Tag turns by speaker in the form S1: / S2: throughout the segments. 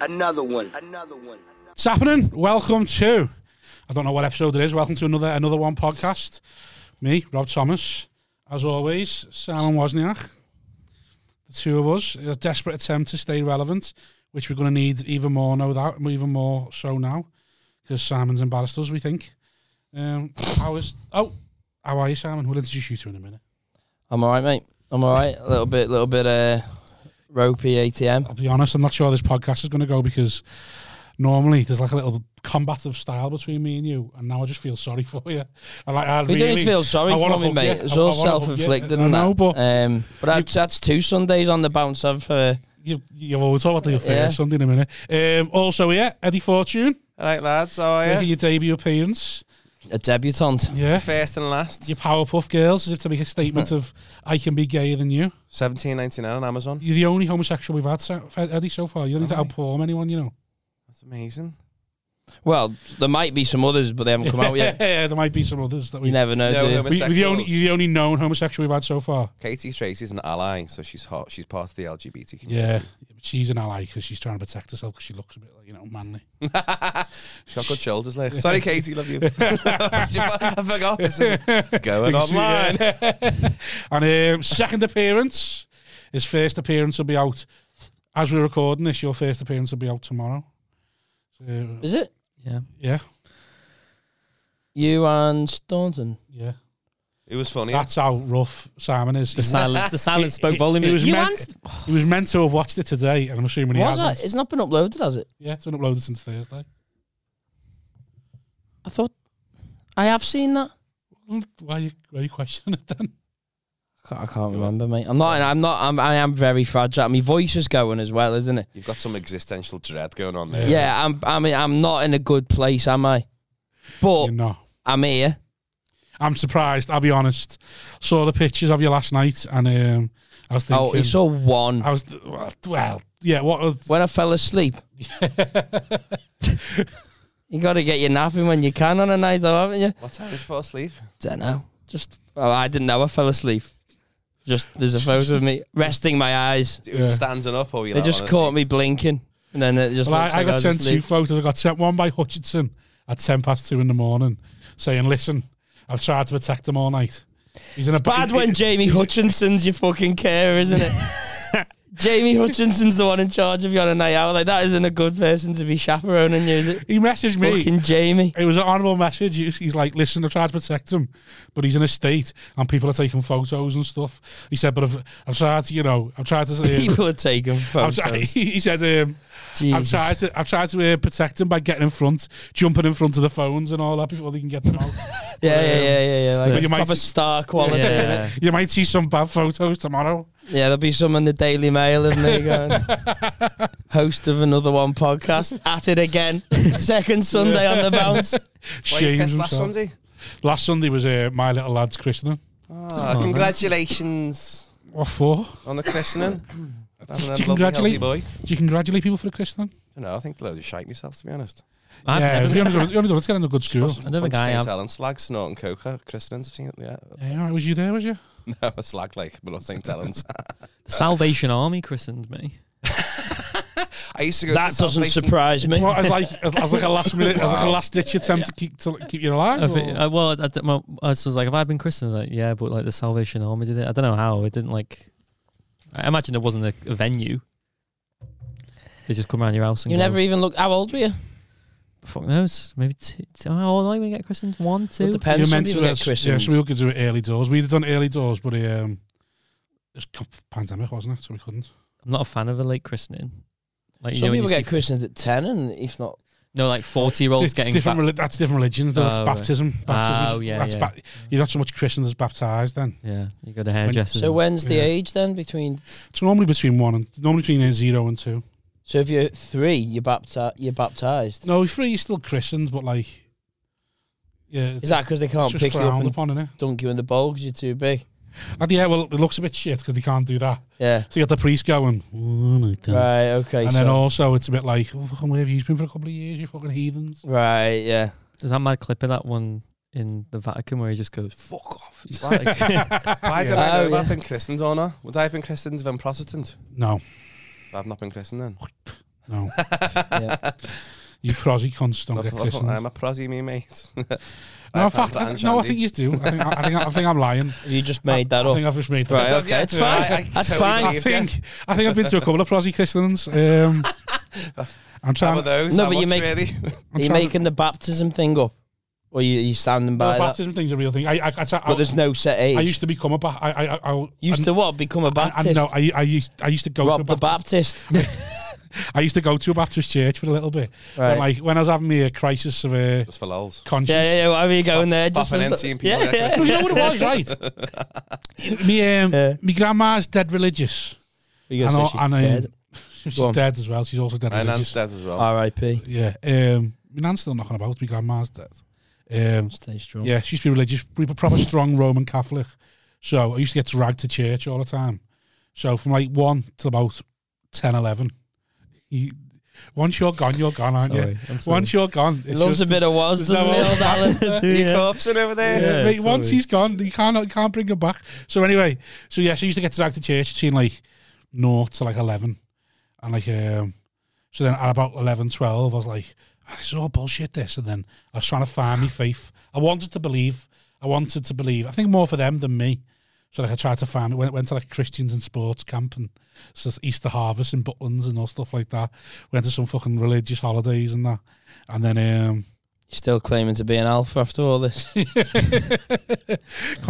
S1: Another one. Another one.
S2: It's happening. Welcome to. I don't know what episode it is. Welcome to another another one podcast. Me, Rob Thomas, as always, Simon Wozniak. The two of us in a desperate attempt to stay relevant, which we're going to need even more, no doubt, even more so now, because Simon's embarrassed us. We think. Um, how is? Oh, how are you, Simon? We'll introduce you to in a minute.
S3: I'm all right, mate. I'm all right. A little bit, little bit uh, ropey ATM.
S2: I'll be honest, I'm not sure how this podcast is going to go because normally there's like a little combat of style between me and you, and now I just feel sorry for you. And like, I
S3: We
S2: really,
S3: don't need to feel sorry
S2: I wanna
S3: for me,
S2: hug
S3: mate.
S2: you.
S3: It's
S2: I- I
S3: all
S2: wanna hug you.
S3: self-inflicted.
S2: I
S3: and
S2: know,
S3: that.
S2: but
S3: um, but that's, that's two Sundays on the bounce. I've uh,
S2: you, you, well, we'll talk about the affair
S3: Yeah.
S2: Sunday in a minute. Um, also, yeah, Eddie Fortune
S4: Alright lads, how are
S2: making
S4: you?
S2: your debut appearance.
S3: a debutant.
S2: Yeah,
S4: First and last.
S2: your Powerpuff Girls, as if to make a statement of I can be gayer than you.
S4: Seventeen ninety nine on Amazon.
S2: You're the only homosexual we've had, so- Eddie, so far. You don't need to
S4: Am I?
S2: outperform anyone, you know.
S4: That's amazing.
S3: Well, there might be some others, but they haven't come out yet.
S2: yeah, there might be some others that we.
S3: You never know.
S4: No,
S3: do you?
S4: no, but-
S2: we you're the only,
S4: Homosexuals.
S2: you're the only known homosexual we've had so far.
S4: Katie Tracy's an ally, so she's hot. She's part of the LGBT community.
S2: Yeah, she's an ally because she's trying to protect herself because she looks a bit like you know manly.
S4: She's got good shoulders, like. Sorry, Katie, love you. I forgot this is going online.
S2: and um, second appearance, his first appearance will be out as we're recording this. Your first appearance will be out tomorrow. So,
S3: Is it? Yeah.
S2: yeah,
S3: You and Staunton.
S2: yeah.
S4: It was funny.
S3: Ah.
S2: That's how rough Simon is.
S5: The
S2: He-
S5: silence, the silence spoke volumes.
S2: He was,
S5: you
S2: meant,
S5: ans-
S2: he was meant to have watched it today, and I'm assuming he
S3: Was
S2: hasn't.
S3: that? It's not been uploaded, has it?
S2: Yeah, it's been uploaded since Thursday.
S3: I thought I have seen that.
S2: Why are you, why are you questioning it then?
S3: I can't, I can't remember, mate. I'm not. I'm not. I'm, I am very fragile. My voice is going as well, isn't it?
S4: You've got some existential dread going on
S2: Yeah.
S4: there.
S3: Yeah. I'm. I mean, I'm not in a good place, am I? But
S2: You're not.
S3: I'm here.
S2: I'm surprised. I'll be honest. Saw the pictures of you last night, and um, I was thinking.
S3: Oh, he saw one
S2: I was well, yeah. What? was-
S3: when I fell asleep. you got to get your napping when you can on a night, though, haven't you?
S4: What time did you fall asleep?
S3: Don't know. Just. Oh, I didn't know. I fell asleep. Just there's a photo of me resting my eyes.
S4: It was
S2: Yeah.
S4: standing up, or you
S3: They just caught me blinking, and then it just.
S2: well, I,
S3: looks
S2: I
S3: like
S2: got
S3: was
S2: sent
S3: asleep.
S2: two photos. I got sent one by Hutchinson at ten past two in the morning, saying, "Listen, I've tried to protect him all night. He's in a
S3: Bad when Jamie Hutchinson's your fucking carer, isn't it? Jamie Hutchinson's the one in charge of you on a night out. Like that isn't a good person to be chaperoning you, is it?
S2: he messaged me.
S3: Fucking Jamie.
S2: It was an honourable message. He's, he's like, listen, I've tried to protect him, but he's in a state and people are taking photos and stuff. He said, but I've, I've tried to, you know, I've tried to. um,
S3: People are taking
S2: I've
S3: photos.
S2: tried, he said, um, I've
S3: Jesus.
S2: tried to, I've tried to uh, protect him by getting in front, jumping in front of the phones and all that before they can get them out.
S3: yeah, yeah, yeah, yeah, yeah. Like
S2: But you might
S3: proper
S2: see-
S3: star quality. Yeah.
S5: Yeah.
S2: you might see some bad photos tomorrow.
S3: there'll be some in the Daily Mail of me going, host of another one podcast, at it again, second Sunday on the bounce.
S2: Shames himself.
S4: last Sunday.
S2: Last Sunday was uh, my little lad's christening.
S3: Oh,
S4: Ah, congratulations
S2: What for?
S4: on the christening. Having a lovely,
S2: Congratulate-
S4: healthy boy.
S2: Do you congratulate people for the christening?
S4: No, I think loads of shite myself to be honest.
S5: I've
S2: yeah,
S5: never,
S2: you only done- you only done it to get in a good school.
S5: another
S4: Bunch of
S5: guy
S4: Saint
S5: I've,
S4: Helens slag, snorting coke at christenings. I've seen it. Yeah,
S2: Yeah, all right, was you there? Was you?
S4: no, a slag like, but not Saint Helens.
S5: the Salvation Army christened me.
S4: I used to go.
S3: That
S4: to the
S3: doesn't
S4: Salvation-
S3: surprise me.
S2: What, as like as, as like a last minute, as like a last ditch attempt to keep to keep you
S3: Oh.
S2: alive.
S5: I think,
S2: or-
S5: uh, well, I, d- my- I was like, have I been christened? Like, yeah, but like the Salvation Army did it. I don't know how. It didn't like. I imagine there wasn't a, a venue. They just come around your house and
S3: You
S5: go,
S3: never even look. How old were you?
S5: Fuck knows. Maybe two, two, how old are you when you get christened? One,
S3: It
S5: two.
S2: you
S3: depends. Some people get
S2: us- yeah,
S3: christened.
S2: so we could do it early doors. We'd have done early doors, but um, it was co- pandemic, wasn't it? So we couldn't.
S5: I'm not a fan of a late christening. Like you
S3: Some
S5: know, when
S3: people
S5: you
S3: get
S5: see-
S3: christened at 10, and if not,
S5: No, like forty year olds
S2: It's
S5: getting
S2: different.
S5: back-
S2: reli- that's different religion. Though.
S5: Oh,
S2: it's
S5: right.
S2: baptism. baptism is-
S5: Oh, yeah,
S2: That's
S5: yeah.
S2: Ba- you're not so much christened as baptized. Then
S5: Yeah, you go to hairdressers.
S3: so
S5: and-
S3: when's the
S2: yeah.
S3: age then between?
S2: it's normally between one and normally between uh, zero and two.
S3: So if you're three, you're baptized. You're baptized.
S2: No, if three, you're still christened, but like, yeah,
S3: Is that because they can't pick you up
S2: frowned
S3: and
S2: upon, innit?
S3: dunk you in the bowl because you're too big?
S2: And yeah, well, it looks a bit shit because they can't do that.
S3: Yeah.
S2: So you got the priest going, "Oh, I like that."
S3: Right. Okay.
S2: and
S3: so,
S2: then also it's a bit like, oh, fucking, where have you been for a couple of years, you fucking heathens?
S3: right. Yeah.
S5: Is that my clip of that one in the Vatican where he just goes "fuck off"? It's
S4: Why,
S5: like-
S4: why did I
S3: Oh,
S4: know if
S3: yeah.
S4: I've been christened or not? Would I have been christened if I'm Protestant?
S2: No,
S4: I've not been christened then.
S2: No,
S3: Yeah.
S2: you prosy cunts don't get christened.
S4: I'm a prosy, me mate.
S2: No,
S4: I
S2: in
S4: found
S2: fact,
S4: that
S2: I,
S4: in
S2: no, I
S4: Shandy.
S2: think you do. I think, I, I think, I think I'm lying.
S3: You just made that
S2: I
S3: up.
S2: think I've just made that.
S3: Right,
S4: Yeah,
S3: okay, it's
S4: yeah,
S3: fine.
S4: I- I
S3: That's
S4: totally
S3: fine.
S2: I
S4: believe you.
S2: think I think I've been to a couple of prosy christenings. Um, I'm
S4: Some
S2: trying.
S4: of those.
S3: No,
S4: how
S3: but you
S4: much,
S3: make-
S4: really?
S2: I'm
S3: Are you
S2: trying-
S3: making the baptism thing up? Or you you standing
S2: No,
S3: by that?
S2: baptism thing's a real thing. I, I, I,
S3: But there's no set age.
S2: I used to become a ba- I, I, I, I
S3: used to what? Become a
S2: I,
S3: Baptist?
S2: I, no, I, I used I used to go
S3: Rob
S2: to a
S3: the
S2: Baptist,
S3: Baptist.
S2: I used to go to a Baptist church for a little bit. When,
S3: Right.
S2: like when I was having me a crisis of a
S4: Just for lols.
S2: conscience.
S3: yeah, yeah, yeah. Why were you going there?
S4: Pop an
S3: for
S4: NC
S3: so-
S4: and people
S3: yeah,
S4: like
S3: yeah.
S2: you know what it was, right? me, um,
S3: Yeah.
S2: me grandma's dead religious.
S3: You gonna
S2: And
S3: say
S2: I- and I-
S3: she's dead?
S2: She's
S3: Go on.
S2: dead as well. She's also dead
S4: And Nan's
S2: religious.
S4: dead as well.
S3: R.I.P.
S2: Yeah. Um, my nan's still knocking about. My grandma's dead. Um,
S3: Stay strong.
S2: yeah, she used to be religious. We were proper strong Roman Catholic. So I used to get dragged to church all the time. So from like one till about 10, 11. You, once you're gone, you're gone, aren't you?
S5: Sorry, I'm sorry.
S2: Once you're gone,
S3: He
S2: it's
S3: loves
S2: just-
S3: a bit of was,
S2: there's no
S3: doesn't he,
S2: old
S3: old Alan?
S5: Do
S4: You
S5: ya?
S4: corpsing over there.
S5: Yeah,
S2: Mate, once
S5: sorry.
S2: he's gone, you can't you can't bring him back. So anyway, so yeah, she used to get dragged to church between like naught to like eleven, and like um, so then at about 11, 12, I was like, "Ah, this is all bullshit. This, and then I was trying to find my faith. I wanted to believe. I wanted to believe. I think more for them than me. So like I tried to find it. Went, went to like Christians and sports camp and so Easter harvest in Butlins and all stuff like that. Went to some fucking religious holidays and that, and then um.
S3: You're still claiming to be an alpha after all this.
S2: Can't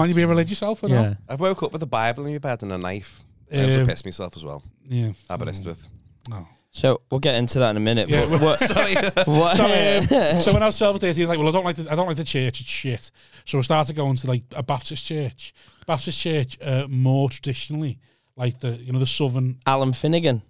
S2: you be a religious alpha now?
S5: Yeah.
S4: I woke up with a Bible in my bed and a knife. I also
S2: Um,
S4: pissed myself as well.
S2: Yeah.
S4: I blessed with.
S2: No.
S3: So we'll get into that in a minute.
S2: Yeah,
S3: but what?
S4: Sorry.
S3: what
S2: So, um, so when I was twelve or thirteen, I was like, "Well, I don't like the, I don't like the church. It's shit." So I started going to like a Baptist church. Baptist church uh, more traditionally, like the you know the southern.
S3: Alan Finnegan.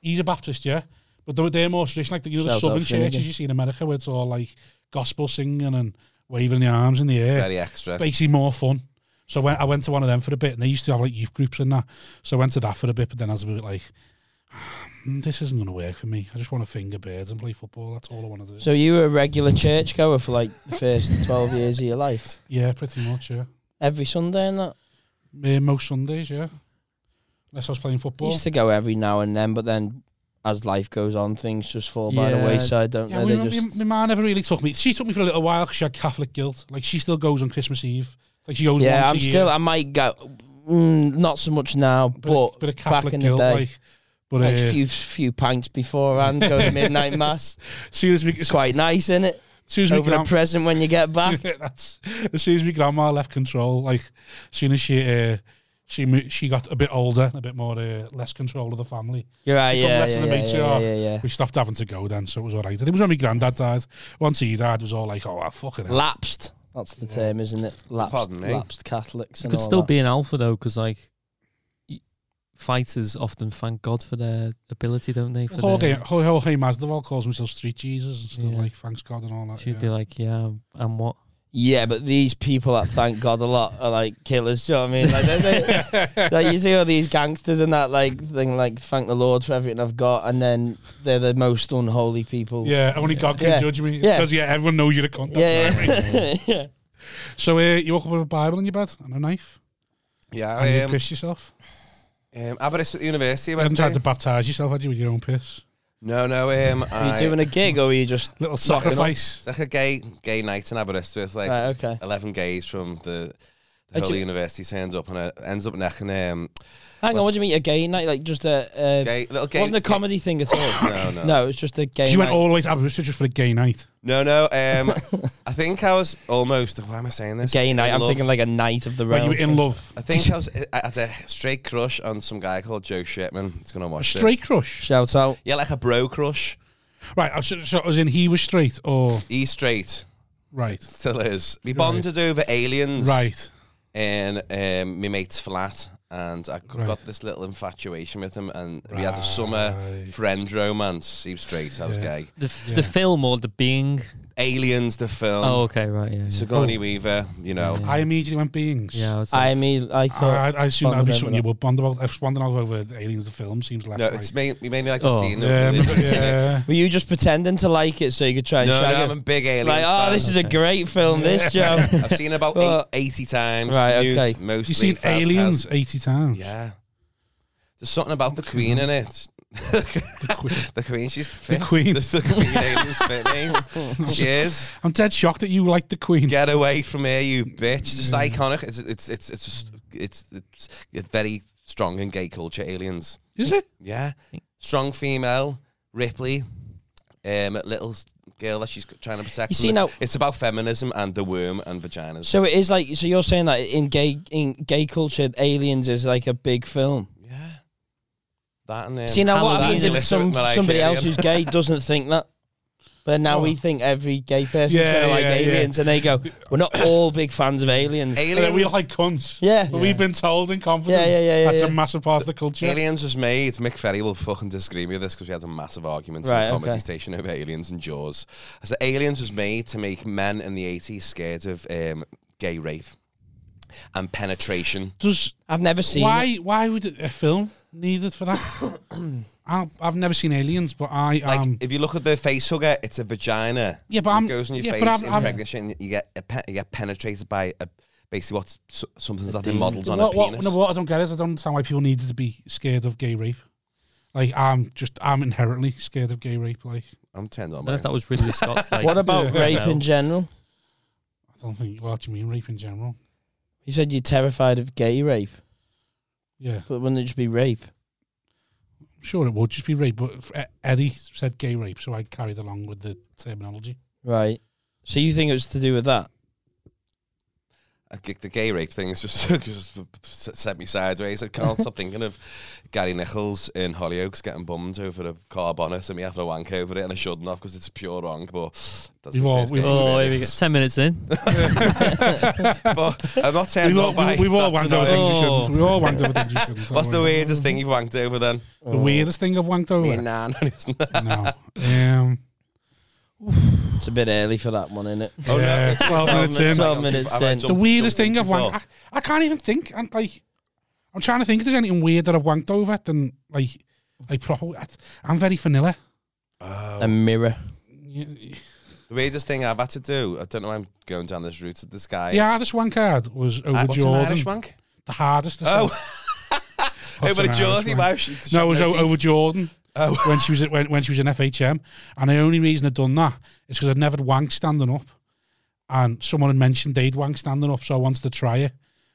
S2: He's a Baptist, yeah, but they're, they're more traditional, like the, you know the
S3: Shout out
S2: southern
S3: Finnegan.
S2: churches you see in America, where it's all like gospel singing and waving the arms in the air.
S4: Very extra.
S2: Basically, more fun. So when I went to one of them for a bit, and they used to have like youth groups and that. So I went to that for a bit, but then I was a bit like, "Mm, "This isn't going to work for me. I just want to finger birds and play football. That's all I want to do."
S3: So you were a regular churchgoer for like the first 12 years of your life?
S2: yeah, pretty much. Yeah.
S3: Every Sunday and that?
S2: Uh, most Sundays, yeah. Unless I was playing
S3: I
S2: football.
S3: used to go every now and then, but then as life goes on, things just fall by the
S5: Yeah.
S3: wayside, don't
S2: Yeah,
S3: they?
S2: we,
S3: They
S2: we-
S3: just.
S2: my ma never really took me. She took me for a little while because she had Catholic guilt. Like she still goes on Christmas Eve. Like she goes.
S3: Yeah,
S2: once
S3: I'm
S2: a year.
S3: still. I might go. Mm, not so much now, but,
S2: bit of
S3: back
S2: Catholic
S3: in the
S2: guilt.
S3: day,
S2: Like, but
S3: like
S2: uh,
S3: few few pints beforehand, go to midnight mass.
S2: soon as we,
S3: It's
S2: as
S3: quite nice, isn't it?
S2: soon as we
S3: Open a
S2: gran-
S3: present when you get back.
S2: that's as soon as my grandma left control. Like as soon as she uh, she mo- she got a bit older, and a bit more uh, less control of the family.
S3: You're right,
S2: Become
S3: yeah,
S2: less
S3: yeah,
S2: of the
S3: yeah, yeah,
S2: matriarch.
S3: yeah, yeah.
S2: We stopped having to go then, so it was all right. I think it was when my granddad died. Once he died, it was all like, oh, ah, fucking hell.
S3: Lapsed. That's the term, isn't it? Lapsed,
S4: Pardon me?
S3: lapsed Catholics.
S5: You
S3: and
S5: could
S3: all
S5: still
S3: that.
S5: be an alpha though, because like y- fighters often thank God for their ability, don't they? For
S2: Jorge,
S5: their,
S2: Jorge, Jorge Masvidal calls himself Street Jesus and stuff
S5: Yeah.
S2: like thanks God and all that.
S5: She'd
S2: yeah.
S5: be like, yeah, I'm- I'm what?
S3: Yeah, but these people that thank God a lot are like killers. Do you know what I mean? Like, they, they, like you see all these gangsters and that like thing, like thank the Lord for everything I've got, and then they're the most unholy people.
S2: yeah, only God can
S3: Yeah.
S2: judge me.
S3: Yeah.
S2: Because, yeah. everyone knows you're a cunt.
S3: yeah,
S2: That's what I mean.
S3: yeah. yeah.
S2: So, uh, you woke up with a Bible in your bed and a knife and
S4: Yeah,
S2: you
S4: um,
S2: pissed yourself.
S4: um, I blessed with university.
S2: You
S4: went
S2: haven't tried
S4: to-
S2: to baptise yourself, had you, with your own piss?
S4: No, no. Um,
S3: Are
S4: I,
S3: you doing a gig or are you just
S2: Little
S3: Knocking
S2: sacrifice.
S4: it's like a gay gay night in Aberystwyth. Like
S3: right, okay?
S4: 11 gays from the, the
S3: Are
S4: whole
S3: you-
S4: university turns up and uh, ends up necking um,
S3: Hang on, what do you mean a gay night? Like just a uh,
S4: gay little gay.
S3: wasn't a comedy thing at all.
S4: No, no,
S3: No, it was just a gay.
S2: She went
S3: night.
S2: all the way to Aberystwyth just for a gay night.
S4: no, no. Um, I think I was almost. Why am I saying this?
S3: gay
S4: In
S3: night. I'm
S4: love.
S3: thinking like a night of the
S2: When
S3: realm.
S2: you were in love.
S4: I think I was I had a straight crush on some guy called Joe Shipman. He's gonna
S2: A
S4: watch this.
S2: straight crush.
S3: Shout out.
S4: Yeah, like a bro crush.
S2: Right, I so, so as in he was straight or.
S4: He's straight.
S2: Right.
S4: Still is. We bonded over aliens.
S2: Right.
S4: in um, my mate's flat, and I c-
S2: Right.
S4: got this little infatuation with him, and we had a summer
S2: Right.
S4: friend romance. He was straight, I was
S2: Yeah.
S4: gay.
S5: The, f the film or the being?
S4: Aliens, the film.
S5: oh, okay, right, yeah, yeah.
S4: Sigourney Weaver, you know.
S2: I immediately went beings.
S5: yeah I was like,
S3: I mean, I
S2: I,
S3: thought
S2: I assume
S3: Bond
S2: that'd be
S3: over
S2: something
S3: that.
S2: you would bond about. If bonding over the aliens, the film seems less
S4: No,
S2: like.
S4: it's mainly, mainly like
S5: Oh.
S4: the scene.
S2: yeah,
S4: of
S2: remember-
S4: religion, isn't it?
S2: yeah.
S3: were you just pretending to like it so you could try
S4: No,
S3: and shag
S4: no,
S3: it?
S4: I'm a big alien.
S3: Like, oh,
S4: fan.
S3: this is a great film, this Joe.
S4: I've seen it about
S3: Well,
S4: eight, 80 times.
S3: right,
S4: nude,
S3: okay.
S4: Mostly
S2: You've seen
S4: fast
S2: Aliens
S4: cars.
S2: 80 times.
S4: Yeah. There's something about the Queen in it. The Queen, she's fit.
S2: Queen.
S4: The, the Queen alien's fit name. She is.
S2: I'm dead shocked that you like the Queen.
S4: Get away from here, you bitch. It's just iconic. It's it's it's it's just, it's, it's it's very strong in gay culture. Aliens.
S2: Is it?
S4: Yeah. Strong female, Ripley, um, little girl that she's trying to protect.
S3: You
S4: from
S3: see
S4: the-
S3: now-
S4: it's about feminism and the worm and vaginas.
S3: So it is like so you're saying that in gay in gay culture, Aliens is like a big film.
S4: yeah, that and um,
S3: See now what
S5: Hamlet
S3: happens
S4: and
S3: if some
S4: Elizabeth
S3: somebody
S4: Malakarian.
S3: else who's gay doesn't think that. But now
S2: Oh.
S3: we think every gay person's
S2: Yeah,
S3: gonna like
S2: yeah, yeah.
S3: aliens, and they go, "We're not all big fans of aliens."
S2: And then
S4: aliens.
S2: Uh, we like cunts.
S3: yeah,
S2: But we've been told in confidence
S3: Yeah, yeah, yeah, yeah,
S2: that's a
S3: yeah.
S2: massive part of the culture.
S4: Aliens was made. Mick Ferry will fucking disagree with this because we had a massive argument in
S3: Right,
S4: the comedy
S3: okay.
S4: station over Aliens and Jaws. I said Aliens was made to make men in the eighties scared of um, gay rape and penetration.
S2: Does
S3: I've never seen.
S2: why
S3: it.
S2: why would a film needed for that? I, I've never seen Aliens, but I
S4: Like
S2: am.
S4: if you look at the face hugger, it's a vagina.
S2: Yeah, Um, but
S4: it
S2: I'm-
S4: goes in your
S2: yeah, but
S4: face,
S2: I'm- I'm-
S4: impregnates you, and you get a pe- you get penetrated by a, basically what's s- something that's been
S3: demon.
S4: modelled on
S2: what,
S4: a
S2: what,
S4: penis.
S2: no, what I don't get is I don't understand why people needed to be scared of gay rape. Like I'm just I'm inherently scared of gay rape. Like
S4: I'm turned on.
S5: don't know
S4: by
S5: if that was Ridley Scott's. Like,
S3: What about
S5: Yeah.
S3: rape
S5: No.
S3: in general?
S2: I don't think. Well, what do you mean rape in general?
S3: You said you're terrified of gay rape,
S2: Yeah,
S3: but wouldn't it just be rape?
S2: I'm sure it would just be rape. But f- Eddie said gay rape, so I carried along with the terminology.
S3: Right. So you think it was to do with that?
S4: I think the gay rape thing has just, just set me sideways. I can't stop thinking of Gary Nichols in Hollyoaks getting bummed over a car bonnet and me having a wank over it, and I shouldn't have because it's pure wrong. But that's
S2: We've
S4: my
S2: all-
S4: first
S2: we've
S4: gay
S5: Oh, here we go.
S4: experience.
S5: Ten minutes in.
S4: But I'm not turned
S2: We've all,
S4: on by.
S2: we've all wanked
S4: that's
S2: over Oh. things we
S5: annoying.
S2: shouldn't. We all wanked over things we shouldn't.
S4: What's
S2: don't
S4: the
S2: we?
S4: weirdest thing you've wanked over then?
S2: The weirdest thing I've wanked
S4: Me
S2: over.
S4: and Nan. isn't it?
S2: no. Um,
S3: It's a bit early for that one, isn't it?
S4: Oh, no,
S2: yeah,
S4: it's-
S2: 12 minutes
S3: minutes
S2: in.
S3: Twelve
S4: I'll keep-
S3: minutes
S4: I'll
S3: in.
S4: jump-
S2: The weirdest
S4: jump
S2: thing I've
S4: into
S2: wanked. I, I can't even think. I'm like, I'm trying to think if there's anything weird that I've wanked over. Then like, like proper. I, I'm very vanilla.
S4: Oh.
S3: A mirror.
S2: Yeah,
S4: The weirdest thing I've had to do, I don't know why I'm going down this route, this guy.
S2: The hardest one card was over
S4: Uh, what's an
S2: Jordan.
S4: Irish wank?
S2: The hardest. I
S4: Oh.
S2: said. What's
S4: Over
S2: an Irish
S4: Jordan,
S2: wank?
S4: why was she?
S2: No, it was o-
S4: she-
S2: over Jordan
S4: Oh.
S2: when she was at, when, when she was in FHM, and the only reason I'd done that is because I'd never wanked standing up, and someone had mentioned they'd wanked standing up, so I wanted to try it,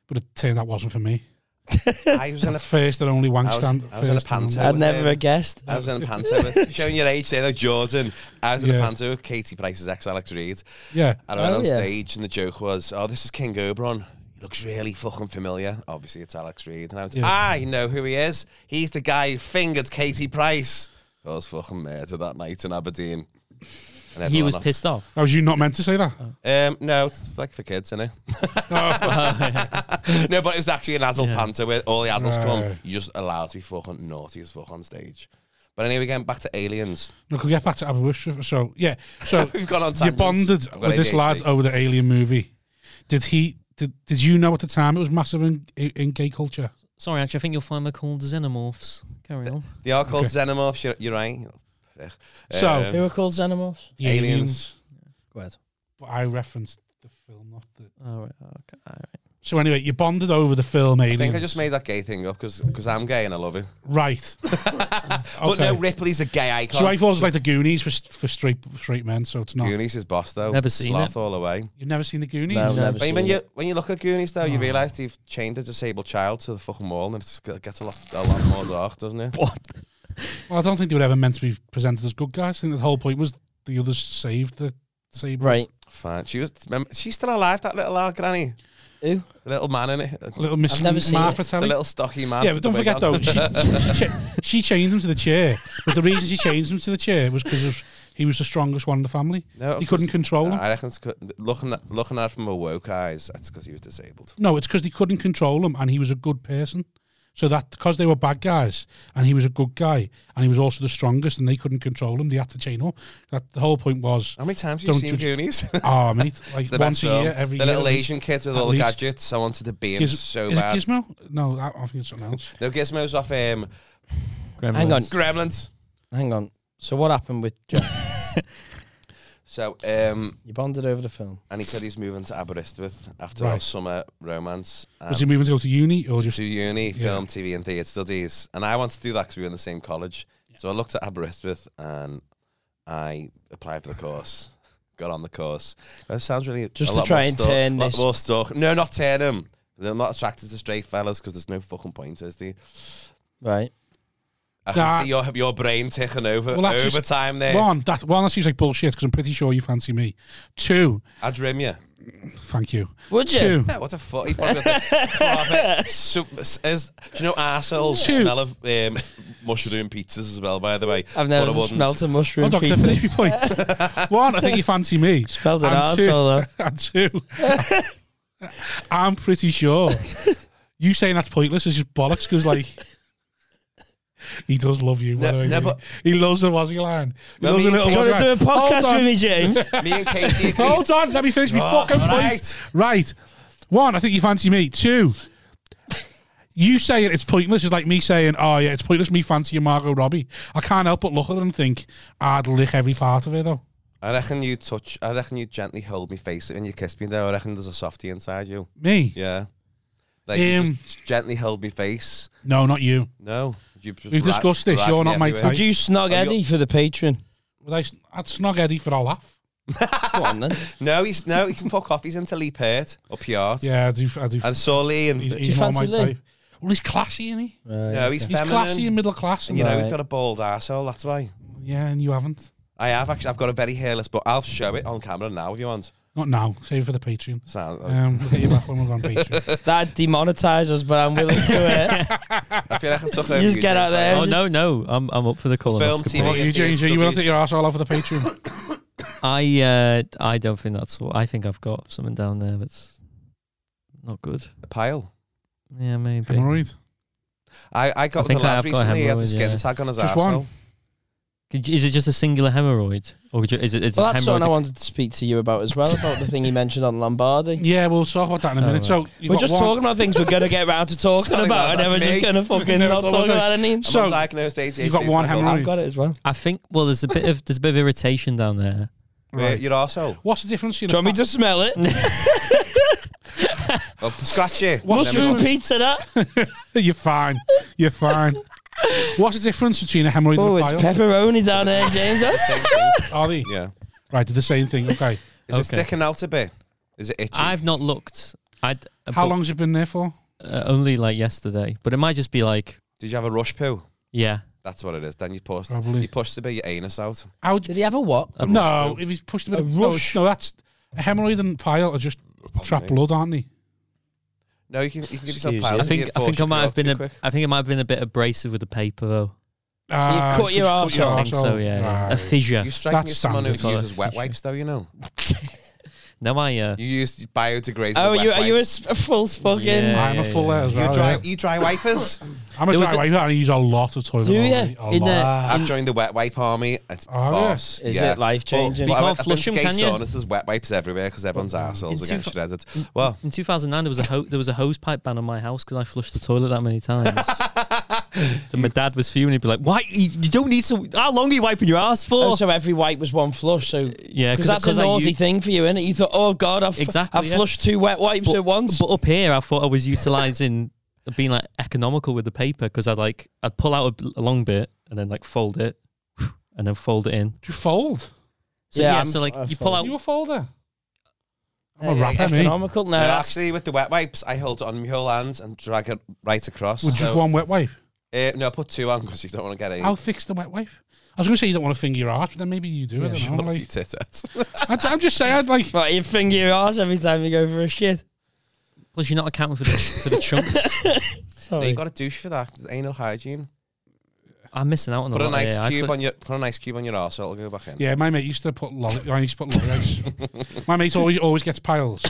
S2: but it turned out wasn't for me.
S4: I Ah, was in a
S2: First and only wank
S4: I was-
S2: stand.
S4: I was in a
S2: first and only-
S4: panto.
S3: I'd
S4: with
S3: never
S4: him.
S3: guessed.
S4: I was in a panto with, showing your age there though, Jordan. I was in a
S2: Yeah.
S4: panto with Katie Price's ex Alex Reid.
S2: Yeah,
S4: And I went
S3: Oh,
S4: on
S3: yeah.
S4: stage and the joke was, Oh, this is King Oberon. He looks really fucking familiar. Obviously it's Alex Reid. And I went,
S2: Yeah.
S4: I know who he is. He's the guy who fingered Katie Price. I was fucking murdered that night in Aberdeen. And
S5: He
S4: everyone
S5: was
S4: laughed.
S5: pissed off.
S2: that was you not meant to say that.
S4: Um, no, it's like for kids, isn't it? no, but it was actually an adult
S5: Yeah.
S4: panto where all the adults come.
S2: Right.
S4: You're just allowed to be fucking naughty as fuck on stage. But anyway, getting back to aliens.
S2: No, can we get back to Aberystwyth? So yeah, so
S4: We've gone on
S2: you
S4: tangents.
S2: bonded
S4: I've got
S2: with this
S4: ADHD.
S2: lad over the Alien movie. Did he? Did Did you know at the time it was massive in in, in gay culture?
S5: Sorry, actually, I think you'll find they're called xenomorphs. Carry on.
S4: They are called
S2: Okay.
S4: xenomorphs. You're, you're right. Um, Ugh.
S2: So-
S3: Who are called xenomorphs?
S2: The
S4: Aliens.
S5: Go ahead.
S2: But I referenced the film, not the.
S5: All Oh, right. Okay. All right.
S2: So anyway, you bonded over the film
S4: I
S2: Alien,
S4: think I just made that gay thing up because I'm gay and I love it.
S2: right?
S4: But no,
S2: Okay.
S4: Ripley's a gay icon.
S2: So I thought it was like the Goonies for st- for straight straight men. So it's not.
S4: Goonies is boss though.
S5: Never seen
S4: Sloth all the way.
S2: You've never seen the Goonies.
S3: No, I've never
S4: When,
S3: seen
S4: when you
S3: it.
S4: when you look at Goonies though, you
S2: Oh.
S4: realise you've chained a disabled child to the fucking wall and it's, it gets a lot a lot more dark, doesn't it?
S2: Well, I don't think they were ever meant to be presented as good guys. I think the whole point was the others saved the saved
S3: Right.
S4: Fine. She was. remember- She's still alive. That little old granny.
S3: Who?
S4: The little man in it.
S2: little Miss
S3: never seen
S2: Martha
S4: The
S2: Telly.
S4: little stocky man.
S2: Yeah, but
S4: with the
S2: don't
S4: wig
S2: forget
S4: on.
S2: though, she, she, cha- she changed him to the chair. But the reason she changed him to the chair was because he was the strongest one in the family.
S4: No,
S2: He couldn't control him.
S4: I reckon it's 'cause- looking at, looking at it from a woke eyes. That's because he was disabled.
S2: No, it's because he couldn't control him, and he was a good person. So that because they were bad guys, and he was a good guy, and he was also the strongest, and they couldn't control him, they had to chain him. up. That the whole point was,
S4: How many times have you
S2: Don't
S4: seen
S2: judge-
S4: Goonies?
S2: ah, mate, like
S4: the
S2: once
S4: best
S2: a year,
S4: film.
S2: every
S4: the
S2: year.
S4: little
S2: at least.
S4: Asian kid with
S2: at
S4: all the
S2: least.
S4: gadgets. I wanted to be him
S2: Giz-
S4: so
S2: is
S4: bad.
S2: it Gizmo? No, I, I think it's something else.
S4: No, Gizmo's off um,
S3: Hang on.
S4: Gremlins.
S3: Hang on. So what happened with Jack?
S4: So, um,
S3: you bonded over the film.
S4: and he said he's moving to Aberystwyth after our
S2: Right.
S4: summer romance. And
S2: Was he moving to go to uni or just?
S4: to uni,
S2: Yeah.
S4: film, TV, and theatre studies. And I wanted to do that because we were in the same college. So I looked at Aberystwyth and I applied for the course. Got on the course. That sounds really
S3: Just
S4: a
S3: to
S4: lot
S3: try
S4: more
S3: and
S4: stalk-
S3: turn
S4: lot
S3: this-
S4: more stalk- No, not turn them. I'm not attracted to straight fellas because there's no fucking point, is there?
S3: Right.
S4: I can
S2: Nah.
S4: see your your brain ticking over
S2: Well, that's just-
S4: over time there.
S2: One, that one that seems like bullshit because I'm pretty sure you fancy me. Two,
S4: I dream you.
S2: thank you.
S3: Would you?
S2: Two,
S4: Yeah, what the fuck? He probably got the carpet. soup- is- do you know arsehole
S2: Two.
S4: smell of um, mushroom pizzas as well, by the way?
S3: I've
S4: But I
S3: never
S4: wouldn't.
S3: smelt a mushroom
S2: Hold on, can I
S3: pizza.
S2: finish my point? One, I think you fancy me.
S3: Smelled
S4: er
S3: an
S2: And two-
S3: arsehole
S2: And two, I'm pretty sure you saying that's pointless is just bollocks because, like, he does love you. by
S4: Ne-
S2: the way,
S4: never-
S2: He loves the Wazzy line. He
S4: Let
S2: loves
S4: me-
S2: the little
S4: Do
S3: though.
S4: you
S3: Do
S2: Wazzy
S3: you want to do a
S2: line.
S3: podcast
S2: Hold on.
S3: with me, James?
S4: Me and Katie agreed.
S2: Hold on, let me finish my
S4: Oh,
S2: fucking
S4: right.
S2: point. Right. One, I think you fancy me. Two, you saying it's pointless is like me saying, oh yeah, it's pointless me fancying Margot Robbie. I can't help but look at her and think, I'd lick every part of her though.
S4: I reckon you touch. I reckon you gently hold me face when you kiss me. Though I reckon there's a softie inside you.
S2: Me?
S4: Yeah, like you
S2: Um,
S4: just gently hold me face.
S2: No, not you.
S4: No, you just
S2: We've
S4: ra-
S2: discussed this,
S4: rag
S2: you're
S4: me
S2: not my
S4: everywhere.
S2: type.
S3: Would Oh, you snog
S4: you-
S3: Eddie for the patron?
S2: Would I, would snog Eddie for a laugh.
S3: Come on then. Do
S4: No, he's no. He can fuck off. He's into Lee Peart or Piart.
S2: Yeah, I do. I do.
S4: And Sully and
S2: he's
S3: you
S2: he's more my
S3: fancy Lou?
S2: type. Well, he's classy, isn't he?
S3: Uh,
S4: no, he's,
S2: He's
S4: feminine.
S2: classy and middle class. And,
S4: and you know,
S3: Right.
S4: he's got a bald arsehole, That's why.
S2: yeah, and you haven't.
S4: I have actually. I've got a very hairless, but I'll show it on camera now if you want.
S2: Not now. Save it for the Patreon.
S4: Sound,
S2: Um, we'll get you back when we're on Patreon.
S3: That demonetise us, but I'm willing to. Uh,
S4: I feel like I took over.
S3: just
S4: you,
S3: get out
S4: James.
S3: there.
S5: Oh no, no, I'm I'm up for the
S4: Film,
S5: colonoscopy.
S4: TV.
S2: What you, James? Are you willing to take
S4: VFWs?
S2: your arsehole out for the Patreon?
S5: I uh, I don't think that's what I think I've got something down there that's not good.
S4: A pile.
S5: Yeah, maybe.
S2: Hemorrhoid.
S4: I, I
S5: I
S4: got with
S5: think
S4: the
S5: I
S4: lad
S5: have got
S4: recently. He had the
S5: hemorrhoid,
S4: skin
S5: yeah.
S4: tag on his
S2: Just
S4: arsehole.
S2: one.
S5: Could you- Is it just a singular hemorrhoid, or could you, is it? It's
S3: well,
S5: a
S3: that's something I
S5: hemorrhoid-
S3: wanted to speak to you about as well, about the thing you mentioned on Lombardi.
S2: Yeah, we'll talk about that in a
S5: Oh,
S2: minute.
S5: right.
S2: So you've
S3: We're
S2: got
S3: just
S2: one-
S3: talking about things we're going to get round to talking
S4: Sorry,
S3: about,
S4: lad,
S3: and then we're
S4: that's
S3: just
S4: me.
S3: going to fucking
S2: Never
S3: not
S2: thought
S3: talk
S2: about
S3: about anything.
S4: I'm
S2: So-
S4: undiagnosed ADHD.
S2: You've got
S4: it's
S2: one
S4: my fault.
S2: hemorrhoid.
S3: I've got it as well.
S5: I think. Well, there's a bit of there's a bit of irritation down there.
S4: Wait,
S2: Right.
S4: Your arsehole.
S2: What's the difference? You
S3: Do you want me to smell it?
S4: Oh, scratch you.
S2: What's
S4: Never
S3: Mushroom
S4: mind.
S3: pizza, that?
S2: You're fine. You're fine. What's the difference between a hemorrhoid
S3: Oh,
S2: and
S3: it's
S2: a pile?
S3: pepperoni down there, James.
S2: Are they
S4: Yeah.
S2: right? They're the same thing. Okay.
S4: Is it
S5: Okay.
S4: sticking out a bit? Is it itchy?
S5: I've not looked. I'd, uh,
S2: How
S5: but,
S2: long's it been there for?
S5: Uh, only like yesterday, but it might just be like
S4: Did you have a rush poo?
S5: yeah.
S4: That's what it is. Then you pushed.
S2: Probably.
S4: You pushed a bit your anus out.
S2: How?
S3: Did he have a what?
S5: A
S2: no,
S4: rush
S2: if he's pushed a bit
S3: A
S2: of no,
S3: rush.
S2: No, that's a hemorrhoid and pile are just trap blood, aren't they?
S4: No, you can, you can give yourself
S3: Excuse
S4: piles.
S5: I
S4: if
S5: think
S4: you
S5: I think
S4: force
S5: I
S4: your
S5: might
S4: poo
S5: have
S4: out
S5: been
S4: too
S5: a,
S4: quick.
S5: I think it might have been a bit abrasive with the paper though.
S2: Ah,
S3: cut your
S2: just cut
S5: I think so.
S2: arsehole.
S5: Yeah, a
S2: Right.
S5: fissure.
S4: You strike me
S2: That's
S4: as someone who
S5: standard.
S4: uses wet wipes, though. You know,
S5: no, I uh,
S4: you use biodegradable.
S3: Oh, are
S4: wet
S3: you, are you a,
S4: wipes.
S3: s- a full fucking.
S5: Yeah.
S2: I'm a full yeah, as well.
S4: You dry,
S5: Oh,
S2: yeah.
S4: you dry wipers.
S2: I'm a
S5: There was
S2: dry
S5: a-
S2: wiper and I use a lot of toilet
S3: Do you?
S2: roll,
S3: In
S2: A lot.
S5: the,
S4: I've joined the wet wipe army. It's
S2: Oh, yeah.
S4: boss.
S3: Is
S4: yeah.
S3: it life-changing?
S4: But- but
S5: You
S4: I
S5: can't
S4: went- I've been
S5: flush 'em,
S4: skate
S5: can you?
S4: saunas, There's wet wipes everywhere because everyone's arseholes
S5: It's
S4: are getting
S5: too-
S4: shredded. Well,
S5: in 2009 there was a ho- there was a hose pipe ban on my house because I flushed the toilet that many times. then my dad was fuming. He'd be like, "Why you, you don't need to? How long are you wiping your ass for?"
S3: Oh, so every wipe was one flush, so.
S5: yeah,
S3: Because that's a
S5: I
S3: naughty
S5: u-
S3: thing for you, isn't it? You thought, oh God, I've,
S5: Exactly,
S3: I've
S5: yeah.
S3: flushed two wet wipes at once.
S5: But up here, I thought I was utilizing being like economical with the paper because I'd like I'd pull out a, b- a long bit and then like fold it and then fold it in.
S2: Do you fold?
S5: So
S3: Yeah,
S5: yeah,
S3: I'm
S5: so like
S3: f- I
S5: you pull
S2: Are
S5: out.
S2: you a folder?
S3: Uh,
S2: I'm a rapper, me.
S3: economical? No,
S4: no,
S2: Uh,
S3: that's-
S4: actually, with the wet wipes, I hold it on my whole hand and drag it right across.
S2: With
S4: so-
S2: just one wet wipe.
S4: Uh, no, I put two on because you don't want to get any.
S2: I'll fix the wet wipe. I was going to say you don't want to finger your arse, but then maybe you do. I don't know.
S4: Not
S2: Like,
S4: beat it.
S2: I'd, I'm just saying, I'd like.
S3: Right, you finger your ass every time you go for a shit.
S5: Plus, you're not accounting for the for the chunks.
S4: No,
S3: Sorry.
S4: you got a douche for that. It's anal hygiene.
S5: I'm missing out on the
S4: Put an
S5: lot
S4: ice
S5: here. I
S4: cube
S5: could-
S4: on your put an ice cube on your arse. It'll go back in.
S2: Yeah, my mate used to put lolly. I used to put lolly ice. My mate always always gets piles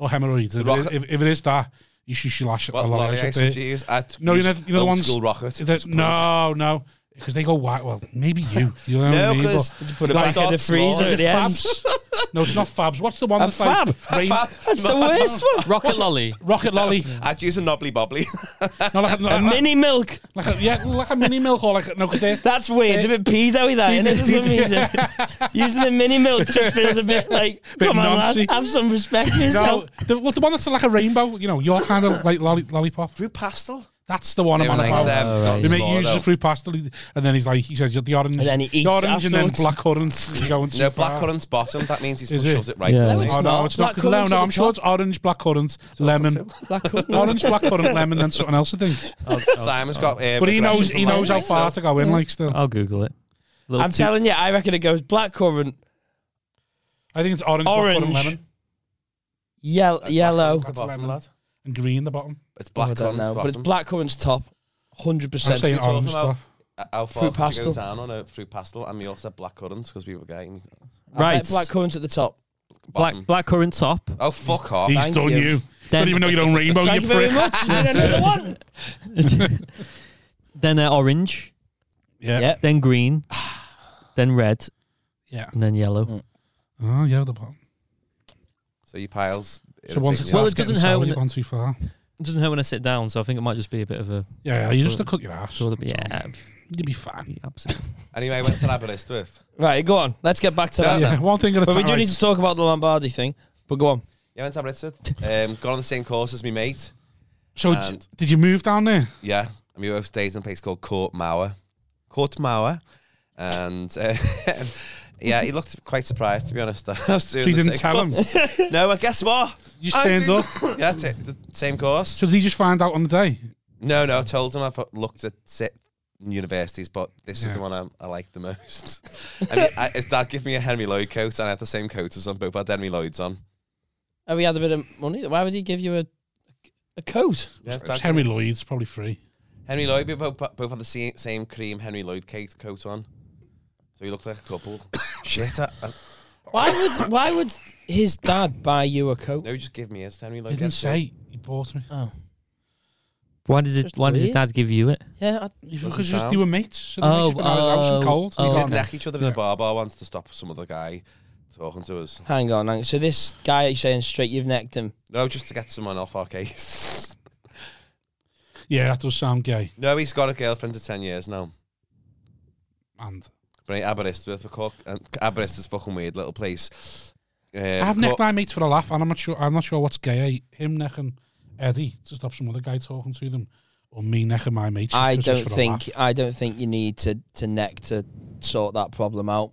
S2: or hemorrhoids. If,
S4: Rocket-
S2: if, if it is that, you should, should lash
S4: What
S2: a
S4: lolly
S2: lolly ice.
S4: ice did
S2: up
S4: you
S2: there.
S4: use? I
S2: No, you know- you know the
S4: old
S2: ones-
S4: school rocket.
S2: If it- No, no, because they go white. Well, maybe you. You know what I
S4: no,
S2: mean?
S4: because
S2: But-
S3: Put it
S2: Like,
S3: back in the
S4: that's small.
S3: freezer
S2: Is
S3: at
S2: it
S3: the end.
S2: Fabs? no, it's not Fabs. What's the one
S3: A
S2: that's like
S3: Fab?
S2: rain-
S3: That's the worst one.
S5: rocket lolly.
S2: rocket lolly?
S4: I'd use a knobbly bobbly.
S2: No, like, a-
S3: A
S2: like, a-
S3: mini milk.
S2: like a, yeah, like a mini milk or like a- no, because they're
S3: That's weird. A bit pedo that, isn't it? For some reason. Using the mini milk just feels a bit like,
S2: Bit
S3: come on, lad,
S2: nancy.
S3: have some respect for
S2: no,
S3: yourself.
S2: the, well, the one that's like a rainbow. You know, your kind of like lolly, lollipop.
S4: Fruit pastel.
S2: That's the one
S4: They
S2: I'm
S4: were
S2: on
S4: next to
S2: about.
S4: them.
S5: Oh,
S4: got
S5: right.
S2: They make
S4: slaughtered.
S2: use of fruit pasta, and then he's like, he says, the orange,
S3: And then he eats
S2: the orange, and then
S3: afterwards.
S2: black currant. going too
S4: No,
S2: far.
S4: blackcurrant's bottom. That means he's
S2: Is
S4: shoved it right.
S5: Yeah.
S4: in
S5: No,
S4: the
S3: it's
S2: Oh, no,
S3: not.
S2: it's not.
S3: Black currant
S2: No,
S3: at
S2: no,
S3: the
S2: I'm sure
S3: top.
S2: it's orange, black currant, lemon.
S3: Black
S2: orange, black currant, lemon, then something else, I think.
S4: Simon's got. Uh,
S2: But he knows,
S4: regression
S2: he
S4: from last
S2: knows how
S4: night
S2: far to
S4: still.
S2: go in, like, still.
S5: I'll Google it. Little
S3: I'm
S5: two-
S3: telling you, I reckon it goes blackcurrant,
S2: I think it's orange, black currant,
S3: orange,
S2: lemon,
S3: yell-
S4: That's
S3: yellow.
S4: blackcurrant's
S2: That's
S4: bottom,
S2: lemon.
S4: lad.
S2: and green, the bottom.
S4: It's
S3: Oh, I don't
S4: blackcurrant's
S3: know, but it's
S4: bottom.
S3: blackcurrant's top, hundred
S2: I'm saying
S3: percent.
S4: talking
S2: orange
S4: about?
S2: stuff.
S4: Uh, How
S3: Fruit
S4: far could you go
S3: pastel.
S4: down on a fruit pastel? And we all said blackcurrants because we were getting
S5: Right.
S3: blackcurrant's at the top.
S5: black
S4: bottom.
S5: black currant top.
S4: Oh fuck off!
S2: He's
S3: Thank
S2: done
S3: you.
S2: you. Don't
S5: Then-
S2: even know your own rainbow, you
S3: Thank you very
S2: prick.
S3: much. You need another one.
S5: then uh, orange.
S2: Yeah.
S3: Yeah.
S5: Then green. then red.
S2: Yeah.
S5: And then yellow.
S3: Mm.
S2: Oh, yeah, the bottom.
S4: So you piles.
S2: So once
S4: irritating
S2: it
S4: you.
S5: Well,
S2: starts
S5: it
S2: getting
S5: doesn't hurt
S2: sour,
S5: when
S2: you've
S5: it-
S2: gone too far.
S5: It doesn't hurt when I sit down, so I think it might just be a bit of a.
S2: Yeah, you just
S5: Sort
S2: to
S5: of-
S2: cut your ass.
S5: Sort of, yeah,
S2: You'll be fine.
S5: be absolutely.
S4: anyway, I went to Aberystwyth.
S3: Right, go on. Let's get back to that.
S2: Yeah,
S3: then.
S2: one thing at a
S3: But
S2: time.
S3: we do
S2: right.
S3: need to talk about the Lombardi thing. But go on.
S4: Yeah, I went to Aberystwyth. Um, got on the same course as me mate.
S2: So, d-
S4: And-
S2: did you move down there?
S4: Yeah, and we both stayed in a place called Court Mower. Court Mower, and uh, yeah, he looked quite surprised to be honest. that I was doing
S2: So you
S4: the
S2: didn't
S4: same
S2: tell him.
S4: course. No, but guess what?
S2: You
S4: I
S2: stand
S4: did-
S2: up.
S4: Yeah, t- the same course.
S2: So did he just find out on the day?
S4: No, no, I told him I've looked at sit universities, but this
S2: Yeah.
S4: is the one I, I like the most. I mean, I, his dad gave me a Henry Lloyd coat, and I had the same coat as him. Both had Henry Lloyds on.
S3: Oh, we had a bit of money. Why would he give you a a coat?
S4: Yeah, his
S2: It's
S4: dad-
S2: Henry Lloyd's probably free.
S4: Henry Lloyd, we both, both had the same, same cream Henry Lloyd coat, coat on. So we looked like a couple. uh, um, Shit, I, I,
S3: Why would why would his dad buy you a coat?
S4: no, he just give me his Henry Lloyd.
S2: Didn't
S4: gets it.
S2: say he bought me.
S3: Oh,
S5: Why does it?
S3: Just
S5: Why does your
S3: weird.
S5: dad give you it?
S3: yeah. I,
S4: Doesn't
S2: Because just
S4: sound-
S2: you were mates. So they
S5: Oh,
S2: oh, house and
S5: oh,
S2: cold.
S5: oh,
S4: We did
S5: okay.
S4: neck each other in
S2: Yeah.
S4: a bar bar once to stop some other guy talking to us.
S3: hang on, hang on. So this guy is saying straight, you've necked him.
S4: No, just to get someone off our case.
S2: Yeah, that does sound gay.
S4: no, he's got a girlfriend for 10 years now.
S2: And
S4: But right, Aberystwyth, we're called, and Aberystwyth's a fucking weird little place. Um,
S2: I've
S4: called-
S2: necked my mates for a laugh, and I'm not sure. I'm not sure what's gay. Him necking Eddie to stop some other guy talking to them, or me necking my mates.
S3: I
S2: just
S3: don't
S2: for a
S3: think
S2: laugh.
S3: I don't think you need to to neck to sort that problem out.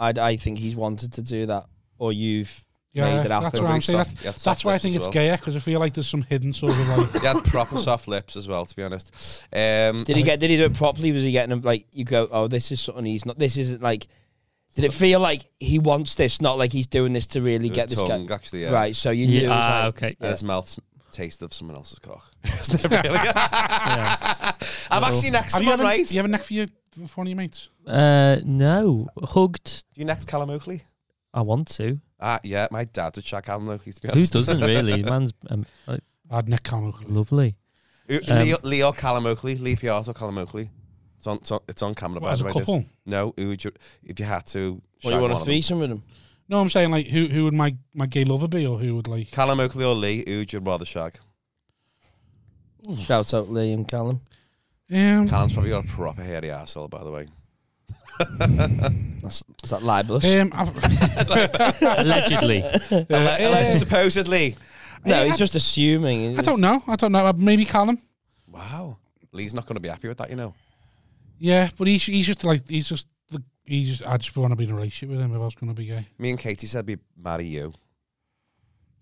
S3: I I think he's wanted to do that, or you've
S2: Yeah,
S3: made it happen.
S2: that's what
S4: Everybody
S2: I'm saying.
S4: soft-
S2: That's,
S4: yeah, soft
S2: that's why I
S4: lips
S2: think
S4: as
S2: it's
S4: well.
S2: gayer because I feel like there's some hidden sort of like.
S4: He had proper soft lips as well, to be honest. Um,
S3: did he get? Did he do it properly? Was he getting him like you go? Oh, this is something he's not. This isn't like. Did it feel like he wants this? Not like he's doing this to really
S4: his
S3: get this guy
S4: tongue, Actually, yeah.
S3: right. So you knew. it was
S5: ah,
S3: like,
S5: okay.
S4: And his mouth sm- tasted of someone else's cock. It's never really- I've
S5: Oh.
S4: actually next
S2: Have you
S4: someone,
S2: ever,
S4: right?
S2: you ever neck for your for one of your mates?
S5: Uh, no, hugged.
S4: You next Callum Oakley?
S5: I want to.
S4: Ah, yeah, my dad would shag Callum Oakley, to be
S5: Who
S4: honest.
S5: doesn't really? Man's um, like,
S2: I'd neck Callum Oakley.
S5: lovely.
S4: Who-
S5: Um,
S4: Uh, Leo, Leo Callum Oakley, Lee Piatto Callum Oakley. It's on, it's on, it's on camera,
S2: What,
S4: by
S2: as
S4: the
S2: a
S4: way. this.
S2: couple.
S4: No, who would you, if you had to
S3: Well, you
S4: shag one
S3: want a
S4: of them?
S3: threesome with him?
S2: No, I'm saying like who who would my my gay lover be, or who would like
S4: Callum Oakley or Lee, who would you rather shag?
S3: Shout out Liam Callum.
S2: um,
S4: Callum's probably got a proper hairy asshole, by the way.
S3: That's, is that libelous?
S2: um I've-
S5: Allegedly,
S2: Uh,
S4: Alle- alle- uh, supposedly.
S3: no, he's just assuming.
S2: I don't know. I don't know. Uh, Maybe Callum.
S4: Wow. Lee's not going to be happy with that, you know.
S2: Yeah, but he's he's just like he's just the he's just I just want to be in a relationship with him if I was going to be gay.
S4: Me and Katie said we'd marry you.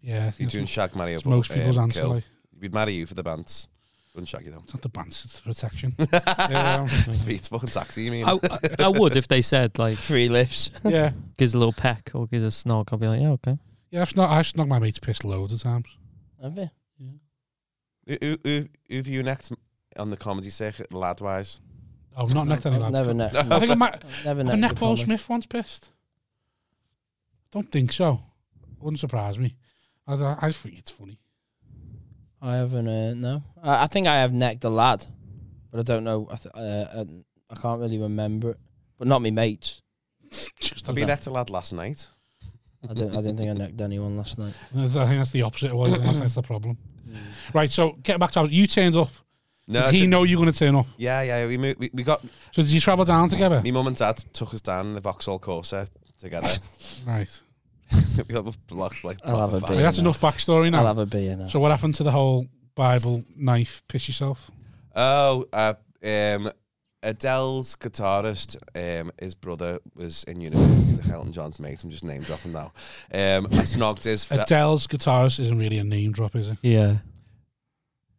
S2: Yeah, I
S4: You're
S2: think
S4: doing
S2: that's
S4: shag, marry, or
S2: what most
S4: uh,
S2: people's answer.
S4: kill.
S2: Like,
S4: We'd marry you for the bands. Wouldn't shag you though.
S2: it's not the bans, it's the protection. um,
S4: It's fucking taxi, you mean?
S2: Oh.
S5: I, I, I would if they said like
S3: Free lifts.
S2: yeah,
S5: gives a little peck or gives a snog. I'll be like, yeah, okay.
S2: yeah. I've snog, I've snog my mate's piss loads of times.
S3: Have you?
S4: Who, who, who, who have you next on the comedy circuit, lad-wise?
S2: Oh, not necked any
S3: I've
S2: lads.
S3: never necked.
S2: I think I might.
S3: I've never
S2: Have I
S3: necked.
S2: necked
S3: a
S2: Paul
S3: comic.
S2: Smith once pissed? Don't think so. Wouldn't surprise me. I, I, I think it's funny.
S3: I haven't. Uh, no, I, I think I have necked a lad, but I don't know. I, th- uh, uh, I can't really remember it. But not me mates.
S2: Just
S4: Have
S2: I
S4: you
S3: No.
S4: necked a lad last night?
S3: I don't. I don't think I necked anyone last night.
S2: think that's the opposite of what it is. That's the problem. Right, so get back to ours. You turned up.
S4: Mm. No. I
S2: Did he
S4: didn't-
S2: know you were going to turn up?
S4: Yeah, yeah. We, moved, we we got
S2: So did you travel down together?
S4: me mum and dad took us down in the Vauxhall Corsa together.
S2: Right.
S4: we have a block like.
S3: I'll have a
S4: proper
S2: Right,
S3: beer.
S4: van.
S2: that's enough backstory
S3: I'll
S2: now.
S3: have a beer now.
S2: So what happened to the whole Bible knife piss yourself?
S4: Oh, uh, um, Adele's guitarist, um, his brother was in university with Elton John's mate. I'm just name dropping now. Um, I snogged his. fe-
S2: Adele's guitarist isn't really a name drop, is it?
S5: Yeah.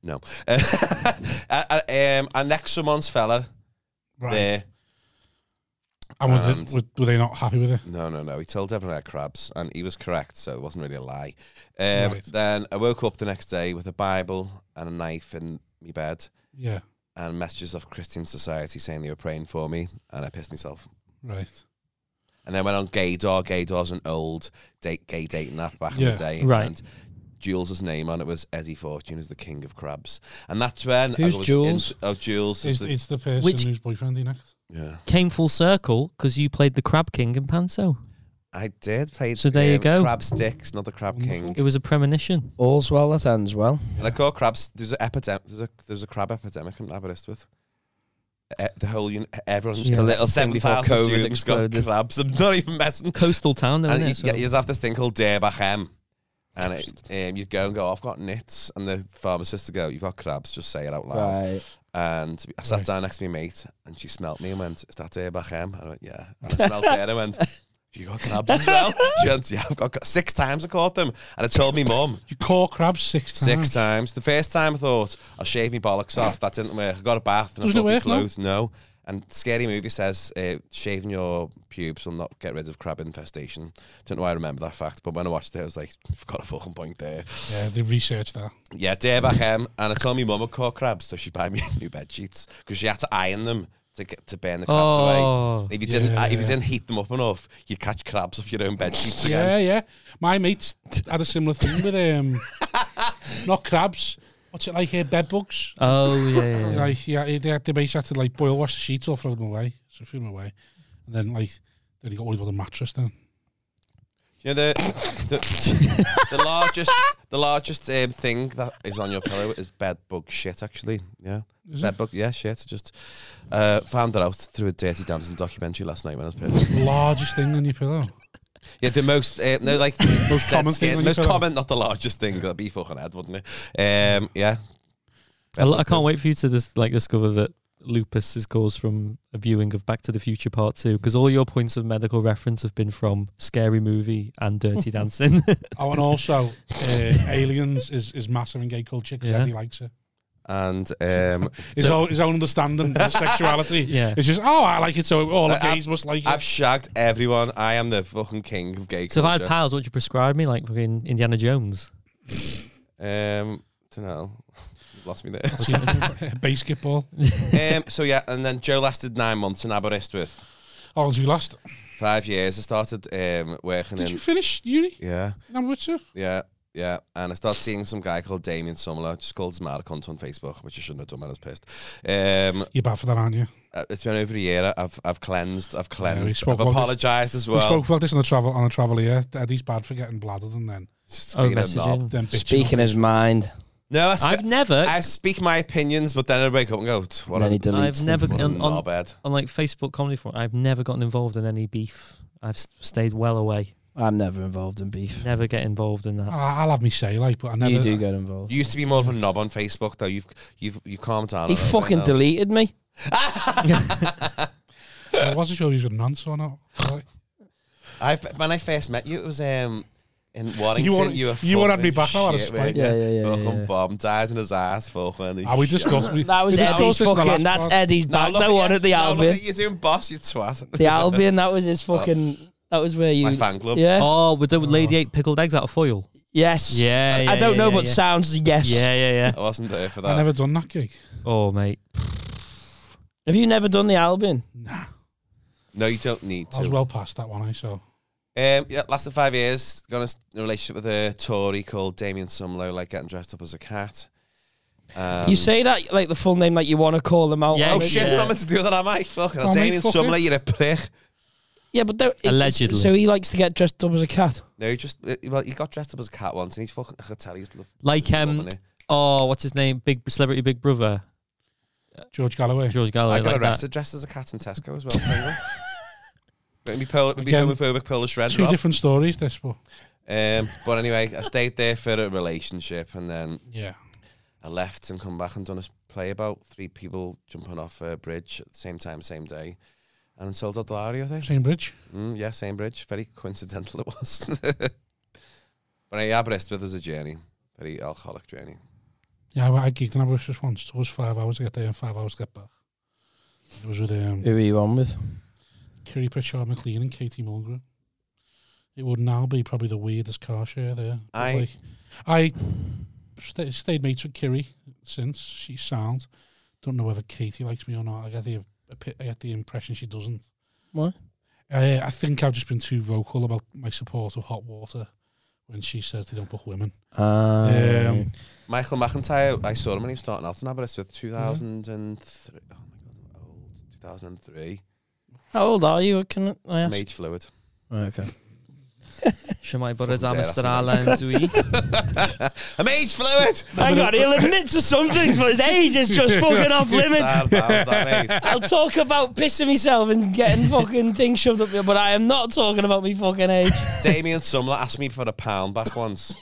S4: no. I, I, um, I next someone's fella there.
S2: And were,
S4: And-
S2: they, were, were they not happy with it?
S4: No, no, no. He told everyone I had crabs, and he was correct, so it wasn't really a lie. Um,
S2: Right.
S4: Then I woke up the next day with a Bible and a knife in my bed
S2: Yeah.
S4: and messages of Christian Society saying they were praying for me, and I pissed myself.
S2: Right.
S4: And then went on Gaydar. Gaydar's an old date, gay dating app back in
S2: Yeah,
S4: the day.
S5: right.
S4: And Jules' name on it was Eddie Fortune, who's the king of crabs. And that's when.
S3: Who's
S4: I was
S3: Jules?
S4: In, oh, Jules.
S2: It's,
S4: Is the,
S2: it's the person
S5: Which-
S2: whose boyfriend he next.
S4: yeah.
S5: Came full circle because you played the Crab King in Panto.
S4: I did play um,
S5: So there you go.
S4: Crab Sticks, not the Crab King.
S5: It was a premonition.
S3: All's well that ends well.
S5: Mm-hmm.
S4: And I call crabs. There's an epidemic. There's a there's a crab epidemic in Aberystwyth. E- the whole un- everyone's
S5: Just a
S3: little thing before
S4: 7,000
S3: COVID
S4: students got
S3: exploded.
S4: crabs. I'm not even messing.
S5: Coastal town, though,
S4: And
S5: isn't
S4: you,
S5: it? So-
S4: yeah, you have this thing called Derbachem. And it, um, you'd go and go, I've got nits. And the pharmacist would go, You've got crabs, just say it out loud.
S3: Right.
S4: And I sat
S2: Right.
S4: down next to my mate and she smelt me and went, Is that Derbachem? And I went, Yeah. And I smelled her and went, Have you got crabs as well? She went, Yeah, I've got cra-" six times I caught them. And I told me mum,
S2: You caught crabs six times.
S4: Six times. The first time I thought, I'll shave my bollocks off. That didn't work. I got a bath and
S2: Doesn't
S4: I
S2: it
S4: thought they
S2: work now?
S4: float. No. And Scary Movie says uh, shaving your pubes will not get rid of crab infestation. Don't know why I remember that fact, but when I watched it, I was like, I've got a fucking point there.
S2: Yeah, they researched that.
S4: Yeah, day back um, and I told my mum I caught crabs, so she buy me new bed sheets because she had to iron them to get to burn the crabs away.
S5: oh,
S4: If you didn't, uh,
S2: Yeah.
S4: if you didn't heat them up enough, you catch crabs off your own bed sheets again.
S2: Yeah, yeah. My mates had a similar thing with um, not crabs. What's it like here? Bed bugs.
S5: oh, yeah, yeah, yeah.
S2: Like yeah, they had they basically had to like boil wash the sheets or throw them away. So threw them away, and then like then he got worried about the mattress. Then
S4: You know the the, the largest the largest um, thing that is on your pillow is bed bug shit. Actually, yeah,
S2: Is
S4: bed bug. Yeah, shit. I just uh, found that out through a Dirty Dancing documentary last night when I was pissed.
S2: largest thing on your pillow.
S4: yeah, the most uh, no like the most
S2: common
S4: common
S2: thing
S4: skin,
S2: on your
S4: most
S2: pillow.
S4: common, not the largest thing. That'd be fucking head, wouldn't it? Um, yeah.
S5: I, lo- I can't wait for you to dis- like discover that lupus is caused from a viewing of Back to the Future Part Two because all your points of medical reference have been from Scary Movie and Dirty Dancing.
S2: Oh, and also uh, aliens is is massive in gay culture because
S5: Yeah.
S2: Eddie likes it.
S4: And um,
S2: His own his own understanding of sexuality.
S5: yeah.
S2: It's just oh, I like it, so all the
S4: Like, I've-
S2: gays must like
S4: I've
S2: it.
S4: shagged everyone. I am the fucking king of gay
S5: So if I had
S4: culture.
S5: powers, what would you prescribe me? Like fucking Indiana Jones?
S4: um, don't know. Lost me there.
S2: Basketball.
S4: um, so yeah, and then Joe lasted nine months in Aberystwyth.
S2: How long did Oh, you last?
S4: Five years. I started um, working
S2: Did
S4: in.
S2: you finish uni?
S4: yeah,
S2: Number two.
S4: yeah, yeah. And I started seeing some guy called Damien Summerler. Just called his mad cunt on Facebook, which I shouldn't have done when I was pissed. Um,
S2: You're bad for that, aren't you?
S4: uh, it's been over a year. I've I've cleansed. I've cleansed.
S2: spoke
S4: I've
S2: about this.
S4: apologised as
S2: we
S4: well.
S2: spoke about this on the travel on the travel here. Eddie's bad for getting bladdered and then
S4: Just
S5: Oh,
S4: being a knob.
S5: messaging.
S2: then bitching.
S3: Speaking his mind.
S4: No, I, sp-
S5: I've never
S4: I speak my opinions, but then I wake up and go, "T-
S3: and
S4: "What
S3: then
S4: a
S3: he deletes
S5: I've
S3: them.
S5: never
S4: what a
S5: on, on,
S4: knobhead."
S5: on like Facebook comedy forum. I've never gotten involved in any beef. I've s- stayed well away.
S3: I'm never involved in beef.
S5: Never get involved in that.
S2: I- Ah, I'll have me say like, but I never.
S3: You do get involved.
S4: You used to be more of a knob on Facebook, though. You've you've you've calmed down.
S3: he
S4: a little bit
S3: fucking
S4: now.
S3: deleted me.
S2: I wasn't sure he was an answer or not. Like,
S4: I f- when I first met you, it was um in Warrington. You,
S2: wanted-
S4: were
S2: you wanted
S4: fucking
S2: me back, I wanted
S4: shit,
S2: to spite
S4: weren't
S3: you.
S4: you?
S3: Yeah, yeah, yeah,
S4: Fucking
S3: yeah.
S4: bomb died in his ass. Fucking.
S2: ah, we discussed. We,
S3: That was
S2: we discussed
S3: Eddie's
S2: this in the last
S3: fucking. That's
S2: pod.
S3: Eddie's
S4: Now
S3: back.
S4: look
S3: The one at the
S4: now Look
S3: Albion.
S4: at you doing boss, you twat.
S3: The Albion. That was his fucking. That was where you.
S4: My fan club.
S3: Yeah.
S5: Oh, with the lady ate pickled eggs out of foil.
S3: Yes.
S5: Yeah, yeah,
S3: I don't
S5: yeah,
S3: know,
S5: yeah,
S3: but
S5: yeah.
S3: sounds yes.
S5: Yeah, yeah, yeah.
S4: I wasn't there for
S2: I
S4: that.
S2: never done that gig.
S5: Oh, mate.
S3: Have you never done the Albion?
S2: Nah,
S4: No, you don't need
S2: I was
S4: to.
S2: well past that one. I so
S4: Um, yeah, lasted five years. Got a s- a relationship with a Tory called Damien Sumlow, like getting dressed up as a cat. Um,
S3: you say that like the full name, like you want to call them out.
S5: Yeah.
S3: on
S4: Oh
S3: it.
S4: shit!
S5: Yeah.
S4: Not meant to do that, am I? Fucking
S2: Oh, mate,
S4: Damien
S2: fuck
S4: Sumlow,
S2: it.
S4: you're a prick.
S3: Yeah, but don't, it-
S5: Allegedly.
S3: So he likes to get dressed up as a cat.
S4: No, he just uh, well, he got dressed up as a cat once, and he's fucking. I could tell he's lo-
S5: Like um,
S4: loving it.
S5: oh, what's his name? Big celebrity, Big Brother,
S2: George Galloway.
S5: George Galloway.
S4: I got
S5: Oh, like that.
S4: arrested dressed as a cat in Tesco as well. apparently. Don't be, pol- be
S2: Again,
S4: homophobic, Polish red,
S2: Two
S4: Rob.
S2: different stories. This, but
S4: Um, but anyway, I stayed there for a relationship, and then
S2: yeah,
S4: I left and come back and done a s- play about three people jumping off a bridge at the same time, same day. And it sold out the Lowry, I think.
S2: Same bridge.
S4: Mm, yeah, same bridge. Very coincidental it was. but I Aberystwyth was a journey, very alcoholic journey.
S2: Yeah, I, I geeked and I was just once. It took us five hours to get there and five hours to get back. It was with um,
S3: Who are you on with?
S2: Kerry Pritchard McLean and Katie Mulgrew. It would now be probably the weirdest car share there. But,
S4: I-
S2: like, I st- stayed mates with Kerry since she's sound. Don't know whether Katie likes me or not. I get the I get the impression she doesn't.
S3: Why?
S2: Uh, I think I've just been too vocal about my support of hot water when she says they don't book women. Um,
S4: Michael McIntyre, I saw him when he was starting out in Aberystwyth, 2003. Oh my God, I'm old. 2003.
S3: how old are you? Can I ask?
S4: Mage fluid.
S3: Okay.
S5: Shemai
S4: Fucking
S5: Borodamas
S4: dead,
S5: that
S4: that's
S5: I
S4: what
S5: learned to eat.
S4: I'm age fluid!
S3: Hang on, he'll admit to some things, but his age is just fucking off limits.
S4: Bad, bad, that, mate.
S3: I'll talk about pissing myself and getting fucking things shoved up me, but I am not talking about me fucking age.
S4: Damien Sumler asked me for a pound back once.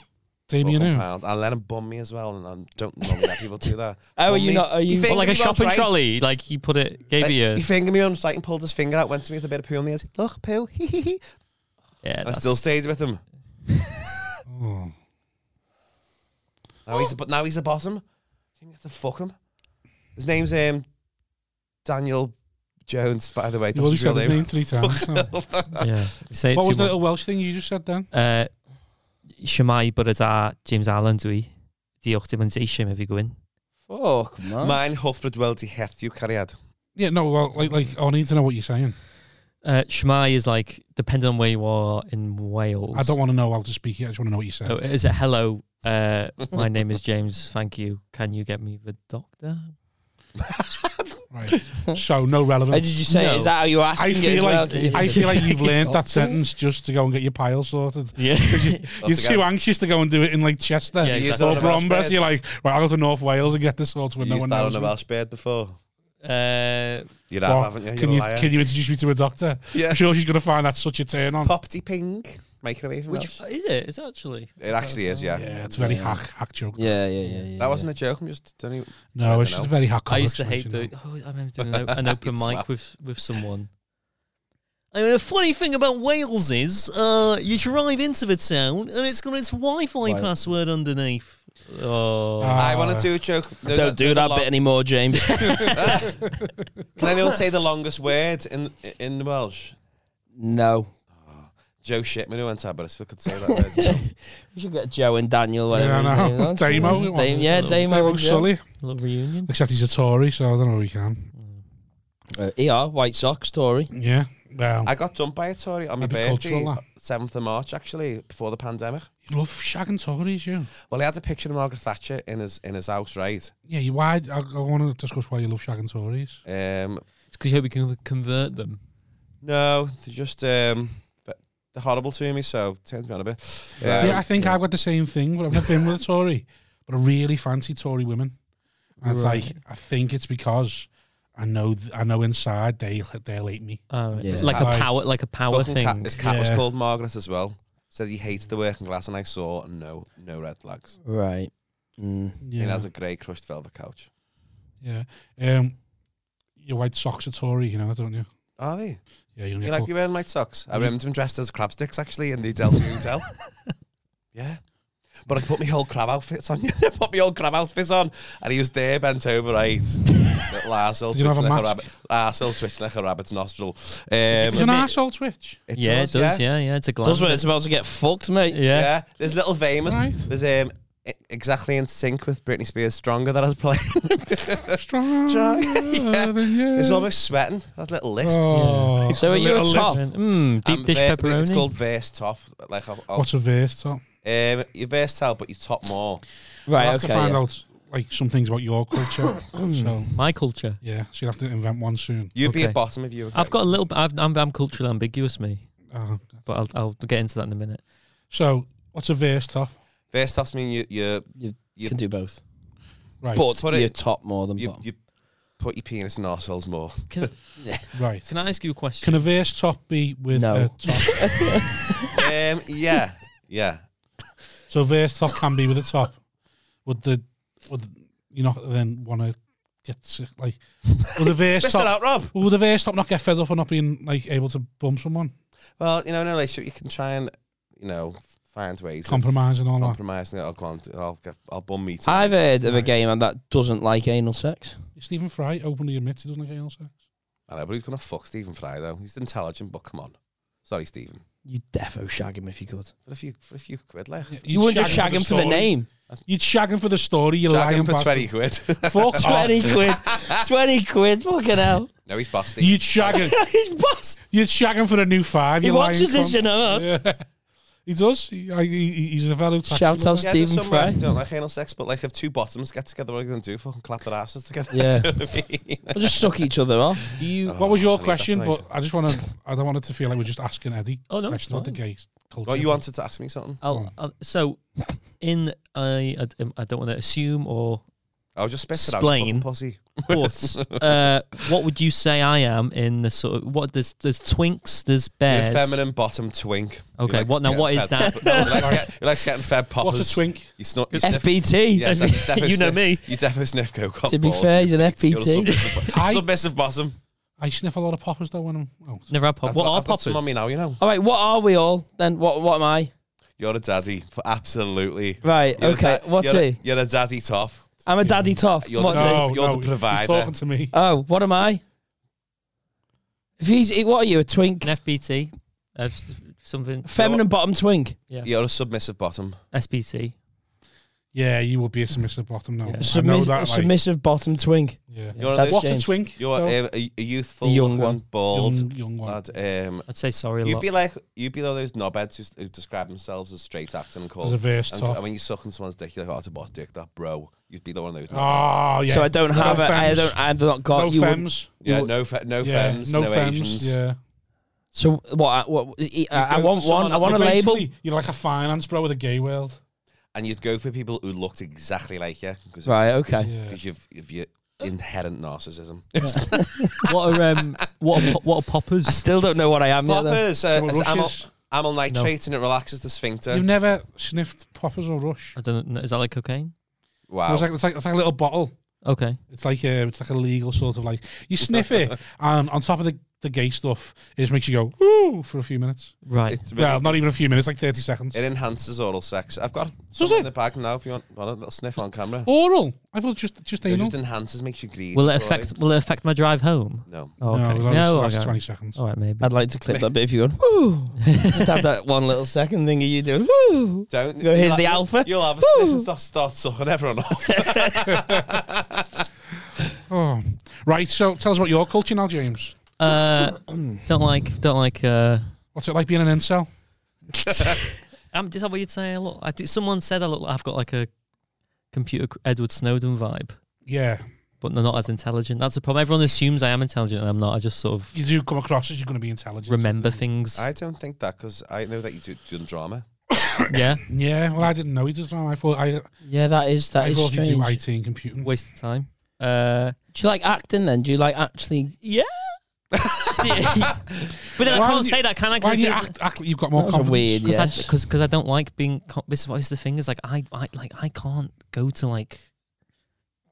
S2: Damien,
S4: Fucking
S2: who?
S4: pound. I let him bum me as well, and I don't normally let people do that.
S3: How are
S4: Bum
S3: you
S4: me.
S3: not- are you-
S4: He
S3: Well,
S5: But
S4: fingered
S5: like a
S4: me on
S5: shopping
S4: sight.
S5: trolley, like he put it, gave
S4: Like,
S5: you.
S4: He fingered me on sight and pulled his finger out, went to me with a bit of poo on the edge. Look, poo. hee hee hee.
S5: Yeah,
S4: And I still stayed with him.
S2: Oh.
S4: Now he's a, but now he's the bottom. You have to fuck him. His name's um Daniel Jones, by the way.
S2: You already
S4: That's his real
S2: said his
S4: name.
S2: name three times. now.
S5: yeah. We say it
S2: What
S5: too
S2: was the
S5: much.
S2: little Welsh thing you just said then?
S5: Uh, Shemai Boroda, James Allen dwi. Diolch dim yn deisio mi fi gwyn.
S3: Fuck, man.
S4: Mine Hufford Weldy Heth you cariad.
S2: Yeah, no, well, like, like I need to know what you're saying.
S5: Uh, Shemai is like, depending on where you are in Wales.
S2: I don't want to know how to speak it. I just want to know what you said.
S5: Oh, is it hello? Uh, my name is James. Thank you. Can you get me the doctor?
S2: Right. so no
S3: How
S2: relevance.
S3: Uh, did you say? it?
S5: No.
S3: Is that how you asked?
S2: I feel
S3: well?
S2: like
S3: Can you
S2: I
S3: get-
S2: feel like you've learned that
S3: Doctor?
S2: sentence just to go and get your pile sorted.
S5: Yeah.
S2: You're too anxious to go and do it in like Chester
S5: Yeah,
S4: Use
S5: exactly.
S4: that
S2: or
S4: on a Welsh
S2: Brombas.
S4: bed.
S2: You're like, right, I'll go to North Wales and get this sorted when
S4: You
S2: no
S4: used
S2: one
S4: that
S2: knows.
S4: on a
S2: me."
S4: Welsh bed before.
S5: uh,
S4: You
S2: Or,
S4: have, haven't you? You're
S2: can
S4: a
S2: you
S4: liar.
S2: can you introduce me to a doctor?
S4: yeah.
S2: I'm sure she's gonna find that such a turn on.
S4: Popty pink. Microwave in
S5: which
S4: Welsh.
S5: is it? It's actually.
S4: It actually is, yeah.
S2: Yeah, it's very
S3: Yeah.
S2: hack hack joke.
S3: Yeah, yeah, yeah. yeah
S4: That wasn't a joke. I'm just don't even, I
S2: No,
S4: don't
S2: it's just
S4: know.
S2: very hack.
S5: I used to
S2: conversation,
S5: hate the.
S2: you know.
S5: Oh, I remember doing an, o- an open
S4: It's
S5: mic
S4: mad.
S5: with, with someone. I mean, the funny thing about Wales is, uh, you drive into the town and it's got its Wi-Fi
S3: Right.
S5: password underneath. Oh,
S2: Ah.
S4: I want to do a joke. No,
S3: Don't
S4: no,
S3: do
S4: the
S3: that
S4: lo-
S3: bit anymore, James.
S4: Can anyone say the longest word in in the Welsh?
S3: no.
S4: Joe Shitman who went to Aberystwyth could say that word.
S3: We should get Joe and Daniel,
S2: Yeah,
S3: whatever.
S2: I know.
S3: his name was.
S2: Damo, we
S3: Dame-
S2: wanted
S3: yeah,
S5: to-
S3: Damo
S2: Damo
S3: and Joe.
S2: Sully,
S5: little reunion.
S2: except he's a Tory, so I don't know who he can.
S3: Uh, ER, White Sox, Tory.
S2: Yeah, well,
S4: I got dumped by a Tory on my
S2: That'd be cultural,
S4: birthday,
S2: that.
S4: seventh of March, actually, before the pandemic.
S2: you love shagging Tories, you.
S4: Well, he had a picture of Margaret Thatcher in his in his house, right?
S2: Yeah, you, why? I, I want to discuss why you love shagging Tories.
S4: Um,
S5: It's because you hope we can convert them.
S4: no, they're just um, but they're horrible to me, so turns me on a bit. Um,
S2: yeah, I think I've got the same thing, but I've never been with a Tory. But I really fancy Tory women. And it's
S5: Right.
S2: like I think it's because I know th- I know inside they they'll hate me.
S5: Oh,
S3: Yeah.
S5: it's like a
S2: Like-
S5: power, like a
S4: his
S5: power
S4: fucking
S5: thing.
S4: Cat, his cat was
S2: Yeah.
S4: called Margaret as well. Said he hates the working class, and I saw no no red flags.
S3: Right. Mm.
S4: He
S2: Yeah,
S4: has a grey crushed velvet couch.
S2: yeah. Um, your white socks are Tory, you know, don't you?
S4: Are they?
S2: Yeah, you're
S4: You
S2: gonna get
S4: like
S2: called-
S4: you wearing white socks? I remember him dressed as crab sticks actually in the Delta Hotel. yeah. But I put my whole crab outfits on. I put my whole crab outfits on, and he was there bent over, right? Little arsehole
S2: Did you not
S4: twitching
S2: have a
S4: like a
S2: mask?
S4: rabbit. Arsehole twitching like a rabbit's nostril. Um,
S2: It's an
S4: it
S2: arsehole twitch,
S5: yeah, it does. Yeah, yeah, it's a glass.
S3: That's when it's about to get fucked, mate.
S5: yeah.
S4: Yeah. There's little famous.
S2: right?
S4: There's um, e- exactly in sync with Britney Spears' "Stronger" that I was playing.
S2: Stronger
S4: Strong- Yeah.
S2: than you.
S4: It's almost sweating. That little lisp.
S2: Mm. Oh,
S3: So are you a
S2: little
S3: top?
S5: Mmm, deep
S4: And
S5: dish
S4: ver-
S5: pepperoni.
S4: It's called verse top. Like I'll, I'll,
S2: What's a verse top?
S4: um, your verse top, but you top more.
S3: Right,
S2: I'll have
S3: okay.
S2: to find
S3: yeah.
S2: out like some things about your culture. so
S5: my culture.
S2: yeah, so you'll have to invent one soon.
S4: You'd be
S5: Okay.
S4: at bottom if you. Were
S5: I've got a little. b- I've, I'm, I'm culturally ambiguous, me,
S2: Uh,
S5: but I'll, I'll get into that in a minute.
S2: so what's a verse top?
S4: Verse tops mean you you You-
S3: Can do both.
S2: Right,
S3: But
S4: Put
S3: you're
S4: it-
S3: top more than
S4: you,
S3: bottom.
S4: you put your penis in arseholes more.
S5: Can,
S2: right.
S5: can I ask you a
S2: Can
S5: question?
S2: a verse top be with
S3: No.
S2: a top?
S4: um, yeah, yeah.
S2: so verse top can be with a top. Would the would you're not then want to get sick. Like, will the verse
S4: Miss it
S2: stop?
S4: out, Rob.
S2: Will the verse stop? Not get fed up or not being like able to bump someone,
S4: Well, you know, in a relationship, you can try and, you know, find ways.
S2: compromise and all
S4: Of
S2: that.
S4: compromising. I'll go on. To, I'll get. I'll bum me. tonight.
S3: I've heard of a
S2: Right.
S3: gamer that doesn't like anal sex.
S2: Stephen Fry openly admits he doesn't like anal sex.
S4: I know, but he's gonna fuck Stephen Fry though. He's intelligent, but come on. Sorry, Stephen.
S3: You defo shag him if you could.
S4: For a few, for a few quid, like.
S3: You wouldn't just shag him for the
S2: story.
S3: name.
S2: You'd shag him for the story. You
S4: Shag
S2: lying
S4: him for
S2: bastard.
S4: twenty quid.
S2: Fuck off.
S3: 20 quid.
S4: Ah.
S3: 20 quid, fucking hell.
S4: no, he's busted.
S2: You'd shag him.
S3: His boss.
S2: You'd shag him for a new five.
S3: He
S2: you lying
S3: watches this,
S2: cunt.
S3: you know.
S2: Yeah. He does. He, I- he- he's a fellow taxi.
S3: Shout
S2: lover.
S3: out
S4: yeah,
S3: Stephen
S4: there's some lads
S3: Fry.
S4: who don't like anal sex, but like if two bottoms get together, what are they gonna do? Fucking clap their asses together.
S3: Yeah.
S4: Do you know what I mean?
S3: They'll just suck each other off.
S2: Do you,
S4: Oh,
S2: what was your
S4: I think
S2: question?
S4: that's
S2: But I just want to. I don't want it to feel like we're just asking Eddie.
S5: Oh no, it's
S2: question about the
S5: fine.
S2: gay culture.
S4: Well, you wanted to ask me something.
S5: I'll, I'll, so in I I, d- I don't want to assume or
S4: I'll just spit it out.
S5: Splain.
S4: fucking Pussy.
S5: but uh, what would you say I am in the sort of what there's there's twinks there's
S4: You're
S5: bears
S4: a feminine bottom twink. You
S5: okay
S4: like
S5: what now
S4: getting
S5: what is
S4: fed-
S5: that
S4: No, you like get- you like getting fed poppers.
S2: What's a twink?
S4: You snort. You sniff.
S5: E.
S3: FBT.
S4: Yeah, def- defo
S5: You know
S4: sniff-
S5: me.
S4: You defo sniff coke.
S3: To be fair, he's an E
S4: You're a
S3: FBT.
S4: submissive,
S2: I-
S4: submissive bottom.
S2: I sniff a lot of poppers though when I'm oh. out.
S5: never had pop
S4: I've
S5: what
S4: got-
S5: are
S4: I've got some on me now,
S5: poppers
S4: you know.
S3: All right, what are we all then? What what am I?
S4: You're a daddy, f- absolutely.
S3: Right,
S4: You're a
S3: okay.
S4: da-
S3: What
S4: you're a-
S3: do?
S4: You're a daddy top.
S3: I'm a daddy top.
S4: You're
S3: What
S4: the-
S3: do?
S4: No. you're the
S2: he's
S4: provider.
S2: talking to me.
S3: Oh, what am I? If he's he- what are you a twink?
S5: an FBT uh, s- something
S3: Feminine bottom twink.
S4: You're a submissive bottom.
S5: SBT
S2: Yeah, you would be a submissive bottom now.
S5: Yeah.
S2: I know
S3: Submiss-
S2: that. Like,
S3: submissive bottom twink.
S2: yeah.
S5: Yeah.
S4: You're
S3: That's
S4: a,
S2: What a
S3: James.
S2: twink.
S4: you're
S2: though.
S4: a, a, a youthful,
S3: A young
S4: young
S3: one.
S4: bald
S2: young, young one.
S4: lad. Um,
S5: I'd say sorry a
S4: you'd
S5: lot
S4: be like you'd be like those knobheads who, s- who describe themselves as straight acting and
S2: There's a
S4: call.
S2: verse
S4: And,
S2: top.
S4: and when you're sucking someone's dick, you're like, "Oh, it's a boss dick, that bro." You'd be the one of those. knobheads.
S2: Oh, yeah.
S3: So I don't
S2: No
S3: have a, I
S2: femmes.
S3: don't I've not got
S2: no
S3: you. wouldn't-
S2: femmes.
S4: yeah,
S3: you-
S4: no, fe- no
S2: yeah,
S4: femmes,
S2: no,
S4: no,
S2: femmes.
S4: Asians.
S2: Yeah.
S3: So what? I- What? I, I
S4: go
S3: want
S4: for
S3: one.
S4: someone
S3: I want a
S4: that-
S3: label.
S2: Basically, You're like a finance bro with a gay world.
S4: And you'd go for people who looked exactly like you because
S3: Right. Okay.
S2: Yeah.
S4: you've, you've your inherent narcissism.
S5: what are um what are, po- what are poppers
S3: I still don't know what I am yet. though.
S4: Poppers, uh,
S2: Or
S4: it's amyl,
S2: rushes.
S4: amyl nitrate and it relaxes the sphincter.
S2: You've never sniffed poppers or rush.
S5: I don't know is that like cocaine
S4: wow.
S2: It's like it's like it's like a little bottle.
S5: okay
S2: It's like a, it's like a legal sort of like you sniff it, and on top of the, the gay stuff, it just makes you go ooh for a few minutes.
S5: right
S4: It's really-
S2: Well, not even a few minutes, like thirty seconds.
S4: It enhances oral sex. I've got some
S2: it?
S4: in the bag now if you want, want a little sniff on camera.
S2: Oral. I thought just just
S4: It
S2: anal.
S4: just enhances, makes you greedy.
S5: will it
S4: Rory.
S5: affect will it affect my drive home
S4: No.
S5: oh, okay
S2: No,
S5: no
S2: that's, that's
S5: okay. Oh.
S2: twenty seconds.
S5: all right maybe
S3: I'd like to clip that bit if you go. Woo. Just have that one little second thing of you doing. Woo.
S4: Don't.
S3: Go, here's
S4: you'll-
S3: the alpha.
S4: You'll have a sniff and start, start sucking everyone off.
S2: Oh, right. So tell us about your culture now, James.
S5: uh don't like don't like uh
S2: What's it like being an incel?
S5: Um, is that what you'd say? I look, I do, someone said I look. I've got like a computer cr- Edward Snowden vibe,
S2: Yeah,
S5: but they're not as intelligent. That's the problem. Everyone assumes I am intelligent, and I'm not. I just sort of
S2: you do come across as you're going to be intelligent.
S5: remember things.
S4: I don't think that because I know that you do, do drama.
S5: yeah,
S2: Yeah. Well, I didn't know he did drama. I thought I,
S3: Yeah, that is that
S2: I
S3: is
S2: thought you do IT
S3: strange.
S2: and computing.
S5: waste of time. Uh,
S3: Do you like acting then? Do you like actually?
S5: yeah. but then
S2: Why
S5: I can't
S2: do you-
S5: say that, can
S2: Why
S5: I? Because
S2: do you act, act? like You've got more
S3: That was a
S2: confidence.
S3: weird.
S5: because I,
S3: Yes.
S5: 'cause- 'cause I don't like being. Con- this is what is the thing is like I, I like I can't go to like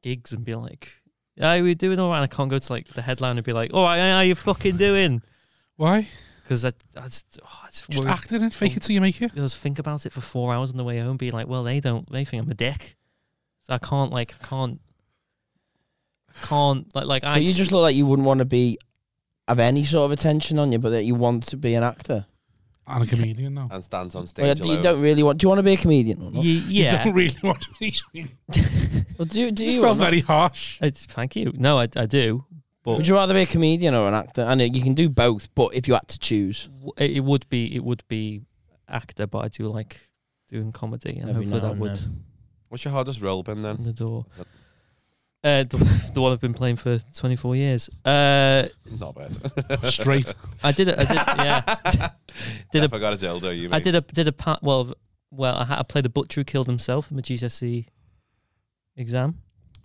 S5: gigs and be like, "Hey, we're doing all right." I can't go to like the headline and be like, "All right, how you fucking doing?"
S2: Why?
S5: because I, I just, oh, I just,
S2: Just
S5: worry-
S2: act in it. Fake it till you make
S3: ah.
S2: it.
S5: I just think about it for four hours on the way home, be like, well, they don't, they think I'm a dick, so I can't, like, I can't, can't, like, like I,
S3: But you just look like you wouldn't want to be have any sort of attention on you, but that you want to be an actor.
S2: And a comedian now.
S4: and stands on stage
S3: Well, Oh, do you
S4: alone.
S3: don't really want. Do you want to be a comedian? Or not?
S5: Ye- yeah,
S2: Don't really want to be.
S3: Well, do do
S2: You
S3: you?
S2: felt
S3: or not?
S2: very harsh.
S5: It's- thank you. No, I, I do, but
S3: Would you rather be a comedian or an actor? I know you can do both, but if you had to choose,
S5: w- it it would be, it would be actor, but I do like doing comedy, and
S3: Every
S5: hopefully
S3: now
S5: that
S3: and
S5: would
S3: then.
S4: What's your hardest role been then?
S5: open the door. Uh, the, the one I've been playing for 24 years. Uh,
S4: Not bad.
S2: Straight.
S5: I did, a- I did, yeah. Did a-
S4: Def, I got a dildo. You. Mate.
S5: I did a did a part. Well, well, I, had, I played a butcher who killed himself in my GCSE E exam.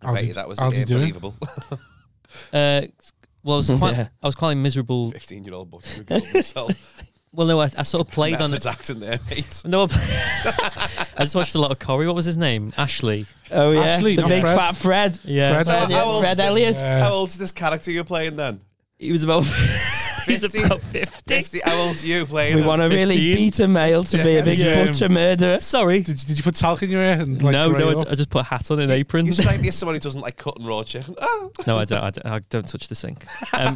S4: I
S2: How
S4: bet
S2: did-
S4: you that was
S2: how did you do it?
S4: unbelievable.
S5: Uh, well, I was quite
S3: Yeah.
S5: I was quite a miserable.
S4: Fifteen-year-old boy who killed himself.
S5: Well, no, I, I sort of played on
S4: Methods
S5: it.
S4: acting there, mate.
S5: No, I I just watched a lot of Corey. What was his name? Ashley.
S3: Oh yeah,
S2: Ashley,
S3: the
S2: not
S3: big
S2: Fred.
S3: fat Fred.
S5: Yeah,
S2: Fred.
S3: Fred,
S4: How old's
S3: Fred
S4: the-
S3: Elliott.
S2: Yeah.
S4: How old's this character you're playing then?
S5: he was about. he's
S4: 50.
S5: about fifty.
S4: 50. How old's you playing?
S3: We
S4: him?
S3: want to really
S5: 15.
S3: beat a male to be a big
S2: Yeah.
S3: butcher murderer.
S5: Sorry.
S2: Did, did you put talc in your hair? And, like,
S5: no,
S2: grey
S5: no,
S2: up?
S5: I, I just put a hat on and an apron.
S4: You strike me as someone who doesn't like cutting raw chicken. Oh,
S5: no, I don't, I don't. I don't touch the sink. Um,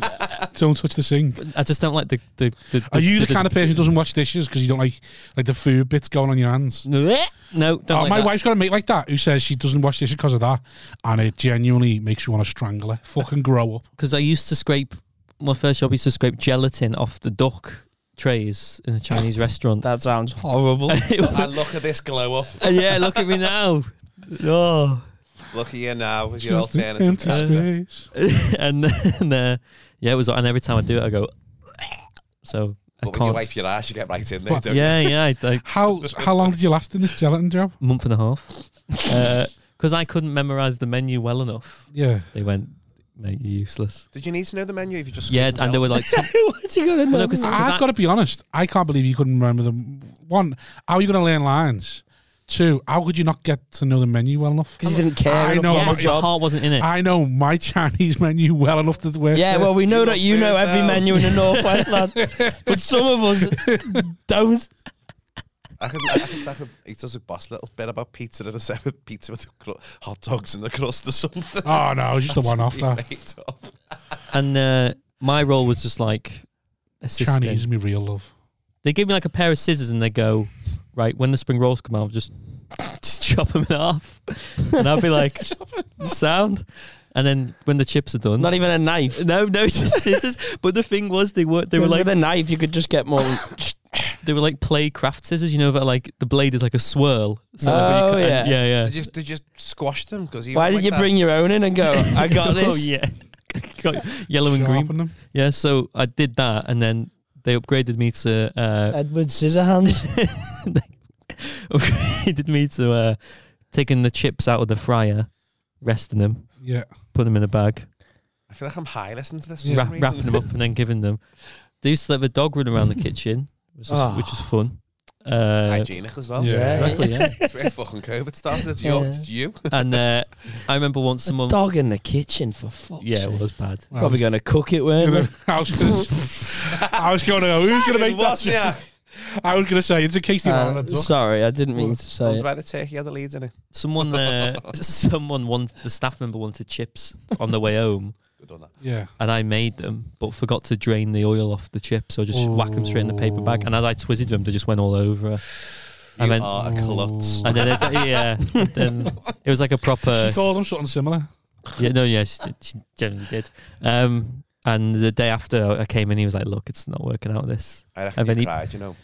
S2: don't touch the sink.
S5: I just don't like the. the, the
S2: Are you the, kind of person who doesn't wash dishes because you don't like like the food bits going on your hands?
S5: No, don't.
S2: Oh,
S5: like
S2: my
S5: that.
S2: wife's got a mate like that who says she doesn't wash dishes because of that, and it genuinely makes you want to strangle her. Fucking grow up.
S5: because I used to scrape my first job used to scrape gelatin off the duck trays in a Chinese restaurant.
S3: That sounds horrible.
S5: It was-
S4: I look at this glow up.
S5: yeah, look at me now. Oh,
S4: Look at you now with your
S2: Just an
S4: alternative.
S2: empty
S4: character.
S2: space.
S5: and then uh, yeah, it was. And every time I do it, I go. So I
S4: But when you
S5: can't.
S4: wipe your ass, you get right in there,
S2: What?
S4: don't you?
S5: yeah, yeah, I, I,
S2: How how long did you last in this gelatin job?
S5: month and a half. Because I couldn't memorize the menu well enough.
S2: Yeah.
S5: They went, mate, you're useless.
S4: Did you need to know the menu if you just
S5: Yeah,
S4: couldn't
S5: and they
S4: tell?
S5: were like, some-
S3: what you gonna
S5: Well,
S3: know?
S5: no, 'cause-
S2: I've
S5: I-
S2: got to be honest. I can't believe you couldn't remember them. One, how are you going to learn lines? Two, how could you not get to know the menu well enough?
S3: Because he didn't care.
S2: I
S3: enough
S2: know,
S3: about
S5: yeah,
S2: my-
S3: his
S5: your
S3: job.
S5: heart wasn't in it.
S2: I know my Chinese menu well enough to work.
S3: Yeah,
S2: there.
S3: well, we know that you know
S4: You're
S3: every
S4: down.
S3: menu in the northwest, lad, but some of us don't.
S4: I can, I can, I can, he does a boss little bit about pizza and a separate pizza with cru- hot dogs in the crust or something.
S2: Oh no, it's just a one off
S4: He
S2: that.
S4: made up.
S5: And uh, my role was just like assisting.
S2: Chinese is my real love.
S5: They gave me like a pair of scissors and they go, right, when the spring rolls come out, just just chop them in half. And I'd be like, sound. And then when the chips are done,
S3: Not even a knife.
S5: no, no, it's just scissors. But the thing was, they were they were like
S3: with a knife, you could just get more.
S5: they were like play craft scissors. You know that like the blade is like a swirl. So like, when
S3: Oh,
S5: you cut-
S3: yeah.
S5: yeah, yeah.
S4: Did you, did you squash them? Because
S3: Why did you bring your own in and go? I got
S5: Oh
S3: this.
S5: yeah, Got yellow and green.
S2: Sharpen them.
S5: Yeah, so I did that, and then they upgraded me to uh,
S3: Edward Scissorhands.
S5: upgraded me to uh, taking the chips out of the fryer, resting them,
S2: Yeah.
S5: putting them in a bag,
S4: I feel like I'm high listening to this. For
S5: wra-
S4: some
S5: wrapping
S4: reason.
S5: them up, and then giving them. They used to let the dog run around the kitchen, which was,
S3: Ah.
S5: which was fun. Uh,
S4: Hygienic as well.
S2: Yeah.
S5: exactly, yeah.
S4: It's where fucking COVID started. It's, your,
S3: Yeah.
S4: it's you.
S5: and uh, I remember once
S3: A
S5: someone.
S3: dog in the kitchen for fuck's
S5: Yeah,
S3: sake.
S5: it was bad.
S2: Well,
S3: Probably going to cook it,
S2: I
S3: weren't
S2: was
S3: it?
S2: gonna- I was gonna- I was going to go. Who's going to make that? joke?
S4: Yeah.
S2: I was going to say it's a Casey
S3: Uh,
S2: Marlin.
S3: sorry, I didn't mean to say
S4: Comes
S3: it.
S4: by the turkey, had the leads in it.
S5: Someone, uh, someone wanted the staff member wanted chips on the way home,
S4: Good done that.
S2: Yeah.
S5: and I made them, but forgot to drain the oil off the chip, so I just whacked them straight in the paper bag. And as I twizzed them, they just went all over. her. I
S4: you
S5: meant-
S4: are a klutz.
S5: And then it, yeah, and then it was like a proper.
S2: She called him something similar.
S5: Yeah, no, yeah, she, she generally did. Um, and the day after I came in, he was like, "Look, it's not working out. This."
S4: I
S5: Have
S4: reckon
S5: any-
S4: you cried, you know.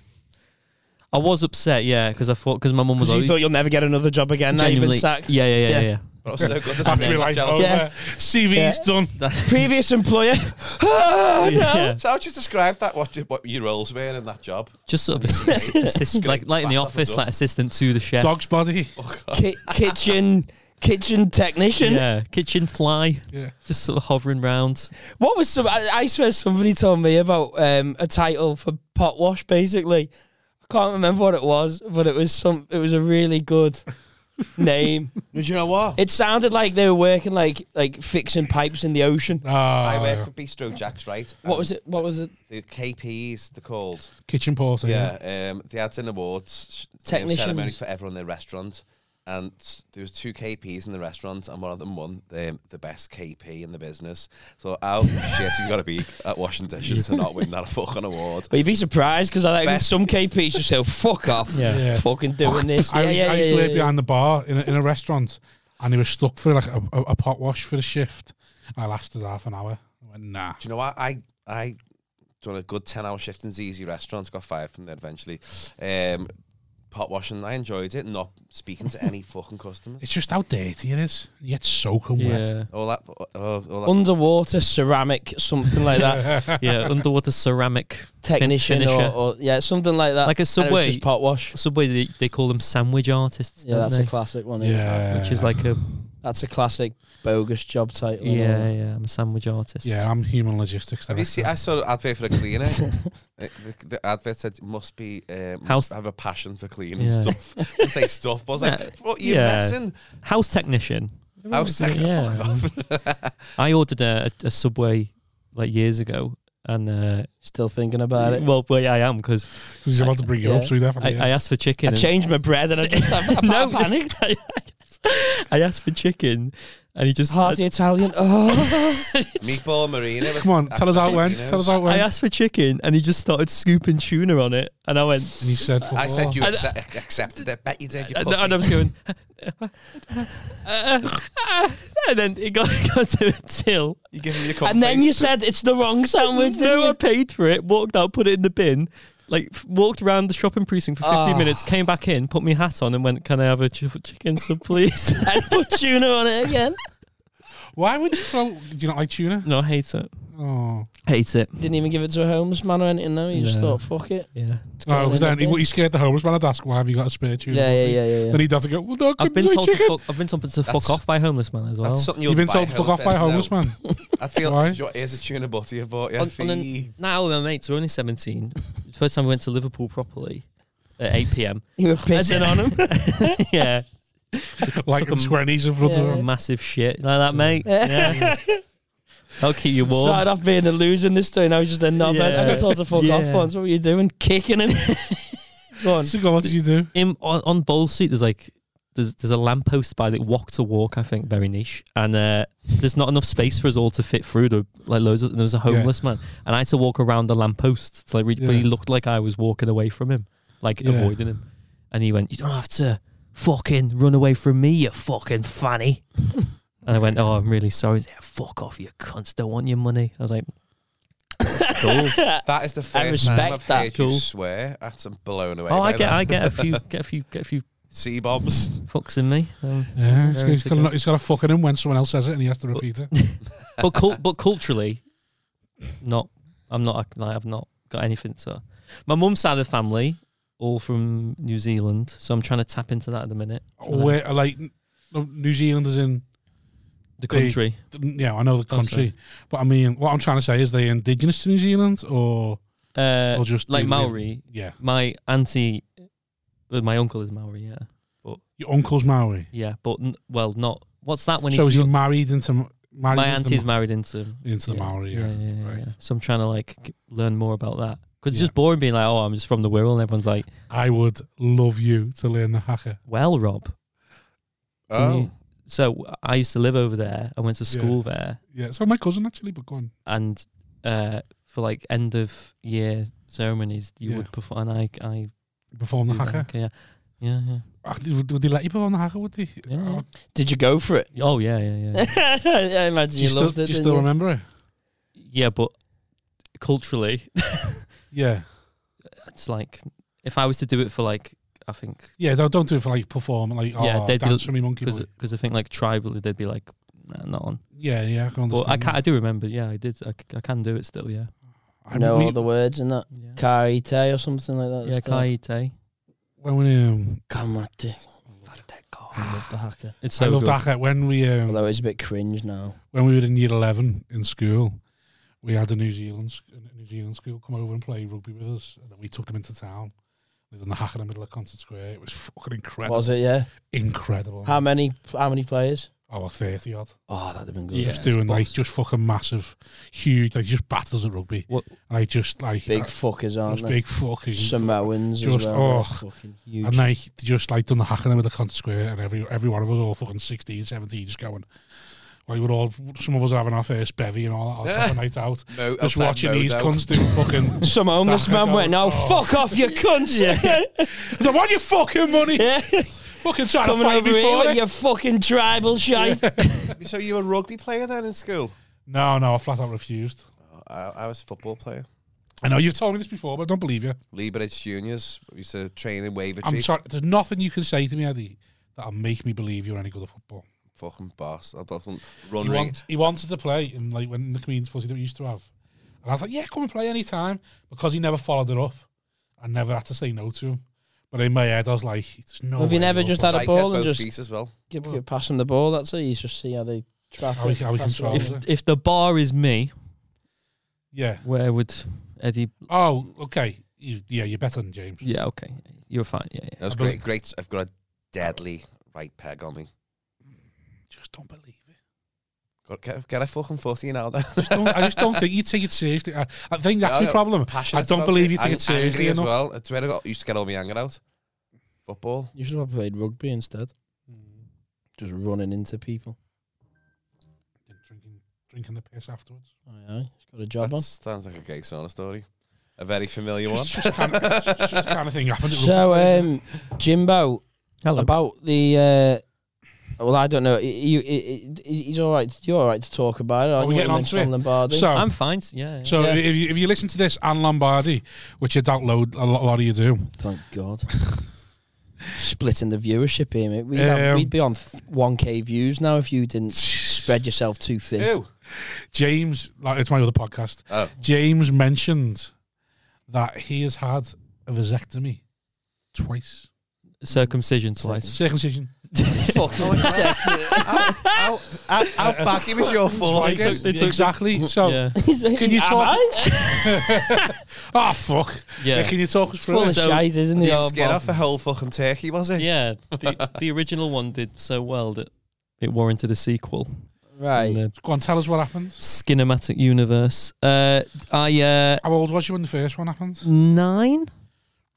S5: I was upset, yeah, because I thought because my mum
S3: Because
S5: was
S3: you
S5: always
S3: thought you'll never get another job again. Now you've been
S5: genuinely,
S3: sacked.
S5: yeah, yeah, yeah, yeah,
S3: Yeah.
S5: yeah.
S4: But also so good.
S2: That's
S4: That's
S2: me
S4: really
S2: life over.
S4: like
S3: Yeah.
S2: CV's
S3: Yeah.
S2: done.
S3: Previous employer. Ah, no.
S5: Yeah.
S4: So how would you describe that? What, you- what your roles were in that job?
S5: Just sort of assist, assist like like in the
S4: Back up and
S5: office,
S4: up.
S5: like assistant to the chef.
S2: Dog's body.
S3: Ki- kitchen, kitchen technician.
S5: Yeah, kitchen fly,
S2: Yeah.
S5: just sort of hovering round.
S3: What was some? I, I swear somebody told me about um, a title for pot wash. Basically, I can't remember what it was, but it was some. It was a really good name.
S4: Do you know what?
S3: It sounded like they were working like like fixing pipes in the ocean.
S4: I worked
S2: Ah.
S4: for Bistro Jack's, right?
S3: Oh. What
S4: And
S3: was it? What was it?
S4: The KPs, they're called.
S2: Kitchen porter. Yeah.
S4: Yeah, um, they had an awards sh-
S3: Technicians.
S4: ceremony for everyone in their restaurant, and s- there was two KPs in the restaurant, and one of them won the, the best KP in the business. So how shit you got to be at washing dishes to not win that fucking award?
S3: Well, you'd be surprised because I think
S4: Best-
S3: some KPs just say, "Fuck off,
S5: Yeah.
S2: Yeah.
S3: fucking doing this."
S2: I,
S3: Yeah,
S2: was,
S3: yeah,
S2: I used
S3: yeah,
S2: to
S3: yeah,
S2: work
S3: yeah.
S2: behind the bar in a, in a restaurant, and he was stuck for like a, a, a pot wash for a shift. I lasted half an hour. I went, nah.
S4: Do you know what? I I done a good ten hour shift in Zeezy restaurants. Got fired from there eventually. Um, pot washing, I enjoyed it. Not speaking to any fucking customers.
S2: It's just how dirty it is. You get soaking wet.
S4: All that, oh, all that
S3: Underwater ceramic, something like that,
S5: Yeah, yeah, underwater ceramic
S3: technician or,
S5: finisher.
S3: or yeah, something like that. And
S5: Like a
S3: it was
S5: Subway.
S3: just pot wash.
S5: Subway, they, they call them sandwich artists.
S3: Yeah,
S5: don't
S3: that's
S5: they?
S3: a classic one.
S2: Yeah.
S5: Which is like a
S3: That's a classic bogus job title.
S5: Yeah, yeah. I'm a sandwich artist.
S2: Yeah, I'm human logistics.
S4: Have you
S2: director.
S4: seen? I saw an advert for a cleaner. Uh, the, the advert said must be um,
S5: House-
S4: must have a passion for cleaning
S5: Yeah.
S4: stuff. Didn't say stuff, but I was
S5: Yeah.
S4: like, what are you
S5: Yeah.
S4: messing?
S5: House technician.
S4: I was like, fuck off.
S5: I ordered a, a, a subway like years ago, and uh,
S3: Still thinking about it.
S5: well, well, yeah, I am because
S2: He's about to bring it up,
S3: Yeah.
S2: so he
S5: I,
S2: definitely.
S5: I asked for chicken.
S3: I
S5: and-
S3: changed my bread and I just I, I
S5: No.
S3: panicked.
S5: I asked for chicken, and he just
S3: Hardy Italian. Oh,
S4: Meatball Marina. with
S2: Come on, tell us how it went.
S4: Filipinos.
S2: Tell us how it
S5: I
S2: went.
S5: asked for chicken, and he just started scooping tuna on it, and I went.
S2: And he said,
S4: I said you
S5: I-
S4: accept, accepted it. Bet you did. You
S5: And,
S4: pussy.
S5: and I was going, Uh, and then it got, got to a till.
S4: You give me your cup
S3: and then
S4: face.
S3: you said it's the wrong sandwich. didn't
S5: No, I
S3: you?
S5: paid for it. Walked out, put it in the bin. Like f- walked around the shopping precinct for 15
S3: Ah.
S5: minutes. Came back in, put my hat on, and went, "Can I have a ch- chicken sub, please?"
S3: and put tuna on it again.
S2: Why would you throw? Do you not like tuna?
S5: no, I hate it.
S2: Oh,
S5: Hate it.
S3: Didn't even give it to a homeless man or anything. No, you just
S5: No.
S3: thought, fuck it.
S5: Yeah.
S3: It's
S2: no,
S3: going
S2: because
S3: in the
S2: Oh, then he,
S3: bin.
S2: he scared the homeless man. I'd ask, "Why have you got a spare tuna?"
S3: yeah, yeah, yeah, yeah, yeah.
S2: Then he'd have to go. Well, no, I
S5: I've
S2: couldn't
S5: been
S2: say
S5: told
S2: chicken.
S5: to fuck. I've been told to fuck
S4: That's-
S5: off by a homeless man as well.
S4: That's something
S2: You've been told to
S4: buy
S2: fuck off by a
S4: hell
S2: homeless
S4: bent
S2: man.
S4: now. I feel
S2: Why?
S4: your ears a tuna butter you bought.
S5: On- on an-
S4: Yeah,
S5: now my mates were only 17. First time we went to Liverpool properly at 8 p.m.
S3: You were pissing on him.
S5: yeah.
S2: like
S5: Took
S2: in
S5: a-
S2: twenties in front of
S3: Yeah.
S2: him.
S5: massive shit like that, mate. Yeah. I'll keep you warm.
S3: Started off being a loser in this story, now he's just a knobhead. I
S5: Yeah.
S3: got told to fuck
S5: Yeah.
S3: off once. What were you doing? Kicking him? Go on.
S2: So go on, what did you do?
S5: In, on, on Bowl Street, there's like there's there's a lamppost by the walk to walk. I think very niche, and uh, there's not enough space for us all to fit through. There were, like loads, of, and there was a homeless man, and I had to walk around the lamppost. To, like, re- but he
S2: Yeah.
S5: looked like I was walking away from him, like
S2: Yeah.
S5: avoiding him. And he went, "You don't have to fucking run away from me, you fucking fanny." and I went, "Oh, I'm really sorry. He's like, fuck off, you cunts. Don't want your money." I was like, "Cool."
S4: That is the
S3: I
S4: first time
S3: respect
S4: I've
S3: that.
S4: heard
S5: Cool.
S4: you swear. I'm blown away.
S5: Oh,
S4: by
S5: I get,
S4: that.
S5: I get a few, get a few, get a few
S4: sea bombs.
S5: fucks in me. Um,
S2: Yeah, he's-
S5: Very
S2: he's got,
S5: together.
S2: a, he's got a fuck in him when someone else says it, and he has to repeat it.
S5: but cul- but culturally, not. I'm not. Like, I've not got anything to. My mum's side of the family, all from New Zealand, so I'm trying to tap into that at the minute.
S2: Where like no, New Zealanders in?
S5: The
S2: They-
S5: country.
S2: Yeah, I know the
S5: Oh, sorry.
S2: country, but I mean, what I'm trying to say is they indigenous to New Zealand or
S5: uh,
S2: or just
S5: like
S2: they live-
S5: Maori.
S2: Yeah,
S5: My auntie, well, my uncle is Maori. Yeah,
S2: your uncle's Maori.
S5: yeah, but n- well, not. What's that when
S2: so
S5: he's?
S2: is he
S5: not-
S2: married into Ma- married
S5: my
S2: into the
S5: auntie's married into
S2: Ma- into the
S5: yeah.
S2: Maori? Yeah.
S5: yeah, yeah,
S2: right.
S5: yeah. So I'm trying to like g- learn more about that because it's
S2: Yeah.
S5: just boring being like, oh, I'm just from the world, and everyone's like,
S2: I would love you to learn the haka.
S5: well, Rob. can
S4: Oh,
S5: you-" So I used to live over there. I went to
S2: Yeah.
S5: school there,
S2: Yeah, so my cousin actually, but go on.
S5: and uh, for like end of year ceremonies, you
S2: Yeah.
S5: would perform. And I, I
S2: Perform
S5: do
S2: the
S5: that,
S2: haka.
S5: okay, yeah, yeah, yeah.
S2: Ah, Would, would they let you perform the haka? Would they?
S5: Yeah, yeah.
S2: Oh,
S3: Did you go for it?
S5: Oh yeah, yeah, yeah,
S3: I imagine
S2: do
S3: you,
S2: you, still,
S3: loved
S2: do
S3: it.
S2: you
S3: didn't
S2: still
S3: you?
S2: remember it?
S5: yeah. But culturally,
S2: Yeah,
S5: it's like if I was to do it for like, I think
S2: yeah. Don't, don't do it for like perform like
S5: Yeah,
S2: oh,
S5: they'd be
S2: dance for me monkey.
S5: because
S2: Boy.
S5: because I think like tribally they'd be like, nah, not on.
S2: Yeah, yeah. I can understand.
S5: But I can, I
S2: that.
S5: do remember. Yeah, I did. I, c- I can do it still. Yeah.
S2: I
S3: know
S2: we-
S3: all the words and that.
S5: Yeah.
S3: Kaite or something like that.
S5: yeah, kaite.
S2: when we um,
S3: Kamate. I love the hacker.
S5: It's
S2: I
S5: so
S2: love
S5: good.
S2: haka when we um,
S3: Although it's a bit cringe now.
S2: when we were in year eleven in school, we had a New Zealand sc- a New Zealand school come over and play rugby with us, and then we took them into town. We done the hack in the middle of Concert Square. It was fucking incredible.
S3: Was it, yeah?
S2: Incredible.
S3: How many how many players?
S2: oh, like thirty odd.
S3: Oh, that'd have been good.
S5: Yeah.
S2: just
S5: it's
S2: doing like
S5: boss.
S2: just fucking massive, huge, like just battles at rugby.
S5: What-
S2: And I just like
S3: Big
S2: uh,
S3: fuckers,
S2: those
S3: aren't they?
S2: big fucking
S3: Samoans
S2: Just-
S3: as well.
S2: oh.
S3: they're Fucking huge.
S2: And like they just like done the hacking them with the Conte Square, and every every one of us all fucking 16, 17, just going. Like we're all, some of us having our first bevy and all that,
S4: Yeah.
S2: yeah. a night out,
S4: no,
S2: just watching these
S4: Cons-
S2: cunts doing fucking.
S3: Some homeless
S2: Back
S3: man
S2: ago.
S3: went, "Now
S2: Oh.
S3: fuck off, you cunt!
S2: I want your fucking money,
S3: yeah,
S2: fucking trying to
S3: coming
S2: fight
S3: over
S2: me
S3: here
S2: for it.
S3: with your fucking tribal shite."
S4: so you were a rugby player then in school?
S2: No, no, I flat out refused.
S4: Uh, I, I was a football player.
S2: I know you've told me this before, but I don't believe you.
S4: Leebridge Juniors. We used to train in
S2: I'm
S4: Wavertree.
S2: sorry, there's nothing you can say to me, Eddie, that'll make me believe you're any good at football.
S4: Fucking boss. I wasn't
S2: He,
S4: run
S2: want, he wanted to play in like when the Queen's footy that we used to have. And I was like, yeah, come and play any time because he never followed it up. I never had to say no to him. But in my head, I was like, there's no.
S3: Have you
S2: way
S3: never
S2: we'll
S3: just
S2: put-
S3: had a
S4: Drake
S3: ball
S4: had
S3: and
S4: both
S3: just
S4: feet as well.
S3: give, give pass them the ball? That's it. You just see how they trap
S2: How we-
S3: it.
S2: how we
S3: That's
S2: control
S3: all.
S2: it.
S5: If the bar is me,
S2: Yeah.
S5: where would Eddie?
S2: Oh, okay. You, yeah, you're better than James.
S5: Yeah, okay, you're fine. Yeah, yeah.
S4: That was
S2: I
S4: great. Great. I've got a deadly right peg on me.
S2: Just don't believe it.
S4: Got, get, get a fucking footy now then.
S2: Just don't, I just don't think you take it seriously. I, I think that's
S4: Yeah,
S2: my
S4: yeah.
S2: problem.
S4: Passionate
S2: I don't
S4: about
S2: believe you take
S4: Ang-
S2: it seriously
S4: Angry
S2: enough.
S4: as well. It's where I got, used to get all my anger out. Football.
S3: You should have played rugby instead.
S2: Mm.
S3: Just running into people.
S2: Drinking, drinking the piss afterwards.
S3: Aye, aye. He's got a job
S4: That sounds like a gay sauna story. A very familiar one.
S2: Just, just, kind of, just, just kind of thing
S3: on.
S2: happened. at
S3: So,
S2: rugby, isn't it?
S3: um, Jimbo,
S5: Hello.
S3: about the. Uh, well, I don't know. You, he's all right. You're all right to talk about it.
S2: Are
S3: Aren't
S2: we
S3: you?
S2: getting
S3: What
S2: onto
S3: mentioned
S2: it?
S3: Lombardi.
S2: so
S5: I'm fine. Yeah. yeah.
S2: So
S3: Yeah.
S2: if, you, if you listen to this and Lombardi, which I doubt load, a lot, a lot of you do,
S3: Thank God. Splitting the viewership here, mate. We'd, have-
S2: Um,
S3: we'd be on one k views now if you didn't spread yourself too thin.
S4: Ew.
S2: James, like it's my other podcast.
S4: Oh.
S2: James mentioned that he has had a vasectomy twice,
S5: Circumcision twice.
S2: circumcision.
S3: Fucking
S4: How, how, how baggy was your
S2: Twice.
S4: foreskin?
S5: They took-
S2: exactly. So,
S5: Yeah.
S2: Can you talk- oh fuck. Yeah.
S5: Yeah.
S2: can you talk us through
S3: Full
S2: it?
S3: of
S5: So-
S3: shite, isn't he?
S5: Yeah.
S4: Skin off a whole fucking turkey, was it?
S5: Yeah. The, the original one did so well that it warranted a sequel. in
S3: Right.
S5: the
S2: Go on, tell us what happened.
S5: Skinematic universe. Uh, I uh,
S2: How old was you when the first one happened?
S5: nine.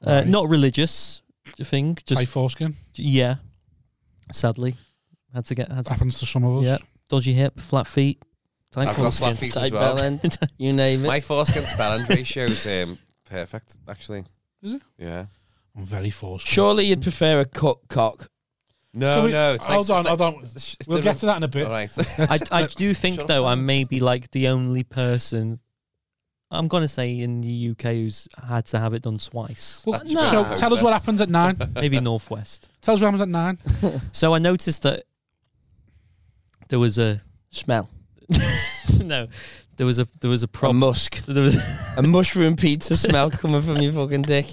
S5: Uh,
S2: Right.
S5: Not religious thing. Just
S2: High foreskin
S5: yeah. Sadly, had to get had to
S2: happens to some of us.
S5: Yeah. dodgy hip, flat feet. tight
S4: I've got
S5: foreskin.
S4: flat feet as
S3: Tight
S4: well.
S3: bell end. You name it.
S4: My foreskin to balance ratio is um, perfect, actually.
S2: Is it?
S4: Yeah.
S2: I'm very foreskin.
S3: Surely you'd prefer a cut cock.
S4: No,
S2: Can we-
S4: no. It's like,
S2: hold on,
S4: it's like,
S2: hold on.
S4: it's the-
S2: We'll get to that in a bit.
S4: All right.
S5: I, I do think
S4: Shut up,
S5: though I
S4: Simon.
S5: may be like the only person I'm gonna say in the UK who's had to have it done twice.
S2: Well,
S4: That's
S2: so
S4: right.
S2: tell us what happens at nine.
S4: uh,
S5: Maybe Northwest.
S2: tell us what happens at nine.
S5: So I noticed that there was a
S3: Smell.
S5: no, there was a there was a
S3: A
S5: problem.
S3: musk.
S5: There was
S3: A mushroom pizza smell coming from your fucking dick.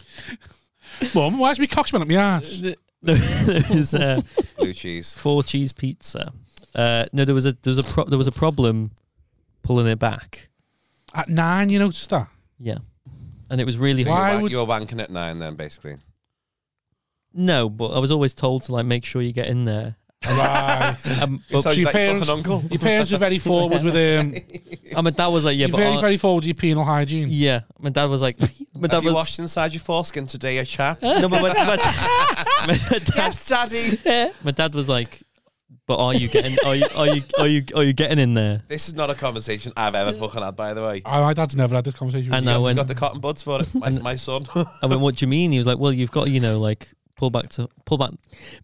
S2: Mum, why's me cocksman up my ass?
S5: there, there was a
S4: Blue cheese.
S5: four cheese pizza. Uh, no, there was a there was a pro- there was a problem pulling it back.
S2: At nine, you noticed that?
S5: Yeah, and it was really
S4: So
S5: hard.
S2: Why
S4: you're, wa-
S2: would-
S4: you're wanking at nine then, basically.
S5: no, but I was always told to like make sure you get in there.
S2: Right.
S5: Um,
S4: It
S5: but
S4: sounds
S2: your
S4: like fucking
S2: parents-
S4: uncle.
S2: Your parents are very forward with um.
S5: I mean, that was like yeah,
S2: you're
S5: but
S2: very,
S5: I-
S2: very forward with your penal hygiene.
S5: yeah. My dad was like, my dad
S4: Have you
S5: was
S4: washed inside your foreskin today, a chap?
S5: no, but my, my- my dad,
S4: yes, daddy.
S5: my dad was like, but are you getting are you are you are you are you getting in there?
S4: This is not a conversation I've ever fucking had, by the way.
S2: Oh, my dad's never had this conversation.
S5: I
S2: with
S5: know.
S4: got,
S5: when-
S4: got the cotton buds for it. My, my son. Oh,
S5: I went, what do you mean? He was like, well, you've got to, you know like pull back to pull back.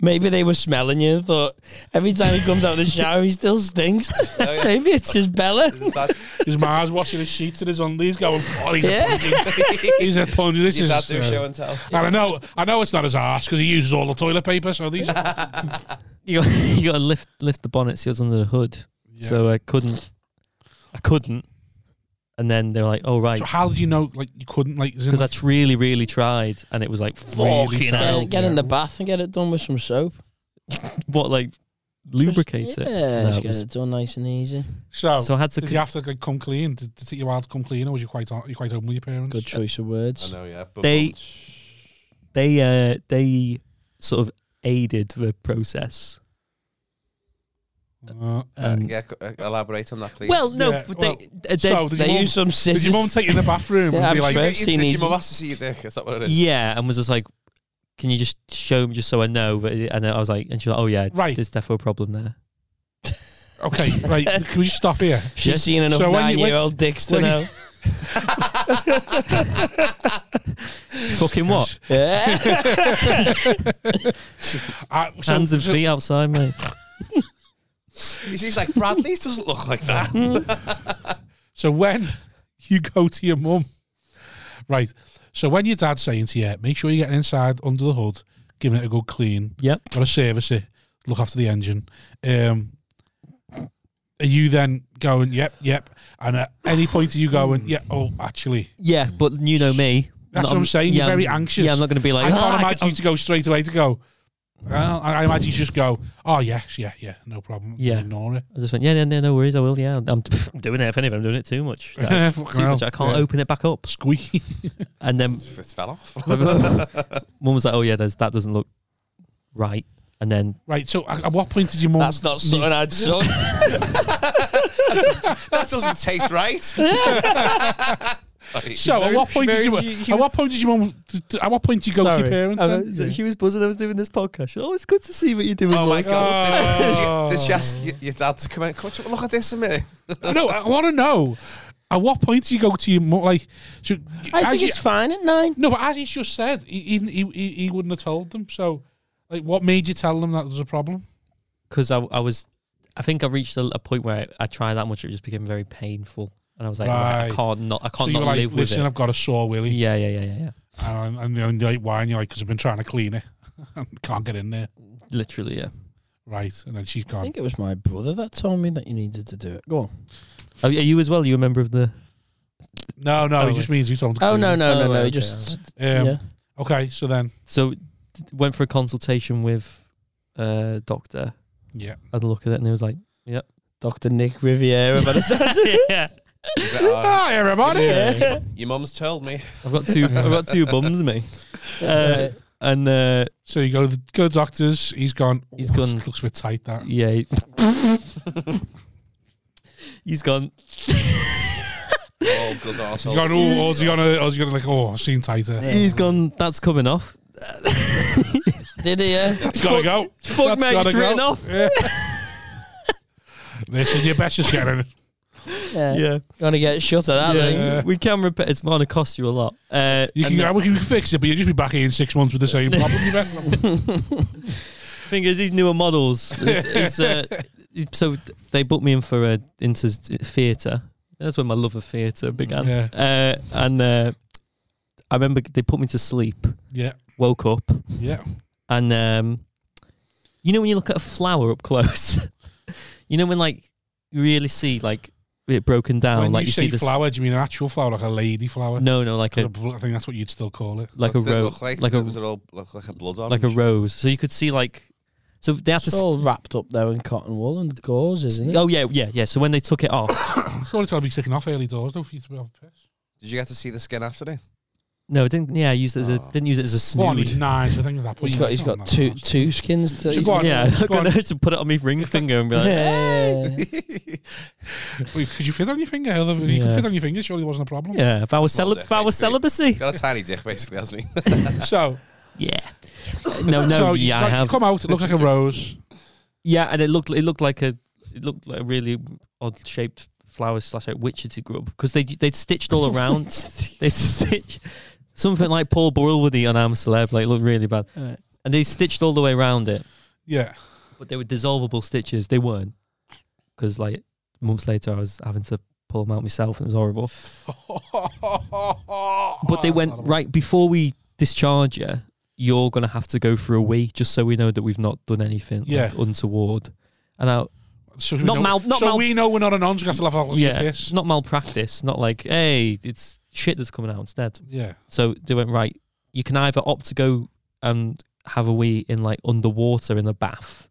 S3: Maybe they were smelling you, but every time he comes out of the shower, he still stinks. Maybe it's just Bella.
S4: Dad,
S2: you. His ma's washing his sheets and his undies, going, "Oh, he's
S3: Yeah.
S2: a pundit. he's a pundit. This
S4: your
S2: is."
S4: dad do
S2: uh,
S4: show and tell.
S2: and I know, I know it's not his ass because he uses all the toilet paper. So these, yeah.
S5: You got, you got to lift lift the bonnet seals under the hood. So I couldn't, I couldn't, and then they were like, oh right,
S2: So how did you know? Like you couldn't, like, is it
S5: because I
S2: like-
S5: tr- really really tried, and it was like
S2: Really
S5: fucking
S2: tried.
S5: hell.
S3: Get, get in the bath and get it done with some soap.
S5: What like lubricate
S3: Just-
S5: it?
S3: Yeah,
S5: No,
S3: just
S5: it
S3: get
S5: was-
S3: it done nice and easy.
S2: so.
S5: so I had to.
S2: did you have to like come clean? Did, did it take you a while to come clean, or was you quite uh, you quite open with your parents?
S3: Good choice of
S4: I
S3: words.
S4: know, yeah. But
S5: They- they uh they sort of aided the process.
S2: Uh,
S4: Uh,
S5: Um,
S4: yeah, c- uh, elaborate on that, please.
S5: Well, no,
S2: Yeah,
S5: but
S2: well,
S5: they, uh, they
S2: so did,
S3: They
S2: your mum,
S3: use some
S2: did your
S3: scissors.
S2: mum take you in the bathroom
S3: Yeah,
S2: and be like,
S3: I'm sure.
S4: Did
S3: I've
S4: you-
S3: seen
S4: did
S3: these-
S4: your mum ask to see your dick? Is that what it is?
S5: yeah, and was just like, can you just show me just so I know? But it- and I was like, and she was like, oh yeah,
S2: Right.
S5: there's definitely a problem there.
S2: okay, right, can we just stop here?
S3: She's
S5: Yes.
S3: seen enough
S2: So when you- when-
S3: nine-year-old dicks to
S2: when you-
S3: know.
S5: Fucking what?
S3: Yeah.
S2: Uh, so-
S5: Hands and
S2: so-
S5: feet outside, mate.
S4: She's like, Bradley's doesn't look like that.
S2: So when you go to your mum, right? So when your dad's saying to you, make sure you're getting inside under the hood, giving it a good clean,
S5: yep.
S2: got to service it, look after the engine. Um, are you then going, yep, yep? And at any point, are you going, yeah, oh, actually,
S5: Yeah, but you know me.
S2: That's what I'm saying. You're very anxious.
S5: Yeah, I'm not going to be
S2: I
S5: like.
S2: can't
S5: "Ah,
S2: imagine
S5: I'm-
S2: you to go straight away to go. Well, I, I imagine you just go. Oh yes, yeah, yeah, no problem.
S5: Yeah.
S2: ignore it.
S5: I just went, yeah, yeah, yeah, no worries, I will. Yeah, I'm, I'm doing it. If anything, I'm doing it too much. Like,
S2: Fucking
S5: too
S2: hell.
S5: much. I can't
S2: Yeah.
S5: open it back up.
S2: Squeaky.
S5: And then
S4: It's- It's fell off.
S5: one was like, oh yeah, there's, that doesn't look right. And then
S2: Right. So, at at what point did your mum?
S3: That's not something I'd son.
S4: that doesn't taste right.
S2: So, at what point did
S5: very-
S2: you?
S5: she- she
S2: at
S5: was- Uh,
S2: what point did your mum? At what point did you go to your parents? then?
S5: She was buzzing. I was doing this podcast. oh, it's good to see what you're doing.
S4: Oh my god! Did,
S2: Oh.
S4: she, did she ask your, your dad to come out? Come on, look at this a minute.
S2: no, I want to know. At what point do you go to your mum? Like, so,
S3: I
S2: as
S3: think
S2: you-
S3: it's fine at nine.
S2: no, but as he's just said, he, he he he wouldn't have told them. So, like, what made you tell them that was a problem?
S5: Because I, I was, I think I reached a, a point where I, I tried that much. It just became very painful, and I was like, right,
S2: Right.
S5: I can't not, I
S2: So
S5: can't
S2: you
S5: not
S2: were like,
S5: live
S2: listen,
S5: with
S2: I've got a sore
S5: it.
S2: willy,
S5: Yeah, yeah, yeah, yeah, yeah.
S2: and, and, then you're like, why? And you're like, because I've been trying to clean it, can't get in there.
S5: Literally, yeah.
S2: Right, and then she's
S3: I
S2: gone.
S3: think it was my brother that told me that you needed to do it. Go on.
S5: Oh, yeah, you as well. You a member of the?
S2: No, no, it
S5: Oh,
S2: just means you told them. To
S3: Oh
S2: clean
S3: no
S2: it.
S3: no no
S5: Oh,
S3: no!
S5: okay,
S3: Just
S2: Um,
S3: yeah.
S2: Okay, so then,
S5: So d- went for a consultation with uh doctor.
S2: yeah,
S5: Had a look at it, and he was like,
S3: Doctor Nick Riviera. But it's
S5: yeah.
S2: hi everybody.
S4: "Oh." Your mum's told me.
S5: I've got two. I've got two bums, me. Uh, and uh,
S2: So you go to the go to doctors. He's gone.
S5: He's
S2: "Oh,
S5: gone-
S2: Looks a bit tight. That
S5: yeah, he- he's gone.
S4: Oh, good
S2: he's
S4: arsehole.
S2: gone. Oh, or he's gonna, or he's gonna like. Oh, I've seen tighter.
S5: He's gone. That's coming off.
S3: Did he? Yeah.
S2: It's gotta go.
S5: Fuck,
S2: That's
S5: mate,
S2: gotta
S5: it's written
S2: go.
S5: off.
S2: Yeah. Listen, your best is getting it.
S3: yeah.
S5: Yeah,
S3: Gonna get shut at that
S5: yeah.
S3: thing.
S2: Yeah.
S5: We can repair. It's gonna cost you a lot. Uh,
S2: You can,
S5: and
S2: go, we can fix it, but you'll just be back here in six months with the same problem. You reckon?
S5: the thing is, these newer models. Is, is, uh, so they booked me in for a into theatre. That's when my love of theatre began.
S2: Yeah.
S5: Uh, and uh, I remember they put me to sleep.
S2: yeah,
S5: Woke up,
S2: yeah.
S5: and um, you know when you look at a flower up close, you know when like you really see like it broken down,
S2: when
S5: like you,
S2: you, say
S5: see the s-
S2: flower, do you mean an actual flower, like a lady flower?
S5: no, no, like
S2: 'Cause I
S5: a
S2: bl- I think that's what you'd still call it.
S5: like a
S4: What did it
S5: rose,
S4: look like,
S5: like a-
S4: It was all look like a blood orange.
S5: like a rose. So you could see like so they had to.
S3: It's
S5: s
S3: all wrapped up there in cotton wool and gauze, isn't it?
S5: oh yeah, yeah, yeah. So when they took it off,
S2: It's only got to be sticking off early doors, though, for you to have a piss.
S4: Did you get to see the skin after it?
S5: no, I didn't. Yeah, I used it as a
S2: Ah.
S4: Oh.
S5: didn't use it as a
S2: One
S5: snood.
S2: is nine, so I think at that point. you
S3: He's got
S2: might
S3: he's
S2: not
S3: got
S2: know.
S3: two two skins. To,
S2: So
S3: he's
S2: go on.
S5: Yeah, I'm
S2: Go on.
S5: gonna have to put it on my ring finger and be like,
S3: yeah.
S2: Wait, could you fit on your finger? If you could
S5: Yeah.
S2: fit on your finger, surely it wasn't a problem.
S5: yeah, if I was
S4: Well,
S5: celi- if I was
S4: basically-
S5: celibacy,
S4: Got a tiny dick, basically, hasn't he?
S2: So,
S5: yeah. No, no,
S2: so you-
S5: yeah, I
S2: like, you
S5: have.
S2: come out. It looks like a rose.
S5: Yeah, and it looked it looked like a it looked like a really odd shaped flower slash like witchetty grub because they they'd stitched all around. they stitched something like Paul Burrell would eat on Am Celeb, like looked really bad,
S3: Right.
S5: and they stitched all the way around it,
S2: Yeah.
S5: but they were dissolvable stitches. They weren't because like months later I was having to pull them out myself and it was horrible. But they went right before we discharge you. You're gonna have to go for a wee just so we know that we've not done anything
S2: Yeah.
S5: like, untoward. And I,
S2: So we
S5: Not
S2: know,
S5: mal- not
S2: so
S5: mal-
S2: we know we're not a non. Just have a look
S5: yeah,
S2: at this.
S5: not malpractice, not like, hey, it's shit that's coming out instead.
S2: Yeah.
S5: So they went right. You can either opt to go and have a wee in like underwater in a bath,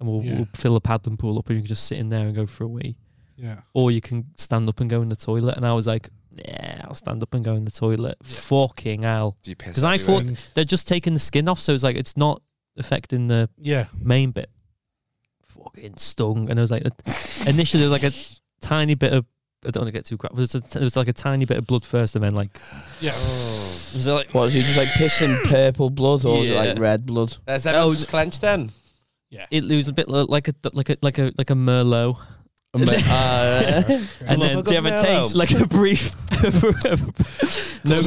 S5: and we'll,
S2: Yeah.
S5: we'll fill a paddling pool up, and you can just sit in there and go for a wee,
S2: Yeah.
S5: or you can stand up and go in the toilet. And I was like, yeah, I'll stand up and go in the toilet.
S4: Yeah.
S5: Fucking hell!
S4: Do you piss?
S5: 'Cause I
S4: everywhere?
S5: thought- They're just taking the skin off, so it's like it's not affecting the
S2: Yeah.
S5: main bit. Fucking stung, and I was like, initially there was like a tiny bit of. I don't want to get too crap. There was, a, there was like a tiny bit of blood first, and then like
S2: Yeah.
S5: Oh.
S3: Was it like what? Is he just like pissing purple blood or is it like
S5: Yeah.
S3: red blood?
S4: Is that
S5: Oh,
S4: just clenched then?
S5: it, it was a bit li- like a like a like a like a merlot, um,
S3: Uh,
S4: love
S5: and then
S4: a good
S5: Devon
S4: Merlot.
S5: tastes like a brief. no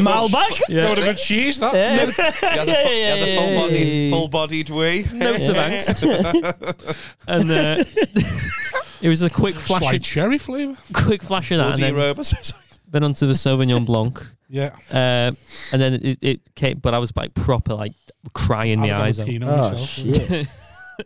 S5: Malbec.
S2: That would
S5: Yeah.
S2: have been cheese. That.
S3: yeah.
S4: You had a,
S3: Yeah,
S4: fu-
S3: yeah,
S4: you had a
S3: yeah,
S4: full-bodied,
S3: yeah, yeah.
S4: full-bodied wee.
S5: Notes of angst. and uh, it was a quick flash,
S2: Slight
S5: of,
S2: cherry flavour.
S5: quick flash of that, and
S4: Bloody
S5: then,
S4: robot.
S5: then onto the Sauvignon Blanc.
S2: Yeah.
S5: Uh, and then it, it came, but I was like proper, like crying my
S2: I'd have
S5: eyes
S2: done
S5: out.
S2: a Pinot
S3: Oh
S2: myself.
S3: shit!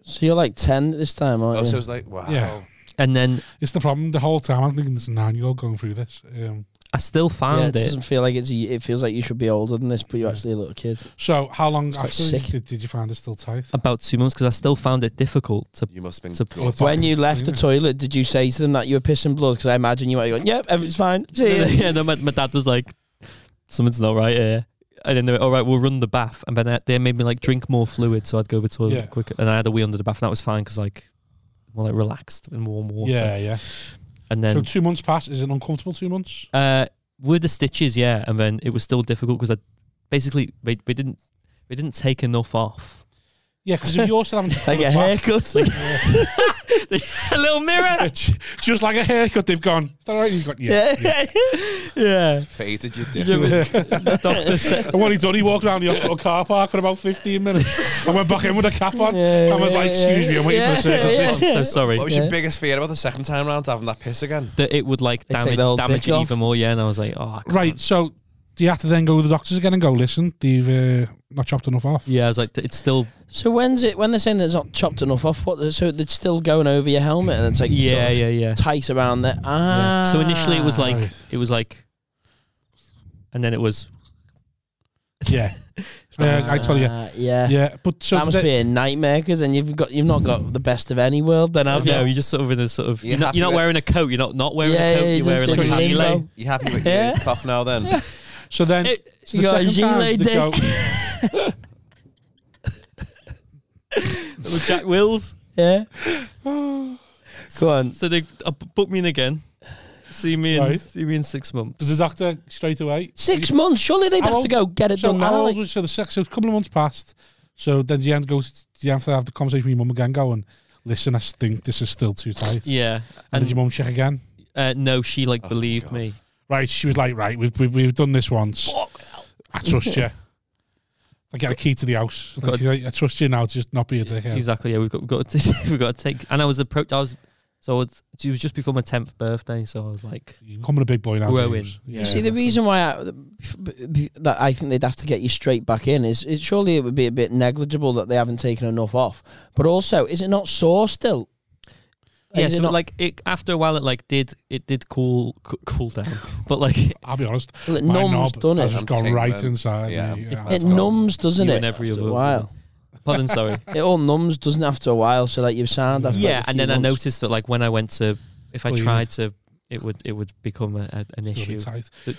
S3: so you're like ten this time, aren't
S4: Oh,
S3: you?
S4: so it was like, wow.
S2: Yeah.
S5: And then
S2: It's the problem. The whole time I'm thinking there's a nine-year-old going through this. Um,
S5: I still
S3: yeah,
S5: found
S3: it
S5: it.
S3: doesn't feel like it's. It feels like you should be older than this, but you're actually a little kid.
S2: So how long
S3: quite
S2: after
S3: sick.
S2: did, did you find it still tight?
S5: about two months because I still found it difficult to.
S4: You must have
S5: So
S4: been
S5: pull
S4: good.
S2: Fuck.
S3: When you left the toilet, did you say to them that you were pissing blood? Because I imagine you were going, "Yep, everything's fine." See ya."
S5: yeah, no, my, my dad was like, "Something's not right here," and then they were all right. We'll run the bath, and then they- they made me like drink more fluid, so I'd go over to the toilet
S2: Yeah.
S5: quicker, and I had a wee under the bath, and that was fine because like, more like relaxed in warm water.
S2: Yeah, yeah.
S5: and then
S2: so two months passed. Is it uncomfortable? Two months?
S5: Uh, with the stitches, yeah, and then it was still difficult because I basically they, they didn't they didn't take enough off.
S2: Yeah, because if you're still having to
S3: like
S2: pull
S3: a
S2: it back,
S3: haircut.
S5: a little mirror.
S2: it's just like a haircut, they've gone. Is that right? He's got yeah.
S5: yeah, yeah.
S4: faded, you dick.
S5: yeah but the doctor said,
S2: And what he done, he walked around the hospital car park for about 15 minutes and went back in with a cap on.
S3: Yeah,
S2: I was
S3: yeah,
S2: like,
S3: yeah,
S2: excuse me, I'm waiting for a circle.
S5: "Oh, I'm so sorry.
S4: What was
S3: Yeah.
S4: your biggest fear about the second time round? Having that piss again?
S5: That it would like
S3: They take
S5: damage,
S3: the whole
S5: damage
S3: dick
S5: it
S3: off.
S5: even more. Yeah, and I was like, oh, I can't."
S2: Right, so do you have to then go to the doctors again and go, listen, they've uh, not chopped enough off?
S5: Yeah, I was like, it's still
S3: So when's it? When they're saying that it's not chopped enough off, what? So it's still going over your helmet, and it's like
S5: yeah,
S3: sort of Ah.
S5: yeah, yeah.
S3: tight around there. Ah.
S5: Yeah. So initially it was like
S2: Right.
S5: it was like, and then it was
S2: Yeah. yeah I tell you.
S3: Ah, yeah.
S2: Yeah, but so
S3: that must
S2: they-
S3: be a nightmare because then you've got you've not got the best of any world then have
S5: yeah.
S3: you?
S5: You're just sort of in a sort of
S4: You're
S5: you're, not,
S4: happy
S5: you're not
S4: with-
S5: wearing a coat. You're not not wearing
S3: Yeah,
S5: a coat.
S3: yeah,
S5: You're
S3: just
S5: wearing like
S3: in
S5: a
S4: limbo.
S5: gilet.
S4: You happy with
S3: Yeah.
S4: your cough now then?
S2: so then
S5: It-
S2: so the
S3: you got a
S2: second time
S3: gilet
S2: they go,
S5: It was Jack Wills.
S3: Yeah. Go on.
S5: So they uh, b- book me in again. See me in
S2: Right.
S5: see me in six months.
S2: does the doctor straight away?
S3: Six months. Surely they'd
S2: How
S3: have to
S2: old-
S3: go get it
S2: So
S3: done
S2: how
S3: now.
S2: old
S3: like-
S2: was so the sex? So a couple of months passed. So then Deanne goes. Deanne have to have the conversation with your mum again, going, "Listen, I think this is still too tight."
S5: Yeah,
S2: And did your
S5: and
S2: mum check again?
S5: uh, no, she like
S4: Oh, thank
S5: believed
S4: God.
S5: me.
S2: Right, she was like, "Right, we've we've, we've done this once. I trust you. I get a key to the house. Like,
S5: Got-
S2: she's like, I trust you now. To just not be a dickhead."
S5: Exactly. Yeah, we've got we've got to take, we've got to take. And I was approached. I was so I was, it was just before my tenth birthday. So I was like,
S2: You're becoming a big boy now.
S5: Growing.
S2: James.
S5: You
S3: You see, the reason why I, that I think they'd have to get you straight back in is it, surely it would be a bit negligible that they haven't taken enough off. But also, is it not sore still?
S5: yeah.
S3: Is it
S5: So
S3: Oh, not-
S5: like it after a while, it like did it did cool c- cool down. but like
S2: I'll be honest.
S3: well, it
S2: my
S3: numbs,
S2: knob
S3: doesn't
S2: has
S3: it?
S2: just
S4: I'm
S2: gone right
S4: tingling.
S2: inside.
S4: Yeah.
S2: me.
S3: It
S4: That's gone.
S3: numbs, doesn't
S5: You
S3: it?
S5: and every
S3: after
S5: other
S3: a while,
S5: pardon, sorry.
S3: it all numbs, doesn't it, after a while, so that you sound after.
S5: yeah,
S3: like a
S5: and
S3: few
S5: then I
S3: months.
S5: noticed that like when I went to if I
S2: Clean.
S5: tried to, it would it would become a, a, an
S2: It's
S5: issue.
S2: gonna be tight.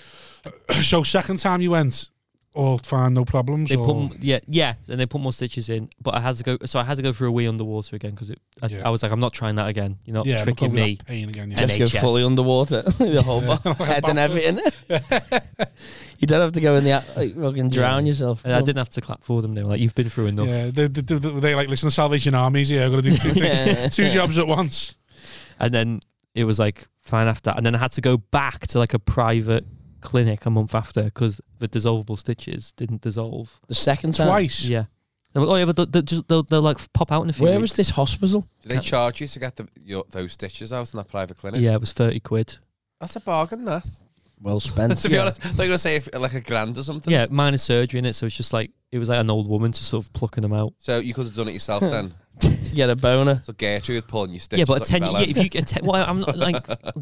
S2: so second time you went, all fine, no problems.
S5: They
S2: or-
S5: put m- yeah yeah, and they put more stitches in. But I had to go, so I had to go for a wee underwater again because I,
S2: Yeah.
S5: I was like, I'm not trying that again. You're not
S2: yeah,
S5: tricking
S2: because of
S5: me.
S2: that Pain again. Yeah.
S5: Just
S3: Just go
S5: NHS.
S3: fully underwater, the whole bo- head and everything. you don't have to go in the a- like, fucking drown yourself.
S5: And I didn't have to clap for them. They were like, you've been through enough.
S2: Yeah, they, they, they, they like listen. The Salvation Army's here. Got to do two,
S3: Yeah.
S2: things, two jobs at once.
S5: And then it was like fine after that. And then I had to go back to like a private clinic a month after because the dissolvable stitches didn't dissolve.
S3: The second time.
S2: Twice.
S5: Yeah. They were, oh yeah, but they'll, they'll just they'll, they'll like pop out in a few.
S3: Where was
S5: weeks.
S3: this hospital?
S4: Do they charge you to get the, your, those stitches out in that private clinic?
S5: Yeah, it was thirty quid.
S4: That's a bargain, that.
S3: Well spent.
S4: to be honest, they're going to say if, like a grand or something.
S5: Yeah, minor surgery in it, so it's just like it was like an old woman just sort of plucking them out.
S4: So you could have done it yourself then.
S3: to get a boner.
S4: So Gertrude pulling your stitches.
S5: yeah, but a
S4: like
S5: ten.
S4: Bella.
S5: Yeah, if you a ten, well, I'm not like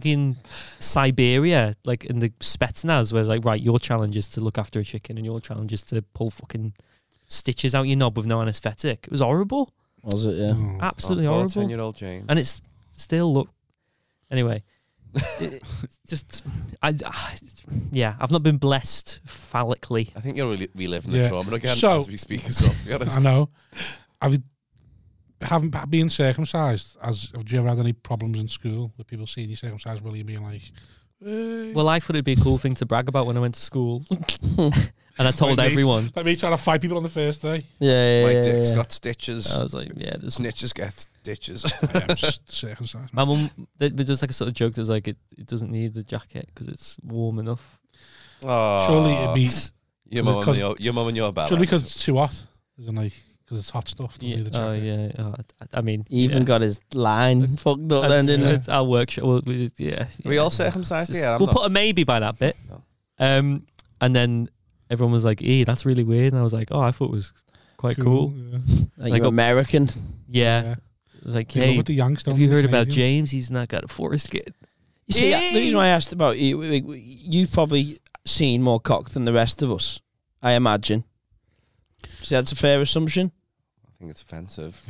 S5: in Siberia, like in the Spetsnaz, where it's like right, your challenge is to look after a chicken, and your challenge is to pull fucking stitches out your knob with no anaesthetic. It was horrible,
S3: Was it? Yeah.
S2: Oh.
S5: absolutely horrible,
S4: Ten-year-old James.
S5: and it's still look. Anyway, it, it's just I, I, yeah, I've not been blessed phallically.
S4: I think you're rel- reliving
S2: Yeah.
S4: the trauma again
S2: So-
S4: as we speak as well. To be honest,
S2: I know. Have you, haven't pa- been circumcised? As have you ever had any problems in school with people seeing you circumcised? Will you being like, eh,
S5: Well, I thought it'd be a cool thing to brag about when I went to school, and I told
S2: Like me.
S5: everyone.
S2: like me trying to fight people on the first day?
S3: Yeah, yeah,
S4: my
S3: yeah,
S4: dick's
S3: yeah.
S4: got stitches.
S5: I was like, yeah, there's
S4: Snitches get stitches.
S2: I am s- circumcised.
S5: My mum, there there was like a sort of joke that was like, it, it doesn't need the jacket because it's warm enough.
S4: Aw.
S2: Surely it'd be
S4: your mum
S2: because-
S4: and your your mum and your
S2: surely
S4: Bella.
S2: because it's too hot, isn't it? Because it's hot stuff. doesn't
S5: Yeah.
S2: it, the
S5: Oh
S2: jacket?
S5: yeah. Oh, I, I mean,
S3: He even
S5: yeah.
S3: got his line fucked up then, didn't it?
S5: It's our workshop. Well, we, yeah.
S4: Are we
S5: yeah.
S4: all
S5: It's
S4: circumcised?
S5: just-
S4: Yeah, I'm
S5: we'll
S4: not.
S5: put a maybe by that bit.
S4: No.
S5: Um, and then everyone was like, "Eh, that's really weird." And I was like, "Oh, I thought it was quite cool."
S2: yeah.
S3: Like,
S5: Like
S3: you
S5: a-
S3: American.
S5: Yeah.
S2: Yeah.
S5: It was Like,
S2: They love
S5: hey,
S2: it, the Yanks, don't
S5: have you
S2: they,
S5: heard about
S2: Canadians?
S5: James? He's not got a foreskin.
S3: You see, that- the reason why I asked about you, we- we- you've probably seen more cock than the rest of us, I imagine. So that's a fair assumption.
S4: I think it's offensive.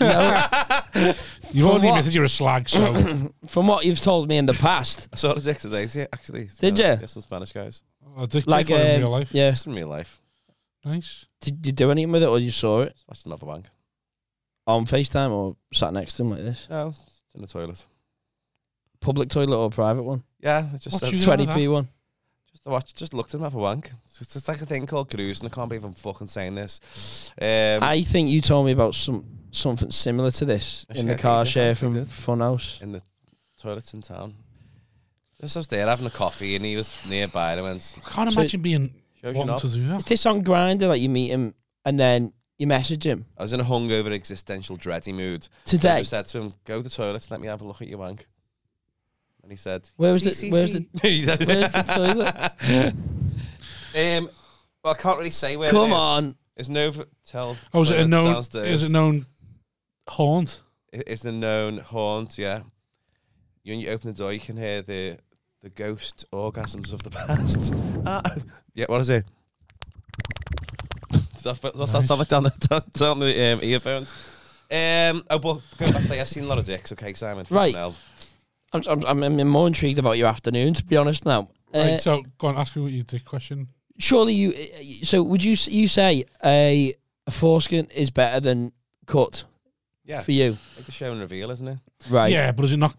S3: No,
S2: You've
S3: From
S2: already
S3: what?
S2: admitted you're a slag, so
S3: from what you've told me in the past,
S4: I saw the dick today, see, actually. to be
S3: Did
S4: honest.
S3: ya?
S4: Yeah, some Spanish guys.
S2: I did like
S3: like,
S2: in
S3: um,
S2: real life.
S3: yeah,
S4: Just in real life.
S2: Nice.
S3: did you do anything with it, or you saw it
S4: Just watched another wank.
S3: on Facetime, or sat next to him like this?
S4: No, it's in the toilet.
S3: Public toilet or private one?
S4: Yeah, I just
S2: What
S4: said,
S2: you-
S4: just
S3: Twenty p one.
S4: I watched, just looked at him have a wank. It's, just- it's like a thing called cruising. I can't believe I'm fucking saying this. Um,
S3: I think you told me about some something similar to this
S4: Actually,
S3: in
S4: I
S3: the
S4: think
S3: car
S4: you did,
S3: share
S4: actually
S3: from
S4: did.
S3: Funhouse.
S4: in the toilets in town. Just I was there having a coffee, and he was nearby. And I went,
S2: I can't
S3: So-
S2: imagine being
S4: "Shows you
S2: wanting
S4: not."
S2: to do
S3: Is
S2: that.
S3: this on Grinder? Like you meet him and then you message him
S4: I was in a hungover, existential, dready mood. So I
S3: today.
S4: just said to him, "Go to the toilets. Let me have a look at your wank." And he said,
S3: Where was
S4: "See,
S3: the-
S4: see,
S3: where's
S4: see." He said-
S3: Where's the toilet?
S4: um, well, I can't really say where.
S3: Come
S4: it is.
S3: on.
S4: It's Novotel.
S2: Oh, is it a
S4: toilets
S2: known?
S4: downstairs.
S2: Is it known? Haunt.
S4: It- It's a known haunt. Yeah. You, when you open the door, you can hear the the ghost orgasms of the past. Ah, yeah. What is it? Stuff- What's that
S2: Nice.
S4: stuff down the down the um, earphones? Um, oh, but going back to I've seen a lot of dicks. Okay, Simon. fucking
S3: Right.
S4: hell.
S3: I'm, I'm, I'm more intrigued about your afternoon, to be honest. Now, uh,
S2: right. So go on. Ask me what you did. Question.
S3: surely you. uh, So, would you s- you say a, a foreskin is better than cut
S4: Yeah,
S3: for you?
S4: like the show and reveal, isn't it?
S3: Right.
S2: Yeah, but is it not?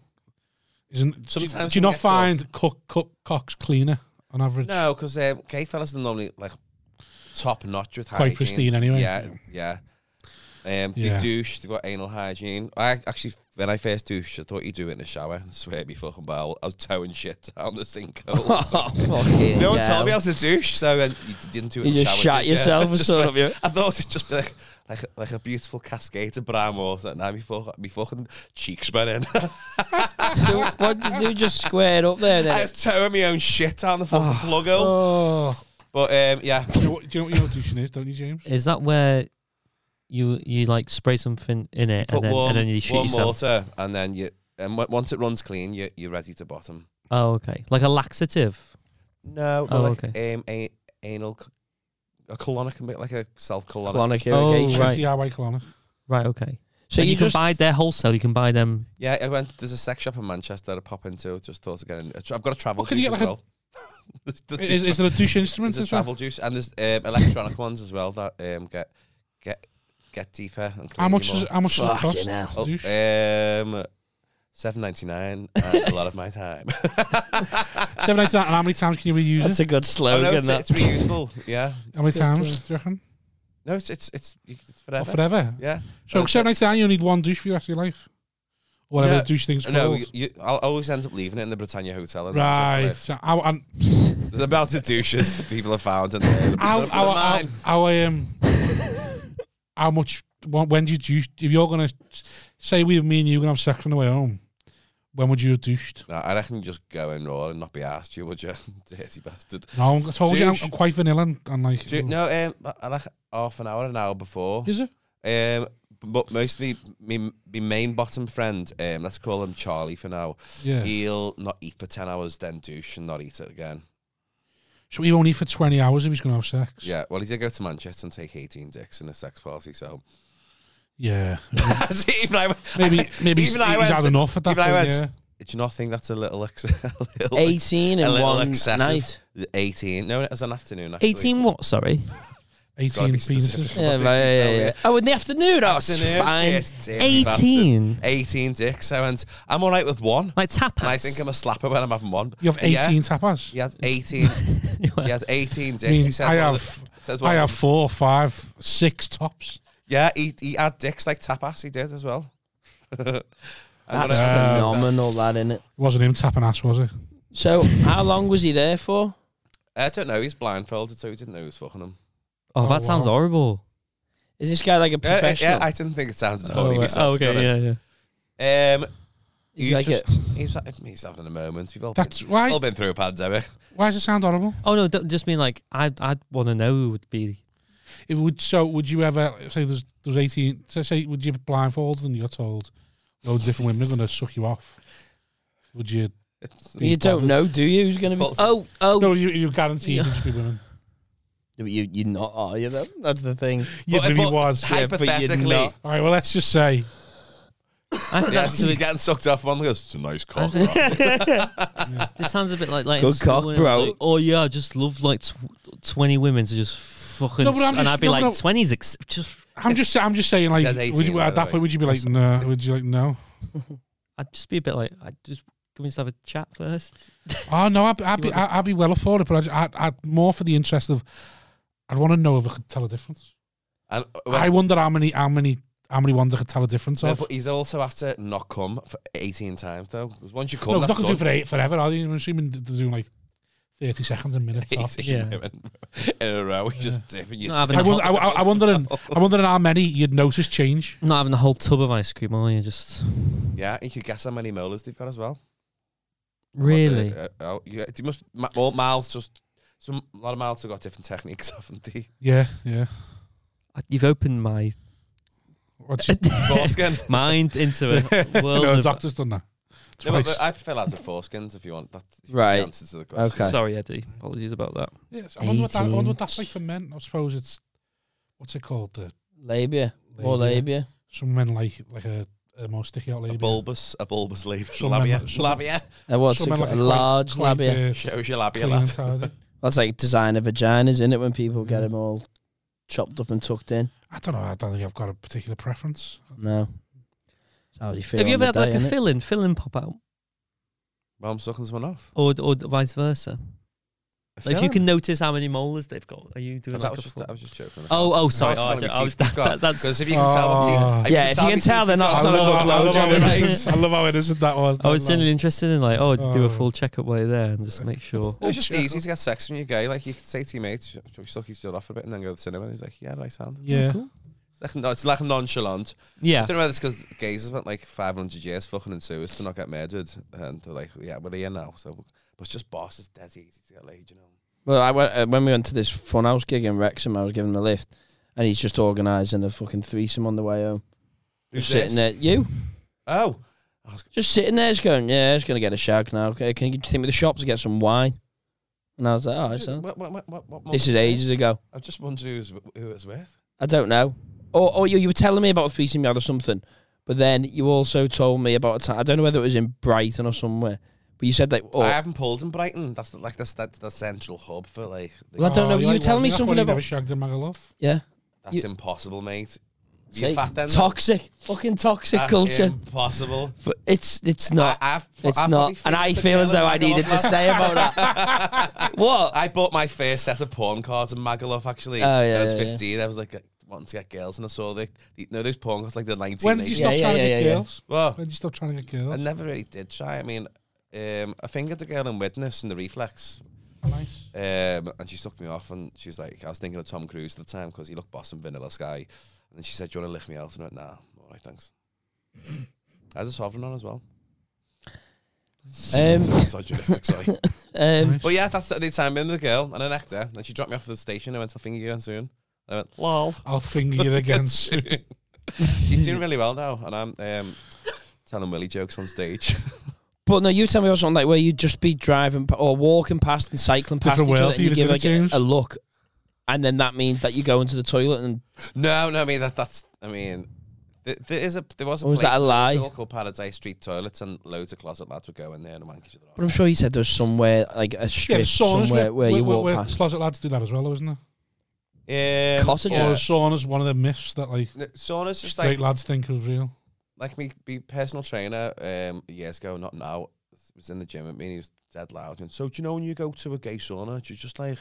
S2: Isn't
S4: Sometimes
S2: do you
S4: we
S2: not
S4: get caught.
S2: find cook, cook cocks cleaner on average?
S4: No, because um, gay fellas are normally like top notch with
S2: Quite
S4: hygiene.
S2: pristine anyway.
S4: Yeah, yeah. Um, they
S2: Yeah.
S4: douche. They've got anal hygiene. I actually, when I first douched, I thought you do it in the shower. I swear, be fucking bowel. I was towing shit down the sinkhole.
S3: Oh, fucking
S4: no one
S3: hell.
S4: told me how to douche, so uh, you d- didn't do it.
S3: You
S4: in the
S3: just shat
S4: shower, did ya?
S3: yourself or
S4: Just
S3: something,
S4: like-
S3: yeah.
S4: I thought it'd just be like. Like a, like a beautiful cascade of brown water, and now me, fuck, me fucking cheeks went in.
S3: So what did you do? Just squared up there
S4: I
S3: then?
S4: was towing my own shit down the fucking plug hole.
S2: Oh,
S4: But um, yeah,
S2: do you know what, do you know what your audition is, don't you, James?
S5: Is that where you you like spray something in it
S4: put
S5: and then,
S4: warm,
S5: and then you shoot
S4: warm
S5: yourself?
S4: water, and then you and w- once it runs clean, you you're ready to bottom.
S5: Oh, okay. Like a laxative.
S4: No,
S5: Oh,
S4: well, like
S5: okay.
S4: um, a, anal c- a colonic, a bit like a self colonic.
S3: Colonic
S5: Oh,
S3: irrigation.
S5: right.
S2: DIY colonic.
S5: Right. Okay.
S3: So
S5: And
S3: you,
S5: you, can
S3: just
S5: buy their wholesale. You can buy them.
S4: Yeah, I went. There's a sex shop in Manchester. I pop into. Just thought of getting. I've got a travel
S2: What, can you
S4: juice
S2: get like
S4: as well. There's the
S2: Is,
S4: two
S2: is there a douche instrument
S4: there's a
S2: as well?
S4: travel juice, and there's um, electronic ones as well that um, get get get deeper and clean
S2: How
S4: you
S2: much?
S4: more.
S2: Is, how much does it
S3: Fucking
S2: cost?
S3: hell.
S2: to douche?
S4: Oh, um, seven ninety nine. A lot of my time.
S2: Seven ninety nine. And how many times can you reuse
S3: That's
S2: it?
S3: a good
S4: Oh, no,
S3: slogan.
S4: it's,
S3: that.
S4: it's reusable. Yeah.
S2: How many
S3: good
S2: times?
S3: to-
S2: Do you reckon?
S4: No, it's it's it's, it's
S2: Or
S4: forever.
S2: Oh, forever.
S4: Yeah.
S2: So
S4: Okay.
S2: seven ninety nine. You only need one douche for the rest of your life. Or Whatever
S4: No,
S2: the douche thing's
S4: No, Oh,
S2: called.
S4: you, you, I'll always end up leaving it in the Britannia Hotel. And
S2: Right. So how, and
S4: The amount of douches people have found in there.
S2: how, how, how, how, um, how much, when, when do you, douche? if you're going to, say we, me and you, going to have sex on the way home, when would you have douched?
S4: No, I reckon you just go in raw and not be asked you, would you? Dirty bastard.
S2: No, I told you, I'm,
S4: Douche.
S2: I'm quite vanilla and, and like,
S4: Do you, no, um, I like half an hour, an hour before.
S2: is it?
S4: Um, but mostly me, me main bottom friend, um, let's call him Charlie for now.
S2: Yeah.
S4: He'll not eat for ten hours, then douche and not eat it again.
S2: So he won't eat for 20 hours if he's going to have sex.
S4: Yeah. Well, he did go to Manchester and take eighteen dicks in a sex party. So
S2: Yeah.
S4: even I,
S2: Maybe, maybe he's,
S4: Even I
S2: he's
S4: went
S2: had
S4: to-
S2: enough at that
S4: even I
S2: point,
S4: went-
S2: yeah.
S4: do you not think that's a little, ex- a little ex-
S3: 18
S4: a
S3: in
S4: little
S3: one
S4: excessive.
S3: night.
S4: 18. No, it was an afternoon. Actually.
S5: Eighteen what? Sorry.
S2: 18
S4: Gotta be
S2: penises.
S4: specific.
S3: Yeah,
S4: What did
S3: right,
S4: you
S3: yeah,
S4: tell
S3: yeah,
S4: you?
S3: yeah. Oh, in the afternoon. Oh, it's
S4: Afternoon,
S3: fine.
S4: yes, dirty
S5: Eighteen.
S4: bastard. 18 dicks. I went, I'm all right with one.
S5: Like tapas.
S4: And I think I'm a slapper when I'm having one.
S2: You have 18
S4: Yeah,
S2: tapas.
S4: He had 18. he had 18 dicks.
S2: I mean,
S4: he said
S2: I
S4: one of
S2: have,
S4: the- says one
S2: I
S4: of
S2: have
S4: them-
S2: four, five, six tops.
S4: Yeah, he, he had dicks like tapas. He did as well. And when
S3: That's
S4: I-
S3: phenomenal, that, innit?
S2: It wasn't him tapping ass, was it?
S3: So, how long was he there for?
S4: Uh, I don't know. He's blindfolded, so he didn't know he was fucking him.
S5: oh,
S2: Oh,
S5: that sounds
S2: wow.
S5: horrible.
S3: Is this guy like a
S4: Yeah,
S3: professional?
S4: yeah, I didn't think it sounded horny.
S5: Oh,
S4: myself, to be
S5: okay. Yeah,
S4: honest.
S5: yeah.
S4: Um,
S3: He's
S4: you
S3: like a,
S4: just- he's, he's having a moment. We've all, been,
S2: That's why.
S4: all been through a pandemic.
S2: Why does it sound horrible?
S5: Oh no, don't just mean like I I'd want to know who would be.
S2: It would so would you ever say there's there's eighteen so say would you blindfold and you're told loads of different women are gonna suck you off? Would you
S4: It's-
S3: You don't know, do you? Who's going to be?
S4: Well,
S5: Oh, oh.
S2: No, you you guarantee it'd just be women.
S3: You you're not, are you? Though that's the thing.
S2: Yeah, but,
S4: but-
S2: if he
S4: but
S2: was.
S3: Yeah, but you're
S4: Hypothetically,
S3: not.
S2: All right, well, let's just say
S5: I think
S4: yeah,
S5: that's
S4: he's getting sucked off. Mum goes, "It's a nice cock."
S5: This sounds a bit like like
S3: Good
S5: in school
S3: cock,
S5: when it was
S3: bro.
S5: like, oh yeah, I just love like tw- twenty women to just fucking,
S2: No, but I'm
S5: and
S2: just-
S5: I'd be
S2: no, no.
S5: like twenties. Ex- just
S2: I'm just I'm just saying like
S4: Says 18,
S2: would you, at
S4: by the
S2: that
S4: way.
S2: point would you be like no? Would you like no?
S5: I'd just be a bit like I just can we just have a chat first?
S2: Oh no, I'd, I'd be I'd, I'd be well afforded, but I'd, ju- I'd, I'd more for the interest of I'd want to know if I could tell a difference.
S4: And, well,
S2: I wonder how many how many how many ones I could tell a difference
S4: no,
S2: of.
S4: but he's also after not come for 18 times though. Because once you come,
S2: No, it's
S4: that's
S2: not gonna do
S4: done.
S2: for eight forever. Are they? I'm assuming they're doing like thirty seconds a minute. tops.
S4: 18
S5: Yeah.
S4: women in a row. You're just dipping your
S5: Not having
S2: I
S5: a
S2: wonder, I,
S5: whole,
S2: I, I'm wondering I'm wondering how many you'd notice change.
S5: not having a whole tub of ice cream, are you? Just
S4: Yeah, you could guess how many molars they've got as well.
S5: really.
S4: Uh, oh, yeah, you must. ma- Well, mouths just some a lot of mouths have got different techniques, haven't they?
S2: Yeah, yeah.
S5: I- You've opened my
S2: What you,
S4: Foreskin.
S5: mind into a world
S2: no, the
S5: of.
S2: Nou, doctor's done that.
S4: no, but,
S2: Twice.
S4: but I prefer lads with foreskins if you want. That's the
S3: Right.
S4: answer to the question.
S3: Okay.
S5: Sorry, Eddie. Apologies about that.
S2: Yes, I wonder, what that, I
S3: 18.
S2: wonder what that's like for men. I suppose it's what's it called? The,
S3: Labia, more
S2: Labia.
S3: labia.
S2: some men like like a, a more sticky out
S4: A
S2: labia.
S4: bulbous, a bulbous labia.
S2: Some
S4: Labia.
S2: men- some-
S4: Labia.
S3: Uh, what's
S2: Some
S3: it
S2: men
S3: called?
S2: like
S3: A
S2: it quite-
S3: large
S2: quite,
S3: labia.
S2: uh,
S4: Shows your labia,
S2: clean
S4: lad.
S2: inside it.
S3: That's like designer vaginas, isn't it? When people get
S2: Yeah.
S3: them all chopped up and tucked in.
S2: I don't know. I don't think I've got a particular preference.
S3: No. That's how you feel.
S5: Have you
S3: on
S5: ever
S3: the
S5: had
S3: day,
S5: like a
S3: innit?
S5: fill in, fill in pop out,
S4: Well, I'm sucking someone off.
S5: or or vice versa?
S4: A
S5: Like, if you
S4: film?
S5: can notice how many molars they've got, are you doing
S4: That
S5: like a
S4: was just,
S5: full-
S4: I was just joking.
S5: Oh, oh, sorry.
S4: it's
S5: I
S4: telling me
S5: don't- I was,
S4: teeth you've
S5: that, that,
S4: got.
S5: that's
S4: Because if you can tell what
S2: Oh.
S4: teeth,
S3: Yeah, if you can
S4: these
S3: tell
S4: teeth
S3: they're
S4: you've
S3: not
S2: I
S4: got-
S3: That's
S2: love,
S3: not
S2: how,
S3: a good
S2: I, love how
S3: blowjob,
S2: innocent-
S3: is it?
S2: I love how innocent that was.
S5: I was
S2: that
S5: generally
S2: line.
S5: interested in like, oh, just do
S2: Oh.
S5: a full checkup way there and just make sure.
S4: It's just
S2: Sure.
S4: easy to get sex when you're gay. Like you could say to your mates, "Should we suck each other off a bit and then go to the cinema?" And he's like, "Yeah, nice hand."
S2: Yeah.
S5: Cool.
S4: It's like, no, it's like nonchalant.
S5: Yeah.
S4: I don't know whether it's because gays have spent like 500 years fucking in sewers to not get murdered, and they're like, "Yeah, we're here now." So, but it's just boss. It's dead easy to get laid, you know.
S3: Well, I went, uh, when we went to this funhouse gig in Wrexham, I was giving him a lift, and he's just organising a fucking threesome on the way home.
S4: Who's
S3: just sitting
S4: this?
S3: there, you
S4: Oh,
S3: just sitting there, just going, yeah, it's gonna get a shag now. Okay, can you take me to the shop to get some wine? And I was like, oh, so.
S4: what, what, what, what, what
S3: this
S4: month
S3: is ages ago.
S4: I just wonder who's who it's with.
S3: I don't know. Or, or you, you were telling me about a threesome you had or something, but then you also told me about a time. I don't know whether it was in Brighton or somewhere, but you said that. Oh,
S4: I haven't pulled in Brighton. That's the, like that's that's the central hub for like. the-
S3: Well, I don't know,
S2: Oh,
S3: you were
S2: like
S3: telling
S2: one-
S3: me
S2: that's
S3: something
S2: one you
S3: about-
S2: never shagged in Magaluf.
S3: yeah.
S4: that's
S3: you-
S4: impossible, mate. You
S3: See?
S4: fat then?
S3: Toxic, fucking toxic
S4: That's
S3: culture.
S4: Impossible.
S3: But it's it's not.
S4: I, I've,
S3: It's
S4: I've
S3: not.
S4: probably
S3: And I
S4: figured
S3: feel
S4: the
S3: as though
S4: killer
S3: I needed to
S4: Magaluf.
S3: say about that. what?
S4: I bought my first set of porn cards in Magaluf actually.
S3: Oh, yeah,
S4: When I was
S3: yeah, yeah.
S4: 15. I was like wanting to get girls, and I saw the, the no those porn cards like the 19.
S2: When did you
S3: Yeah,
S2: stop
S3: yeah,
S2: trying to
S3: yeah,
S2: get
S3: yeah, yeah.
S2: girls?
S4: Well,
S2: When did you stop trying to get
S4: I
S2: girls?
S4: never really did try. I mean, um, I fingered the girl in Witness and the Reflex.
S2: Nice.
S4: Um, and she sucked me off, and she was like, I was thinking of Tom Cruise at the time because he looked boss in Vanilla Sky. And then she said, Do you want to lick me out? And I went, Nah, all right, thanks. I had a sovereign on as well.
S3: Um,
S4: Misogynistic, sorry.
S3: um,
S4: but yeah, that's the time. I with the girl and an actor, and she dropped me off at the station. I went, I'll finger you again soon. And I went, Lol.
S2: I'll finger you again soon.
S4: She's doing really well now, and I'm um, telling Willy jokes on stage.
S3: but no, you tell me about something like where you'd just be driving pa- or walking past and cycling past
S2: Different
S3: each other,
S2: world
S3: and
S2: for
S3: you
S2: you,
S3: give like
S2: isn't it,
S3: a,
S2: James?
S3: a look, and then that means that you go into the toilet and
S4: no, no, I mean, that, that's, I mean, th- there is a there was a
S3: Or was
S4: place
S3: Oh, that a
S4: in
S3: lie?
S4: Liverpool called Paradise Street Toilets, and loads of closet lads would go in there and wank each other off.
S3: But I'm sure you said there's somewhere like a
S2: Yeah,
S3: strip
S2: there's saunas
S3: somewhere where you walk
S2: where
S3: past.
S2: Closet lads do that as well, though, isn't there?
S4: Um,
S3: Cottage
S2: Or
S4: or-
S2: is saunas one of the myths that like
S4: No, sauna's just
S2: straight
S4: like
S2: lads think is real?
S4: like me, me personal trainer um, years ago, not now. Was in the gym at me, and he was dead loud. And so, do you know when you go to a gay sauna, do you just like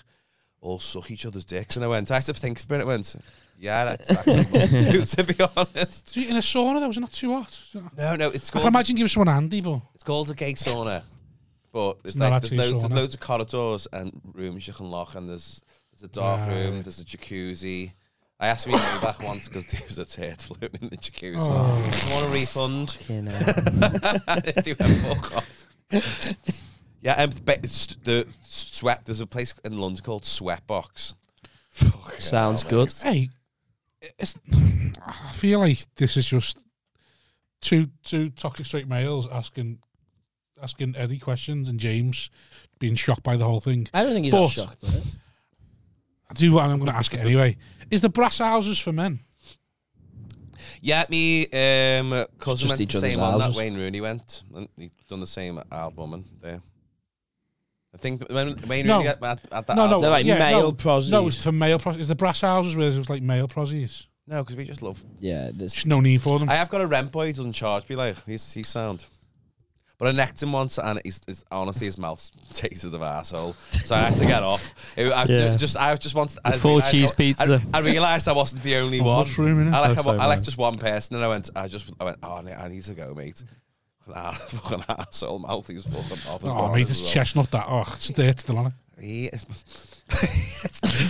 S4: all suck each other's dicks? And I went, I had to think about it. I Went, yeah, that's actually true, to be honest.
S2: See, in a sauna, that was not too hot.
S4: No, no, it's
S2: I can
S4: called
S2: imagine giving someone handy, but
S4: it's called a gay sauna, but
S2: It's
S4: there's
S2: not
S4: like there's,
S2: actually a
S4: lo- there's
S2: sauna.
S4: loads of corridors and rooms you can lock, and there's there's a dark room,
S2: Right.
S4: there's a jacuzzi. I asked me to go back once because there was a turd floating in the jacuzzi.
S2: Oh.
S4: I want a refund.
S3: Fucking hell.
S4: They went, "Fuck off." yeah, um, but it's the sweat. There's a place in London called Sweatbox. Fuck
S3: Sounds good.
S2: hey, it's, I feel like this is just two two toxic straight males asking asking Eddie questions and James being shocked by the whole thing.
S3: I don't think he's
S2: But-
S3: that shocked by it.
S2: I do what I'm going to ask it anyway. Is the brass houses for men?
S4: Yeah, me um,
S3: just
S4: cousin went to
S3: each
S4: the
S3: other's
S4: same one that
S3: houses.
S4: Wayne Rooney went. And he done the same at Isle Woman there. I think when Wayne
S2: No.
S4: Rooney had, had, had that
S2: No, no,
S4: Isle-
S3: They're like
S2: yeah,
S3: male
S2: no,
S3: prosies.
S2: No, it's for male prosies. Is the brass houses where it's like male prosies?
S4: no, because we just love.
S3: yeah, this
S2: Just no need for them.
S4: I have got a rent boy who doesn't charge me like he's he's sound. But I necked him once, and he's, he's, honestly, his mouth tasted of asshole. So I had to get off. It- I
S5: Yeah.
S4: just, I just wanted I
S5: full
S4: realised I-
S5: cheese
S4: I-
S5: pizza.
S4: I, realized I wasn't the only
S2: Oh,
S4: one.
S2: mushroom, innit?
S4: I like,
S5: Oh,
S4: I,
S5: sorry,
S4: I like
S5: man.
S4: just one person, and I went, I just, I went, oh, I need- I need to go, mate. Nah, fucking asshole mouth. He's fucking off. his
S2: oh,
S4: bonnet
S2: mate,
S4: as
S2: it's
S4: well.
S2: chestnut that. Oh, it's dirt still on
S4: He,
S2: it.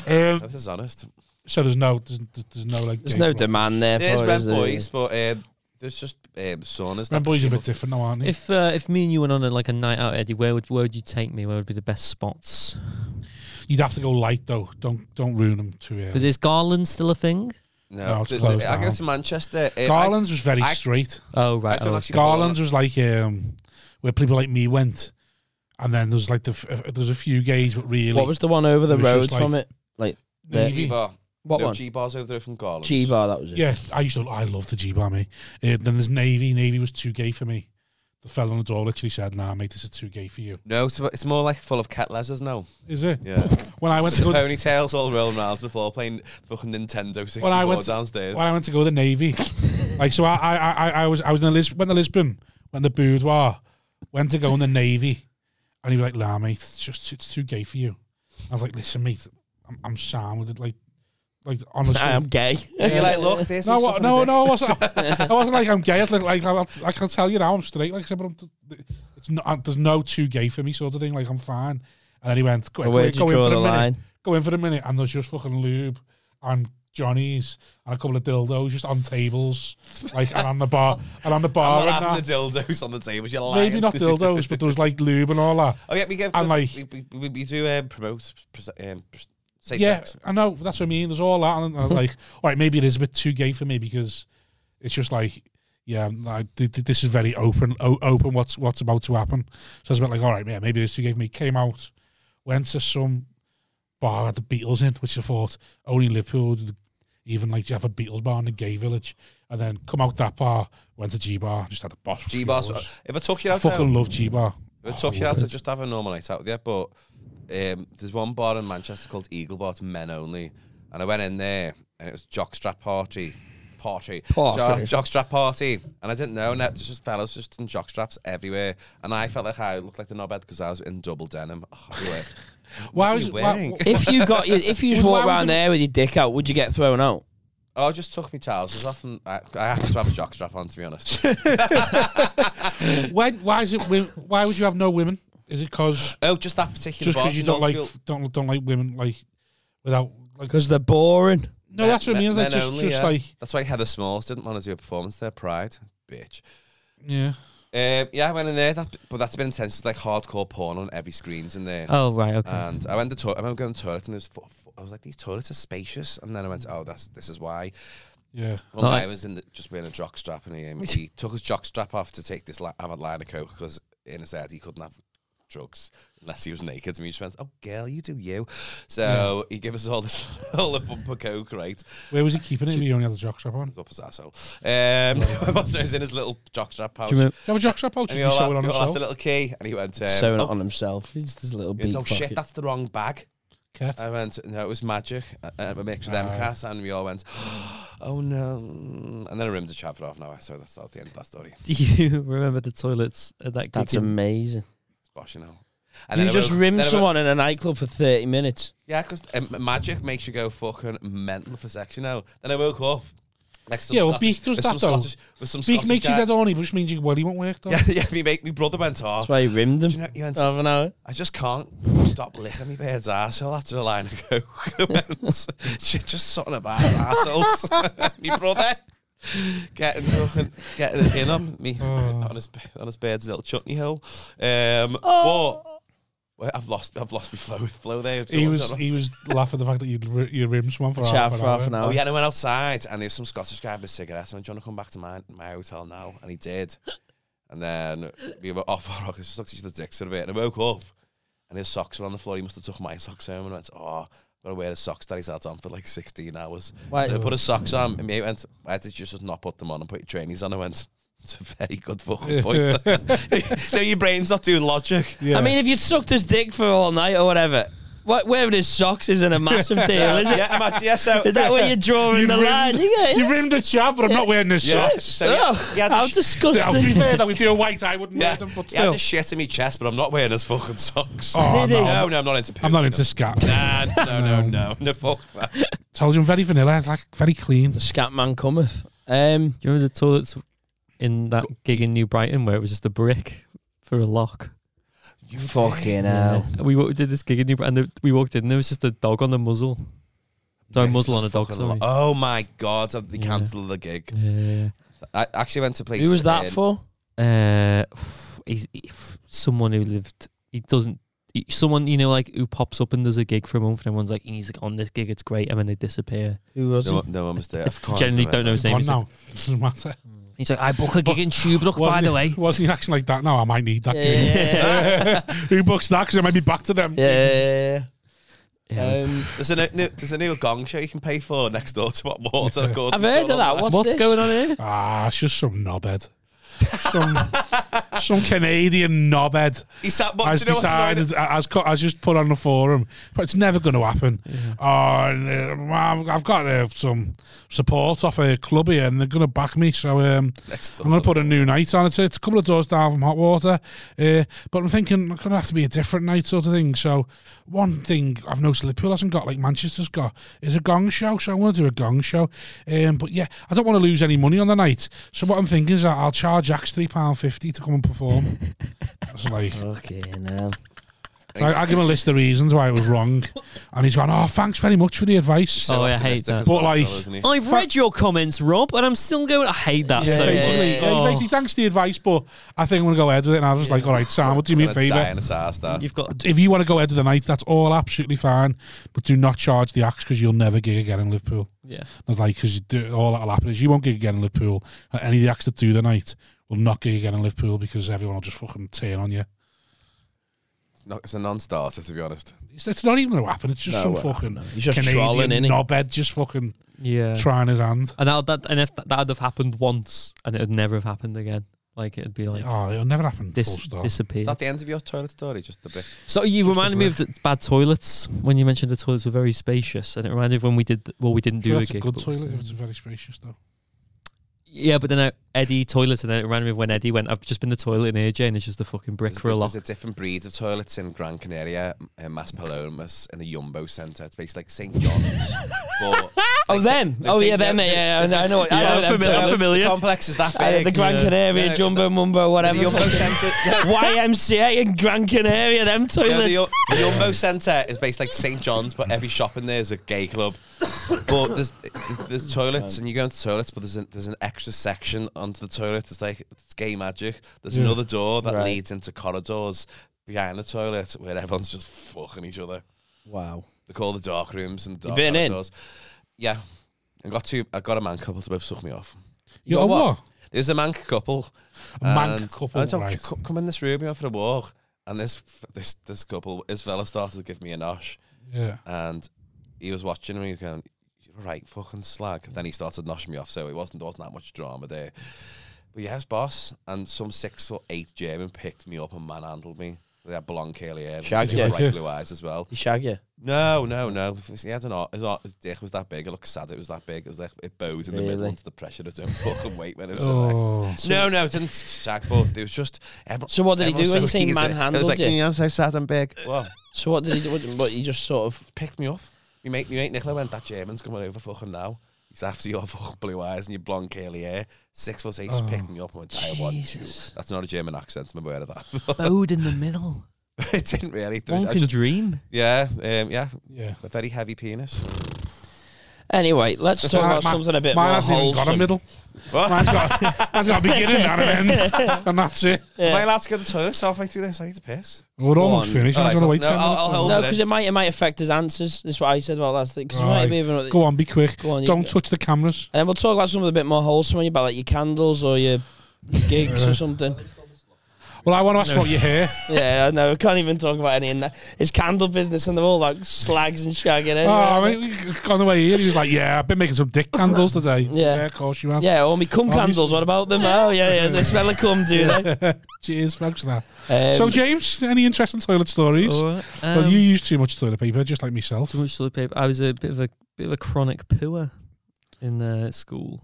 S2: Um,
S4: this is honest.
S2: so there's no, there's, there's no like.
S3: There's
S2: gay
S3: no
S2: pride.
S3: demand there
S4: There's
S3: for it.
S4: rent
S3: is there, really?
S4: boys, but um, there's just um, son. Is
S2: Them
S4: that
S2: boys are a
S4: people-
S2: bit different now, aren't they?
S5: If uh, if me and you went on a, like a night out, Eddie, where would where would you take me? Where would be the best spots?
S2: You'd have to go light though. Don't don't ruin them too early.
S5: Because is Garland still a thing?
S4: No,
S2: No, it's
S4: th-
S2: closed
S4: th- I go
S2: down.
S4: to Manchester. um, I-
S2: Garland's was very
S4: I-
S2: straight.
S5: Oh
S4: I
S5: right,
S4: don't
S5: oh,
S4: actually follow
S2: Garland's was like um, where people like me went, and then there's like the f- uh, there's a few gays, but really
S3: What was the one over the
S2: It was just
S3: road
S2: like-
S3: from it?
S4: that.
S3: Yeah.
S4: G bar.
S3: What
S4: no,
S3: one?
S4: G bar's over there from Garland.
S3: G bar. That was it.
S2: yeah. I used to I loved the G bar me. Uh, then there's Navy. Navy was too gay for me. The fella on the door literally said, "Nah, mate, this is too gay for you."
S4: No, it's, it's more like full of cat lezers now.
S2: Is it?
S4: Yeah.
S2: When I went to go
S4: ponytails all rolling around the floor playing fucking Nintendo 64
S2: When I went to-
S4: downstairs.
S2: when I went to go to the Navy. like so, I I, I I was I was in Lis- went to Lisbon, went to Boudoir, went to go in the Navy, and he was like, "Nah, mate, it's just it's too gay for you." I was like, "Listen, mate, I'm, I'm sounded like like honestly."
S3: I am gay.
S4: And you're like, look, there's
S2: no,
S4: me
S2: what,
S4: sucking
S2: no,
S4: a dick.
S2: no, I wasn't. I wasn't like I'm gay. I was like, like I, I can tell you now, I'm straight. Like I said, but I'm, it's not. I, there's no too gay for me, sort of thing. Like I'm fine. And then he went, "Go,
S3: But
S2: go,
S3: Where'd
S2: go
S3: you
S2: in
S3: draw
S2: for
S3: the
S2: a minute."
S3: line?
S2: go in for a minute and there's just fucking lube and Johnny's and a couple of dildos just on tables, like and on the bar and on the
S4: I'm
S2: bar
S4: not
S2: and
S4: having
S2: that.
S4: the dildos on the table. You're lying.
S2: Maybe not dildos, but there was like lube and all that.
S4: oh yeah, we give.
S2: And like-
S4: we, we, we, we do um, promote pres- um, pres- safe
S2: yeah,
S4: sex.
S2: I know that's what I mean. There's all that, and I was like, all right, maybe it is a bit too gay for me because it's just like, yeah, I, th- th- this is very open, o- open. What's what's about to happen? So I was a bit like, all right, yeah, maybe it is too gay for me. Came out, went to some bar had the Beatles in, which I thought only in Liverpool. did Even like you have a Beatles bar in the gay village, and then come out that bar, went to G bar, just had a boss. for
S4: G
S2: three
S4: bars.
S2: hours.
S4: uh, If I took you
S2: I
S4: out, now-
S2: fucking love G bar.
S4: It took you out to just have a normal night out with you, but um, there's one bar in Manchester called Eagle Bar, it's men only. And I went in there and it was jockstrap party. Party.
S3: Party.
S4: Jo- jockstrap party. And I didn't know, and there's just fellas just in jockstraps everywhere. And I felt like I looked like the knobhead because I was in double denim. Oh, you were-
S2: Why
S4: you
S2: was why,
S4: wearing?
S3: If you got, your- if you just
S2: Well,
S3: walk
S2: why would
S3: around
S2: you-
S3: there with your dick out, would you get thrown out?
S4: oh, I just took my trousers off and I, I happened to have a jockstrap on, to be honest.
S2: why why is it wi- why would you have no women? Is it because
S4: oh, just that particular
S2: just
S4: bar.
S2: because you don't like
S4: Nottingham-
S2: don't don't like women like without like
S3: Because they're boring.
S2: no that's what I
S4: men-
S2: mean like
S4: men
S2: just
S4: only,
S2: just
S4: yeah.
S2: like
S4: That's why Heather Smalls didn't want to do a performance there, Pride. Bitch.
S2: yeah
S4: Um, yeah, I went in there, that, but that's been intense. It's like hardcore porn on every screen's in there.
S5: Oh right, okay.
S4: And I went to the toilet. I remember going to the toilet, and there was fu- fu- I was like, these toilets are spacious. And then I went, oh, that's this is why.
S2: yeah
S4: One
S5: Like-
S4: guy was in the, just wearing a jock strap, and he, um, he took his jock strap off to take this li- have a line of coke because in his head he couldn't have drugs unless he was naked. And he just went, oh, girl, you do you. So he gave us all this all the bump of coke, right?
S2: where was he keeping it? He only had a jockstrap on.
S4: It was up his asshole. Um, it was in his little jock strap pouch.
S5: Do you remember?
S2: Do you have a Oh, jockstrap out?
S4: and
S2: Did
S4: he
S2: you
S4: all
S2: sew it
S4: had,
S2: on
S4: he all had
S2: yourself?
S4: a little key, and he went, um,
S3: Sewing
S4: "Oh,
S3: it on himself. He's just this little
S4: He
S3: beak
S4: went, oh shit,
S3: pocket.
S4: that's the wrong bag.
S2: Cat.
S4: I went, no, it was magic. Uh, uh, a mix with MCAS, and we all went, oh no. And then I remembered to chap it off now, so that's not the end of that story.
S5: Do you remember the toilets at that?
S3: That's
S5: gig in-
S3: amazing.
S4: Gosh, you know.
S3: you just
S4: woke-
S3: rim
S4: then I woke-
S3: someone in a nightclub for 30 minutes.
S4: yeah, because um, magic makes you go fucking mental for sex, you know. Then I woke up. Next to some
S2: Yeah, well,
S4: Scottish,
S2: Beak does
S4: with
S2: that
S4: some
S2: though.
S4: Scottish, with some
S2: Speak
S4: Scottish
S2: makes you
S4: guy.
S2: dead horny, but which means your body won't work though.
S4: Yeah, yeah. Me, mate, me brother went off.
S3: That's why he rimmed
S4: Do you
S3: him.
S4: know, he went,
S3: Half an hour.
S4: I just can't stop licking my beard's arsehole after a line of coke. Shit, just something about arseholes. me brother getting fucking getting it in on me
S2: Oh.
S4: on his on his beard's little chutney hole. Um, but well, I've lost I've lost my flow with flow there.
S2: Oh. He was he was laughing at the fact that you'd ri- you rim someone for half
S3: Chat
S2: an
S3: for
S2: hour.
S3: half an hour.
S4: Oh yeah, and I went outside and there was some Scottish guy with a cigarette. and I went, "Do you want to come back to my my hotel now?" And he did. And then we were off our rockers, stuck to each other's dicks for a bit. And I woke up and his socks were on the floor. He must have took my socks home and went, Oh, I've got to wear the socks that he's had on for like 16 hours.
S3: Why-
S4: So I put his socks on and he went, Why did you just not put them on and put your trainers on? I went, It's a very good fucking point. no, your brain's not doing logic.
S2: Yeah.
S3: I mean, if you'd sucked his dick for all night or whatever, what, wearing his socks isn't a massive deal, is it?
S4: Yeah, imagine, yeah, so.
S3: Is that where you're drawing
S2: You've
S3: the line?
S2: rimmed-
S3: Yeah,
S2: you rimmed the chap, but I'm not wearing this
S4: Yeah,
S2: socks.
S4: so yeah,
S3: Ugh,
S4: he had
S3: how
S4: the
S2: Yeah, to
S4: sh-
S2: be
S3: disgusting.
S2: fair, though, if they were white, I wouldn't
S4: yeah,
S2: wear them, but
S4: he had
S2: still.
S4: the shit in my chest, but I'm not wearing his fucking socks.
S2: Oh,
S3: Did
S2: no.
S3: he?
S4: No, no, I'm not into poo.
S2: I'm not into scat.
S4: Nah, no, no, no, no, fuck that.
S2: Told you I'm very vanilla, like very clean.
S3: The scat man cometh. Um,
S5: Do you remember the toilets in that gig in New Brighton where it was just a brick for a lock?
S4: You
S3: fucking hell.
S5: Yeah. We wa- did this gig in New Brighton and the- we walked in and there was just a dog on the muzzle. Sorry, muzzle on a dog,
S4: Fucking
S5: sorry.
S4: lo- Oh my god, have they
S5: Yeah.
S4: cancelled the gig.
S5: Yeah.
S4: I actually went to play.
S3: Who was that
S4: in-
S3: for?
S5: Uh, f- he's, he- f- someone who lived. He doesn't. He, someone you know, like who pops up and does a gig for a month, and everyone's like, "He's like on this gig, it's great," and then they disappear.
S3: Who was
S4: No,
S3: it?
S4: no, I'm mistaken. I can't
S5: Generally, don't know
S4: remember.
S5: his name.
S2: Gone
S5: He's like,
S2: now. Doesn't matter.
S5: he's like, "I book a gig in Tubrook,
S2: Wasn't
S5: by the
S2: he-
S5: way."
S2: Wasn't he acting like that? No, I might need that.
S3: Yeah,
S2: gig.
S3: yeah,
S2: Who books that? Because I might be back to them.
S3: yeah, yeah, yeah.
S5: Yeah, it was-
S3: Um,
S4: There's a new, there's a new gong show you can pay for next door to what water. called-
S3: I've heard
S4: it's
S3: of
S4: all
S3: that.
S4: online.
S3: What's,
S5: what's
S3: this?
S5: going on here?
S2: Ah, it's just some knobhead. Some some Canadian knobhead
S4: He sat. What,
S2: has
S4: do you know what's annoying?
S2: decided, has, co- has just put on the forum, but it's never going to happen. Oh, and, uh, I've- I've got uh, some support off a club here, and they're going to back me, so um,
S4: Next
S2: I'm going
S4: door.
S2: to put a new night on. It's, it's a couple of doors down from hot water, uh, but I'm thinking it's going to have to be a different night sort of thing. So one thing I've noticed Liverpool hasn't got, like Manchester's got, is a gong show. So I want to do a gong show. Um, but yeah, I don't want to lose any money on the night. So what I'm thinking is I- I'll charge Axe £3.50 to come and perform. It's like,
S3: Fucking hell.
S2: I, I give him a list of reasons why it was wrong. And he's gone, oh, thanks very much for the advice.
S5: Oh, I hate
S4: optimistic
S5: that.
S4: as well,
S2: But, like-
S4: isn't he?
S5: I've read your comments, Rob, and I'm still going. I hate that
S2: Yeah,
S5: so much.
S2: basically,
S3: much.
S2: yeah, he
S5: Oh.
S2: basically thanks for the advice, but I think I'm going to go ahead with it. And I was like, all right, Sam, do me a
S4: I'm gonna die
S2: favour.
S4: in its arse, that.
S5: You've got
S2: if you want to go ahead of the night, that's all absolutely fine. But do not charge the axe because you'll never gig again in Liverpool.
S5: yeah.
S2: I was like, because all that'll happen is you won't gig again in Liverpool. And any of the acts that do the night will not gig again in Liverpool because everyone will just fucking turn on you.
S4: No, it's a non-starter to be honest.
S2: It's, it's not even going to happen. It's just
S3: No,
S2: some
S3: well,
S2: fucking
S3: He's just trolling,
S2: Canadian
S3: innit?
S2: knobhead just fucking
S5: Yeah.
S2: trying his hand.
S5: And that, that and if that, that'd have happened once, and it'd never have happened again. Like it'd be like
S2: Oh, it'll never happen. full
S5: dis-
S2: stop.
S4: Is
S5: disappear.
S4: that the end of your toilet story? Just the bit.
S5: So you reminded me of
S2: brick.
S5: the bad toilets when you mentioned the toilets were very spacious, and it reminded me of when we did well, we didn't do
S2: Well,
S5: the
S2: that's a
S5: gig.
S2: good
S5: but we-
S2: toilet. It's very spacious though.
S5: Yeah, but then uh, Eddie toilets, and then it reminded me of when Eddie went. I've just been in the toilet in AJ, and it's just a fucking brick
S4: There's
S5: for a
S4: di-
S5: lock.
S4: There's a different breed of toilets in Gran Canaria, in Mas Palomas, in the Yumbo Centre. It's basically like St John's. but
S3: Oh,
S4: like
S3: them.
S4: Sa-
S3: Oh,
S4: like
S3: yeah,
S4: Saint-
S3: them. Yeah, yeah, I know- I know. I
S5: Yeah,
S3: know
S5: I'm
S3: them
S5: familiar- I'm
S3: toilets.
S5: familiar.
S4: The complex is that
S3: Uh,
S4: big.
S3: the Gran
S5: Yeah.
S3: Canaria,
S4: Yeah, it's
S3: Jumbo Mumbo,
S4: the
S3: whatever.
S4: Yumbo Centre.
S3: YMCA in Gran Canaria, them
S4: No,
S3: toilets.
S4: the, Yu- the Yumbo Centre is based like St John's, but every shop in there is a gay club. But there's there's toilets, and you go into toilets, but there's an, there's an extra section onto the toilet. It's like it's gay magic. There's
S2: Yeah.
S4: another door that
S3: Right.
S4: leads into corridors behind the toilet where everyone's just fucking each other.
S3: wow.
S4: They call the dark rooms and dark
S3: been in?
S4: corridors. Yeah, I got two. I got a man couple to both suck me off.
S2: You
S3: got
S2: know
S3: what?
S2: Oh, what?
S4: There's a man couple.
S2: A man
S4: and-
S2: couple,
S4: Um, I don't-
S2: right.
S4: c- Come in this room, we went for a walk, and this f- this this couple, this fella started to give me a nosh,
S2: Yeah.
S4: and he was watching me going, "You're a right, fucking slag." Then he started noshing me off, so it wasn't there wasn't that much drama there. But yes, boss, and some six foot eight German picked me up and manhandled me. They had blonde curly hair, and
S3: Shag
S4: big,
S3: you.
S4: bright blue eyes as well.
S3: You shag you.
S4: No, no, no. He had an art. His, art, his dick was that big. It looked sad. It was that big. It was like it bowed in the middle
S3: Really?
S4: under the pressure of doing fucking weight when it was erect.
S2: Oh.
S4: No, no, it didn't shag, but it was just. Everyone,
S3: So what did he do
S4: everyone's
S3: when you
S4: so
S3: say
S4: easy.
S3: manhandled
S4: It was like,
S3: you?
S4: "Mm, I'm so sad and big. Well,
S3: So what did he do? What, what he just sort of
S4: picked me up. You mate, you mate Nicola went, that German's coming over fucking now. He's after your fucking blue eyes and your blonde curly hair. Six foot eight, just picked me up and went, I want you.
S5: Jesus.
S4: That's not a German accent, I'm aware of that.
S3: Oh.
S5: Bowed in the middle.
S4: it didn't really. There
S5: One
S4: was- I
S5: can
S4: just-
S5: dream.
S4: yeah, um, yeah.
S2: Yeah.
S4: A very heavy penis.
S3: Anyway, let's talk
S2: Mine-
S3: about
S2: mine-
S3: something a bit
S2: mine
S3: more
S2: hasn't even got a
S3: wholesome.
S2: middle.
S4: What?
S2: Mine's got, mine's got a beginning and an end, and that's it.
S4: Am I allowed to go to the toilet halfway through this? I need to piss.
S2: We're almost
S3: on.
S2: finished.
S4: All
S2: I'm
S4: right,
S2: going to wait.
S4: so- no,
S2: 10
S4: I'll-
S2: minutes.
S4: I'll help.
S3: No,
S4: it.
S3: because it might it might affect his answers. That's what I said about last thing. Because it might
S2: Right.
S3: be even.
S2: Go on, be quick.
S3: Go on, you
S2: Don't
S3: go.
S2: touch the cameras.
S3: And then we'll talk about something a bit more wholesome when you about like your candles or your gigs or something.
S2: Well, I want to ask about your hair.
S3: Yeah, I know. I can't even talk about any in that. It's candle business, and they're all like slags and shagging.
S2: Oh,
S3: anyway.
S2: I mean, on the way here, he was like, "Yeah, I've been making some dick candles today."
S3: Yeah.
S2: of course you have.
S3: yeah, all me cum
S2: Oh, you-
S3: candles. What about them? Oh, yeah, yeah. They smell of cum, do they?
S2: Cheers, thanks for that.
S3: Um, Oh,
S2: so, James, any interesting toilet stories?
S5: Or,
S2: well,
S5: um,
S2: you use too much toilet paper, just like myself.
S5: too much toilet paper. I was a bit of a bit of a chronic pooer in uh, school.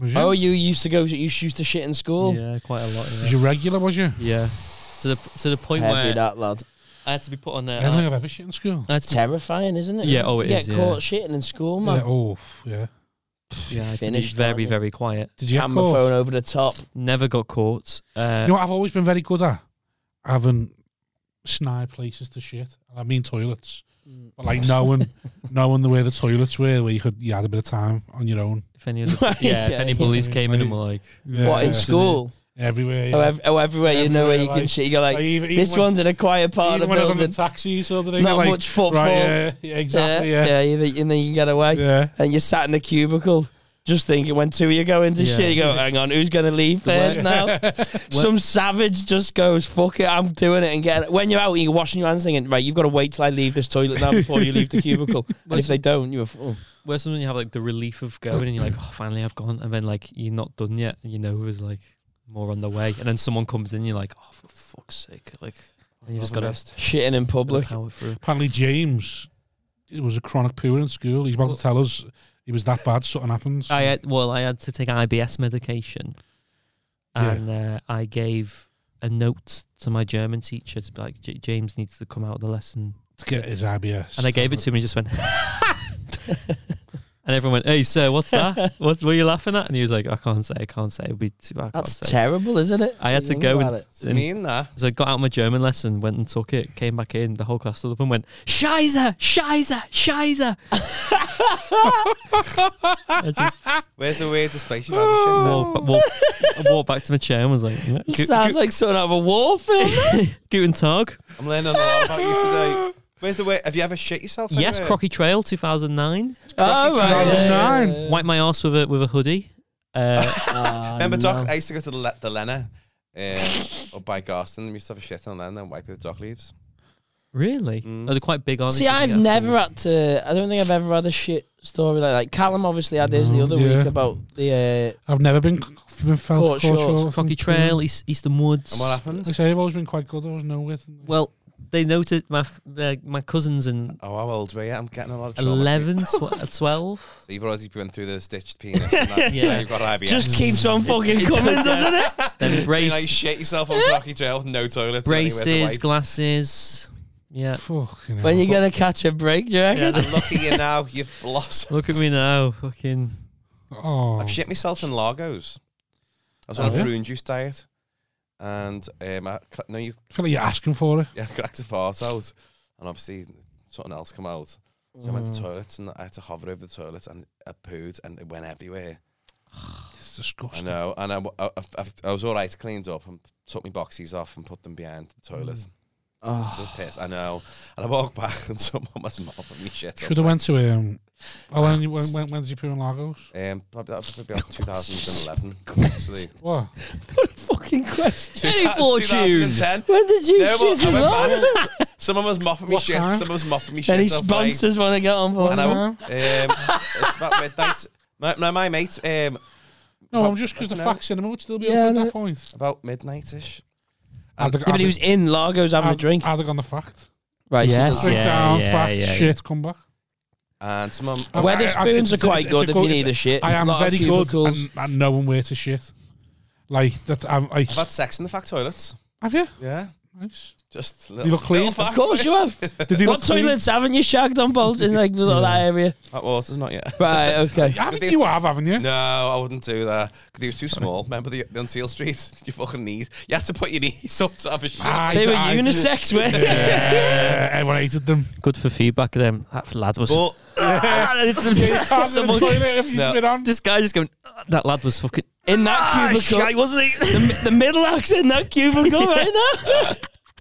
S2: Was you?
S3: oh, you used to go. You used to shit in school.
S5: Yeah, quite a lot.
S2: was
S5: Yeah.
S2: you regular? Was you?
S5: yeah. To the to the point
S3: Heavy
S5: where
S3: that lad.
S5: I had to be put on
S2: I
S3: Uh,
S5: there.
S2: don't think I've ever shit in school.
S5: I had to
S3: Terrifying, isn't it?
S5: Yeah, oh,
S3: it
S5: it
S3: is.
S5: is,
S3: Get
S5: yeah.
S3: caught shitting in school,
S2: Yeah,
S3: man.
S2: oh, f- yeah.
S5: be, yeah, I had to be
S3: finished, aren't
S5: very
S3: you?
S5: very quiet.
S2: Did you get
S3: Camera
S2: caught?
S3: phone over the top.
S5: Never got caught. Uh,
S2: You know what I've always been very good at? Having snide places to shit. And I mean toilets. But like knowing knowing the way the toilets were where you could you had a bit of time on your own.
S5: if any of the, yeah, if
S3: Yeah,
S5: any
S3: yeah.
S5: bullies came in and were like,
S2: Yeah.
S3: what in school?
S2: Everywhere. Yeah.
S3: Oh, ev- oh, everywhere you know where you
S2: Everywhere,
S3: can shit. You go like,
S2: Like, even, even
S3: this
S2: when,
S3: one's in a quiet part
S2: even
S3: of the
S2: when I was on the
S3: building.
S2: taxi so the other day,
S3: Not
S2: like,
S3: much footfall.
S2: Right, yeah, yeah, exactly, yeah. Yeah.
S3: yeah. you- and then you get away. And you're sat in the cubicle just thinking when two of you go into
S5: Yeah.
S3: shit, you go, hang on, who's going to leave first now? Some savage just goes, fuck it, I'm doing it. And get when you're out, you're washing your hands thinking, right, you've got to wait till I leave this toilet now before you leave the cubicle. and if they don't, you're, f- oh.
S5: where sometimes you have like the relief of going and you're like, oh, finally I've gone, and then like you're not done yet, and you know there's like more on the way, and then someone comes in, you're like, oh for fuck's sake, like and you just gotta
S3: shitting in public.
S5: power through.
S2: Apparently James it was a chronic pooer in school. He's about to tell us it was that bad, something happens.
S5: I had well, I had to take IBS medication,
S2: Yeah.
S5: and uh, I gave a note to my German teacher to be like, J- James needs to come out of the lesson,
S2: to get his IBS.
S5: and I gave it to him. and He just went, and everyone went, hey sir, what's that? what were you laughing at? And he was like, I can't say, I can't say, it'd be too, I can't
S3: That's
S5: say.
S3: terrible, isn't it?
S5: I had to
S3: Think
S5: go
S3: about
S5: and,
S3: it.
S5: and
S4: mean that.
S5: So I got out my German lesson, went and took it, came back in, the whole class stood up and went, Scheiße, Scheiße, Scheiße. I just
S4: Where's the weirdest place you've had a shit? then?
S5: walked, ba- walked, I walked back to my chair and was like, yeah,
S3: It
S5: gu-
S3: sounds
S5: gu-
S3: like something out of a war film.
S5: Guten Tag.
S4: I'm learning a lot about you today. Where's the way? Have you ever shit yourself?
S5: Yes,
S4: anywhere?
S5: Crocky Trail 2009.
S3: oh, right. yeah, yeah, yeah,
S2: 2009.
S3: yeah.
S5: Wiped my ass with a, with a hoodie. Uh,
S3: Ah,
S4: Remember, Doc?
S3: no.
S4: I used to go to the, Le- the Lena uh, up by Garston. We used to have a shit on Lena and wipe it with dock leaves.
S5: really?
S4: Mm.
S5: Oh, they're quite big on
S3: See, I've never had to. I don't think I've ever had a shit story like like Callum. Obviously, had his the
S2: No,
S3: other
S2: yeah.
S3: week about the. uh,
S2: I've never been, c- been felt caught,
S3: Caught short.
S2: short.
S5: Crocky Trail, East, Eastern Woods.
S4: And what
S2: I
S4: happened?
S2: say I've always been quite good. I was no with.
S5: Well, they noted my f- uh, my cousins in
S4: Oh, how old were you? I'm getting a lot of trauma.
S5: 11, tw- uh, 12.
S4: So you've already been through the stitched penis. And that,
S5: Yeah.
S4: yeah. You've got IBS.
S3: Just keeps on fucking coming, doesn't it?
S5: Then
S4: So you, like
S5: brace,
S4: shit yourself on Crocky Trail with no toilets. or anywhere to
S5: braces,
S4: wipe.
S5: glasses. Yeah.
S2: Fucking
S3: When
S2: hell.
S3: you gonna catch a break, do you reckon?
S4: And look at you now. You've blossomed.
S5: Look at me now, fucking.
S2: oh,
S4: I've shit myself in Largos. I was on
S2: Oh,
S4: a
S2: yeah?
S4: prune juice diet. And um, I, cra- no, you
S2: I feel like you're asking for it.
S4: yeah, I cracked a fart out, and obviously something else come out. So I went to
S2: Mm.
S4: the toilet, and I had to hover over the toilet, and I pooed, and it went everywhere.
S2: It's
S4: I
S2: disgusting.
S4: know, and I, w- I- I- I was all right, cleaned up, and took my boxies off and put them behind the toilet.
S2: Mm.
S3: Oh.
S4: Just pissed, I know. And I walked back, and someone was mopping me shit. up.
S2: Should have went to um. Oh, when, you- when, when, when did you poo in Lagos?
S4: Um, probably that was probably like 2011, actually.
S2: What?
S3: Fucking question.
S5: Any fortune.
S4: 2010.
S3: When did you
S4: No, but
S3: shit
S4: I
S3: him off?
S4: went back. Someone was mopping me
S2: What
S4: shit.
S2: time?
S4: Someone was mopping me shit.
S3: Any
S4: off, like-
S3: sponsors want to get on board?
S4: And I,
S2: What
S4: um, it's about midnight. My, my, my mate, um,
S2: No,
S4: But-
S2: I'm just because the
S4: No.
S2: fact cinema would still be
S3: Yeah,
S2: open
S3: no.
S2: at that point.
S4: about midnight ish.
S2: I'd,
S3: Yeah, but he was in Largo's having a
S2: I'd,
S3: drink.
S2: I'd have gone the fact.
S3: Right,
S5: Yeah.
S3: yes.
S5: Ah,
S2: Straight down,
S5: yeah,
S2: fact,
S5: yeah,
S2: shit, come back.
S4: And someone,
S2: I- I- I-
S3: Weatherspoons
S2: it's-
S3: are quite
S2: it's-
S3: good
S2: it's a
S3: if you
S2: good-
S3: need a shit.
S2: I am
S3: Lot of
S2: very good
S3: cubicles.
S2: and, and knowing where to shit. Like that, I'm, I
S4: I've had sex in the fact toilets.
S2: have you?
S4: Yeah.
S2: Nice.
S4: Just
S2: You
S4: little,
S2: look clean.
S4: little
S3: Of
S4: fact.
S3: course you have.
S2: Did he
S3: What
S2: look clean?
S3: toilets haven't you shagged on both in like the- that area?
S4: That water's not yet.
S3: Right, okay.
S2: I think
S4: Did
S2: you
S4: they-
S2: have, haven't you?
S4: No, I wouldn't do that because he was too small. Remember the, the Unseal Street? You fucking knees. You had to put your knees up to have a shit.
S2: I
S3: They were
S2: died.
S3: unisex, weren't they?
S2: Yeah, everyone hated them.
S5: Good for feedback then. That lad was.
S4: But
S5: Someone-
S4: No.
S5: this guy just going, "Ah, that lad was fucking.
S3: In that
S5: Ah,
S3: cubicle.
S5: shite, wasn't he?
S3: the, the middle act's in that cubicle right now.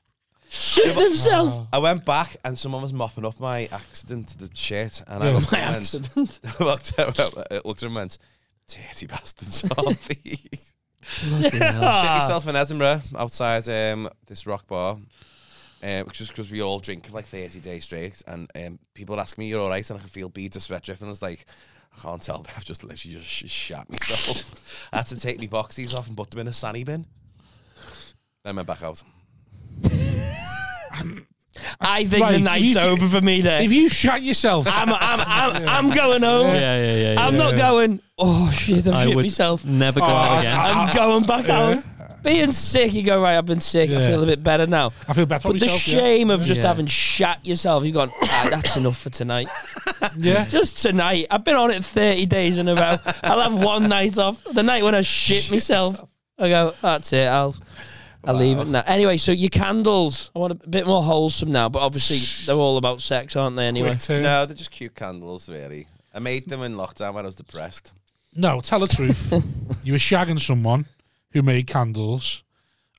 S3: Shit themselves.
S4: I went back and someone was mopping up my accident, the shit, and I
S2: Yeah.
S4: looked
S3: By
S4: at him and-
S3: accident.
S4: I looked at him, I looked at him and went, dirty bastards, aren't these? Shit yourself in Edinburgh outside um, this rock bar. Um, just because we all drink for like 30 days straight, and um, people ask me, You're all right, and I can feel beads of sweat dripping. It's like, I can't tell, but I've just literally just sh- shat myself. I had to take my boxies off and put them in a sani bin. Then went back out.
S3: I think
S2: Right,
S3: the
S2: if
S3: night's
S2: you-
S3: over for me there.
S2: If you shut yourself,
S3: I'm, I'm, I'm, I'm going home.
S5: Yeah, yeah, yeah.
S3: I'm
S5: yeah.
S3: not going, oh shit, I've
S5: I
S3: shit
S5: would
S3: myself.
S5: never go
S2: Oh,
S5: out
S2: I-
S5: again.
S2: I-
S3: I'm going back
S2: Yeah.
S3: home. Being sick, you go, right, I've been sick. I
S2: Yeah.
S3: feel a bit better now.
S2: I feel better.
S3: But the
S2: myself, yeah.
S3: shame of just
S5: Yeah.
S3: having shat yourself, you've gone, ah, that's enough for tonight.
S2: yeah.
S3: Just tonight. I've been on it 30 days in a row. I'll have one night off. The night when I shit, myself, I go, that's it, I'll. I'll leave it now. Anyway, so your candles. I want a bit more wholesome now, but obviously they're all about sex, aren't they, anyway?
S2: Quick turn.
S4: No, they're just cute candles, really. I made them in lockdown when I was depressed.
S2: No, tell the truth. you were shagging someone who made candles,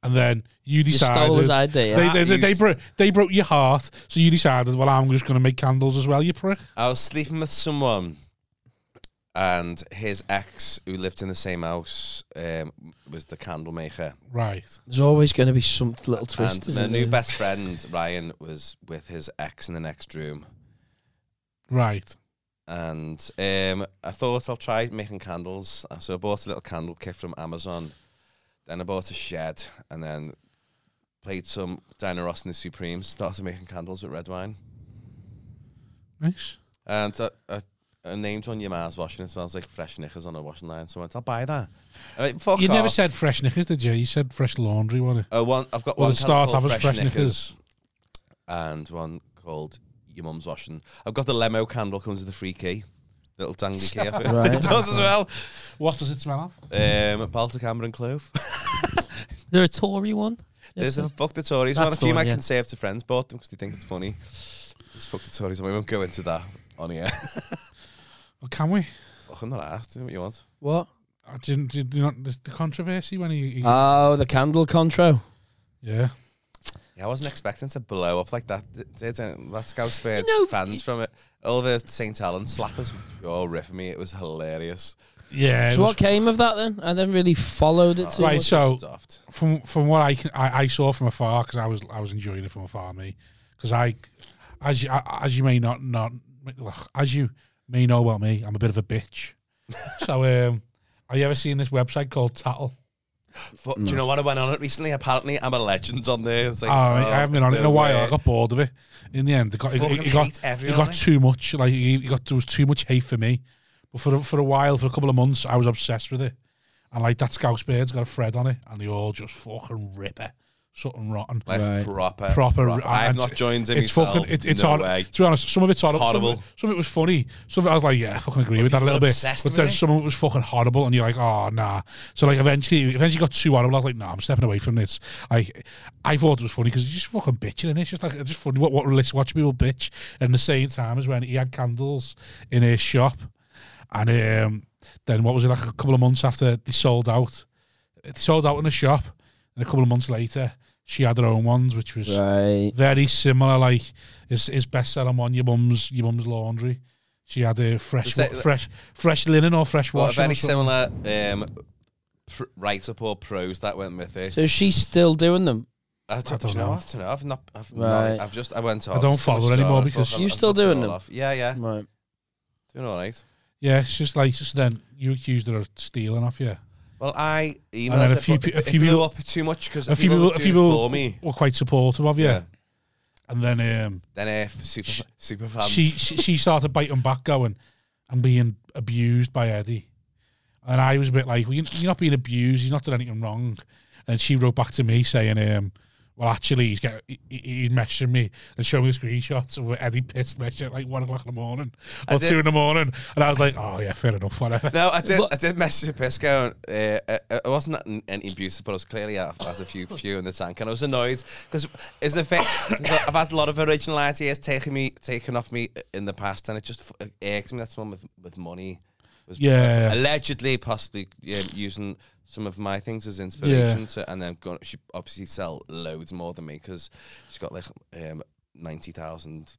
S2: and then you
S3: You stole
S2: decided.
S3: his idea.
S2: they, they, they, they,
S4: You-
S2: bro- they broke your heart, so you decided, well, I'm just going to make candles as well, you prick.
S4: I was sleeping with someone, and his ex, who lived in the same house, um, was the candle maker.
S2: Right.
S3: There's always going to be some little
S4: And
S3: twist.
S4: my
S3: isn't
S4: new
S3: there?
S4: best friend, Ryan, was with his ex in the next room.
S2: Right.
S4: And um, I thought I'll try making candles. Uh, So I bought a little candle kit from Amazon. Then I bought a shed, and then played some Diana Ross and the Supremes. Started making candles with red wine.
S2: Nice.
S4: And uh, uh, I named one your ma's washing. It smells like fresh knickers on a washing line. So I went, I'll buy that. I went, Fuck
S2: You
S4: off.
S2: never said fresh knickers, did you? You said fresh laundry, wasn't it?
S4: Uh, one, I've got
S2: Well,
S4: one
S2: the start
S4: called
S2: off as fresh knickers.
S4: and one called Your Mum's Washing. I've got the Lemo candle, comes with a free key. Little dangly key. off it.
S3: Right.
S4: it does as well.
S2: What does it smell of?
S4: Um, Baltic Amber and Clove.
S5: Is there a Tory one?
S4: There's
S5: Yeah.
S4: a Fuck the Tories one. A
S5: That's
S4: few
S5: the
S4: of my
S5: one, yeah.
S4: conservative friends bought them because they think it's funny. There's Fuck the Tories one. We won't go into that on here.
S2: Well, can we?
S4: Fuck, I'm not asked. Do what you want.
S3: What?
S2: Uh, Do you, do you not, the the controversy when he. he-
S3: Oh, the candle contro.
S2: yeah.
S4: Yeah, I wasn't expecting to blow up like that. Did- did it? That's how spared
S3: You know,
S4: fans from it. All the St. Helens slappers were all ripping me. It was hilarious.
S2: Yeah. it
S3: So
S2: was
S3: what came of that then? I then really followed it. Too
S2: Right,
S3: much.
S2: so-
S4: Stopped.
S2: from from what I can, I, I saw from afar because I was I was enjoying it from afar me because I as you I- as you may not not ugh, as you may know about me I'm a bit of a bitch so um have you ever seen this website called Tattle
S4: Fuck, Do you know what I went on it recently? Apparently, I'm a legend on there. It's like,
S2: oh,
S4: oh,
S2: I haven't been on it in a
S4: no
S2: while
S4: way.
S2: I got bored of it in the end it got it,
S4: Fucking
S2: it got
S4: hate
S2: it
S4: everyone,
S2: got
S4: eh?
S2: too much like it, it got there was too much hate for me but for a- for a while for a couple of months I was obsessed with it and like that Scouse Bird's got a thread on it and they all just fucking rip it something rotten
S4: Like
S3: Right.
S4: proper,
S2: Proper-
S4: proper.
S2: I-
S4: I've not joined in
S2: it's
S4: myself.
S2: fucking it, it's
S4: no
S2: hard.
S4: way.
S2: To be honest, some of it's, hard,
S4: horrible.
S2: Some of, it- some of it was funny. Some of it I was like, yeah, I fucking agree with that a
S4: people
S2: little
S4: are
S2: bit.
S4: obsessed
S2: But
S4: with
S2: then
S4: it.
S2: some of it was fucking horrible, and you're like, oh nah. So like eventually, eventually got too horrible. I was like, nah, I'm stepping away from this. Like I thought it was funny because just fucking bitching, and it's just like it's just funny what what let's watch people bitch. And the same time as when he had candles in his shop, and um, then what was it like a couple of months after they sold out? They sold out in the shop, and a couple of months later. She had her own ones, which was
S3: Right.
S2: very similar. Like his his bestseller one, your mum's your mum's laundry. She had a fresh
S4: Is that-
S2: wa- fresh fresh linen or fresh
S4: What a
S2: washing. or
S4: very
S2: something.
S4: similar um, pr- write-up or prose that went with it.
S3: So she's still doing them.
S4: I don't,
S2: don't
S4: do you know.
S2: know.
S4: I don't know. I've not. I've,
S3: Right.
S4: not, I've just. I went off.
S2: don't
S4: Just
S2: follow
S4: switched
S2: anymore
S4: off.
S2: because-
S4: I've-
S3: You
S4: I've
S3: still
S4: switched it
S3: doing
S4: all
S3: them?
S4: off. Yeah, yeah.
S3: Right.
S4: Doing all right.
S2: Yeah, it's just like just then you accused her of stealing off you.
S4: Well, I emailed
S2: then a
S4: it,
S2: few
S4: but
S2: pe- a
S4: it,
S2: few
S4: it blew
S2: people-
S4: up too much because
S2: A few people, a few people
S4: for me.
S2: were quite supportive of you, and then um,
S4: Then uh, super super fans.
S2: she, she she started biting back, going, "I'm being abused by Eddie," and I was a bit like, well, you- "You're not being abused. He's not done anything wrong." And she wrote back to me saying, um, "Well, actually, he's get he, he- he's messaging me and showing me screenshots of Eddie pissed me at like one o'clock in the morning
S4: I
S2: or
S4: did-
S2: two in the morning," and I was like, "Oh yeah, fair enough, whatever."
S4: No, I did.
S3: But-
S4: I did message Pisco. And, uh, uh, I wasn't at an- any abuse, but I was clearly out had a few few in the tank, and I was annoyed because is the fact 'cause I've had a lot of original ideas taken me taken off me in the past, and it just f- irked me. That's one with with money. Was
S2: Yeah.
S4: allegedly possibly yeah, using some of my things as inspiration to, and then going, she obviously sell loads more than me because she's got like um, ninety thousand.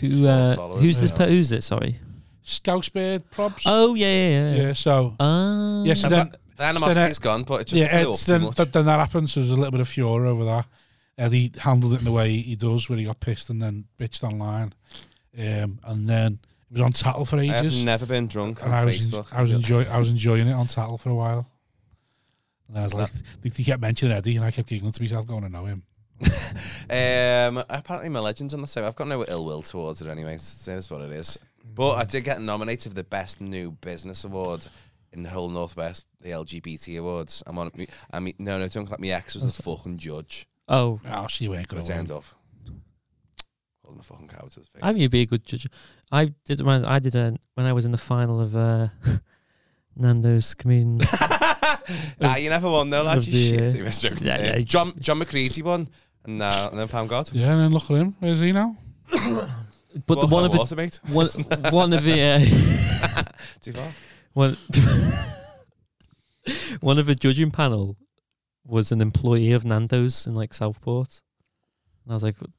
S5: Who, uh,
S4: Followers,
S5: who's this?
S4: yeah.
S5: Per- who's it? Sorry.
S2: Scousebird probs.
S5: Oh yeah, yeah, yeah.
S2: yeah, so
S5: Ah.
S2: yes, yeah, so
S4: I've
S2: then
S4: got- The animosity's gone, but it just
S2: yeah,
S4: blew up
S2: it's
S4: too
S2: then,
S4: much.
S2: th- then that happens. So there's a little bit of furor over that. Eddie handled it in the way he does, where he got pissed and then bitched online, um, and then it was on tattle for
S4: I have
S2: ages.
S4: never been drunk on
S2: and I was,
S4: Facebook.
S2: I was enjoying, I was enjoying it on tattle for a while. And then I was like, they they kept mentioning Eddie, and I kept giggling to myself, going, "I know him."
S4: Um, apparently, my legend's on the same. I've got no ill will towards it anyway. So it is what it is. But I did get nominated for the best new business award in the whole Northwest, the LGBT awards. I'm on. I mean, no, no, don't clap. My ex was the fucking judge.
S5: Oh,
S2: Oh, so you ain't gonna
S4: But it
S2: win.
S4: ended up holding a fucking cow to his
S2: Ah,
S4: face.
S5: I think you'd be a good judge. I did. when I did a, when I was in the final of uh, Nando's comedian.
S4: nah, you never won though, lad.
S5: Of
S4: You
S5: the, uh,
S4: shit. He was joking.
S5: yeah,
S4: Uh,
S5: yeah.
S4: John John McCready won, and uh, and then found God.
S2: Yeah, and then look at him. Where's he now?
S5: But the
S4: Walk
S5: one
S4: on
S5: of the
S4: water, mate.
S5: one, one of the uh,
S4: Too far.
S5: one, one of the judging panel was an employee of Nando's in like Southport, and I was like, what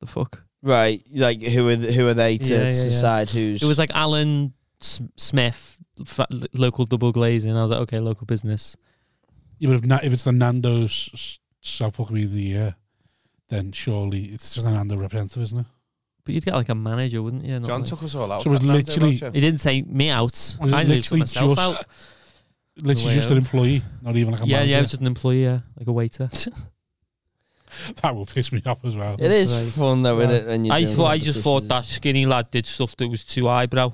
S5: the fuck?
S3: Right, like who are th- who are they to
S5: Yeah, yeah, yeah.
S3: decide who's?
S5: It was like Alan S- Smith, fa- local double glazing. I was like, okay, local business.
S2: Yeah, but if, na- if it's the Nando's s- Southport Comedian of the Year, then surely it's just a Nando representative, isn't it?
S5: But you'd get like a manager, wouldn't you? Not
S4: John er
S5: like-
S4: took us all out.
S2: So it was
S4: that Nando's
S2: literally-
S4: voucher.
S5: He didn't say me out.
S2: Was it
S5: I literally took
S2: literally
S5: myself
S2: just
S5: out.
S2: Literally
S5: way
S2: just
S5: out.
S2: an employee, not even like a
S5: yeah,
S2: manager.
S5: yeah, it was just an employee, yeah, like a waiter.
S2: That will piss me off as well.
S3: it is
S5: Right.
S3: fun though, isn't
S5: Yeah.
S3: it? When you
S5: I thought I just thought that skinny lad did stuff that was too eyebrow.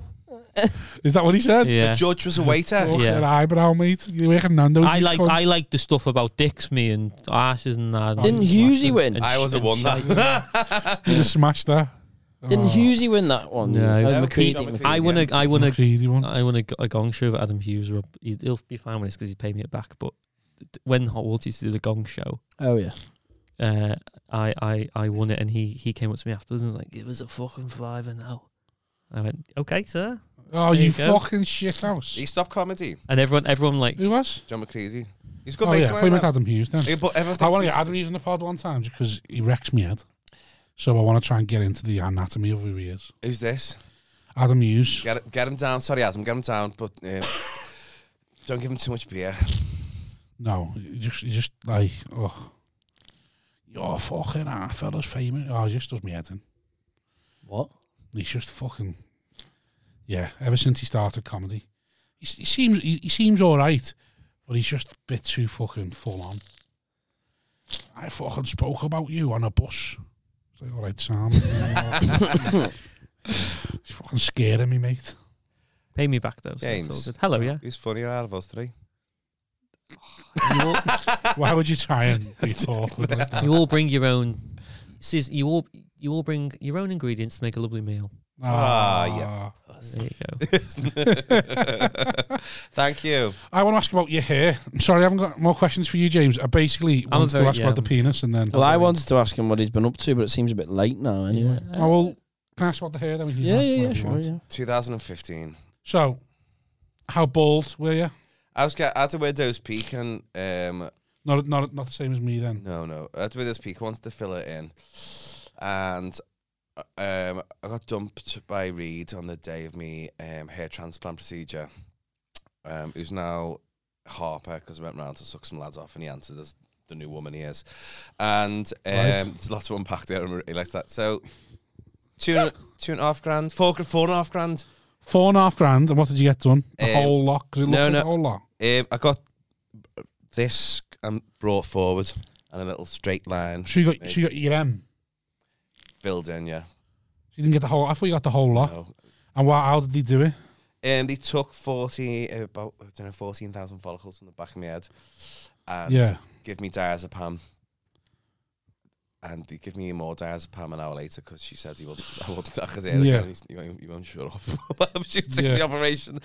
S2: Is that what he said?
S5: Yeah,
S4: The judge was a waiter.
S2: Fuck
S5: Yeah.
S2: your eyebrow, mate. You work at Nando's.
S5: I
S2: you
S5: like
S2: cunt.
S5: I like the stuff about dicks, me and asses and that. and
S3: Didn't
S5: all
S3: Husey
S5: and-
S3: win?
S5: and
S4: I
S5: sh-
S4: was the
S5: and
S4: one
S5: shite.
S4: that.
S2: You just smashed that.
S3: Didn't
S2: Oh,
S3: Husey win that one?
S5: No.
S3: Oh,
S5: No,
S3: McCready-
S4: John McCready.
S5: I want to. I want to.
S2: Creedy one.
S5: I want a, a gong show with Adam Hughes. Rob. He- He'll be fine with this because he's paying me it back. But d- when Hot Water used to do the gong show,
S3: Oh yeah.
S5: uh, I, I I won it, and he he came up to me afterwards and was like, "Give us a fucking fiver now." I went, "Okay, sir."
S2: Oh,
S5: There
S2: you,
S5: you go.
S2: fucking shit house.
S4: He stopped comedy.
S5: And everyone everyone like,
S2: Who was?
S4: John McCready. He's a good
S2: oh,
S4: mate
S2: yeah.
S4: of
S2: I
S4: mine,
S2: thought you meant
S4: that.
S2: Adam Hughes then.
S4: Yeah, but everyone
S2: I
S4: thinks
S2: want to
S4: he's-
S2: get Adam Hughes in the pod one time because he wrecks me head. So I want to try and get into the anatomy of who he is.
S4: Who's this?
S2: Adam Hughes.
S4: Get it- get him down. Sorry, Adam. Get him down, but uh, don't give him too much beer.
S2: No, he Nou, just, he just like, oh. You're fucking ah, fella's famous. Oh, he just does me head in.
S3: What?
S2: He's just fucking. Yeah, ever since he started comedy, he, s- he seems he, he seems all right, but he's just a bit too fucking full on. I fucking spoke about you on a bus. It's like, all right, Sam. He's fucking scaring me, mate.
S5: "Pay me back though." So it's all
S4: James.
S5: good. Hello, yeah.
S4: Who's funnier out of us three?
S5: You all,
S2: Why would you try and be awkward like that?
S5: you all bring your own. Says you all you all bring your own ingredients to make a lovely meal.
S4: Ah,
S5: There you go.
S4: Thank you.
S2: I want to ask about your hair. I'm sorry, I haven't got more questions for you, James. I basically
S5: I'm
S2: wanted
S5: very-
S2: to ask
S5: yeah,
S2: about the
S5: I'm-
S2: penis, and then
S3: Well, I
S5: Okay.
S3: wanted to ask him what he's been up to, but it seems a bit late now. Anyway.
S2: I will. Oh, Can I ask about the hair? Then we can
S3: Yeah,
S2: ask
S3: yeah, yeah,
S2: whatever you
S3: sure.
S2: want.
S3: Yeah.
S4: 2015.
S2: So, how bald were you?
S4: I was get, I had to wear those peak and um
S2: Not not not the same as me then.
S4: no no I had to wear those peak ones to fill it in, and um I got dumped by Reed on the day of me um hair transplant procedure, um who's now Harper because I went round to suck some lads off and he answered as the new woman he is, and um
S2: Right.
S4: there's lots to unpack there and like that so two two and a half grand four gr- four and a half grand
S2: Four and a half grand, and what did you get done? The
S4: Um,
S2: whole lot, because it
S4: no,
S2: looked
S4: no.
S2: like a whole lot.
S4: Um, I got this um, brought forward and a little straight line
S2: So you got so you got your M.
S4: filled in, yeah.
S2: So you didn't get the whole. I thought you got the whole lot.
S4: No.
S2: And wha- how did they do it?
S4: Um, they took 40, about, I don't know, 14,000 follicles from the back of my head and
S2: yeah.
S4: give me diazepam. And they give me more diazepam an hour later because she said he wouldn't, I wouldn't, I could hear it
S2: Yeah.
S4: again. He's- You won't, you won't shut up. she took
S2: Yeah.
S4: the operation.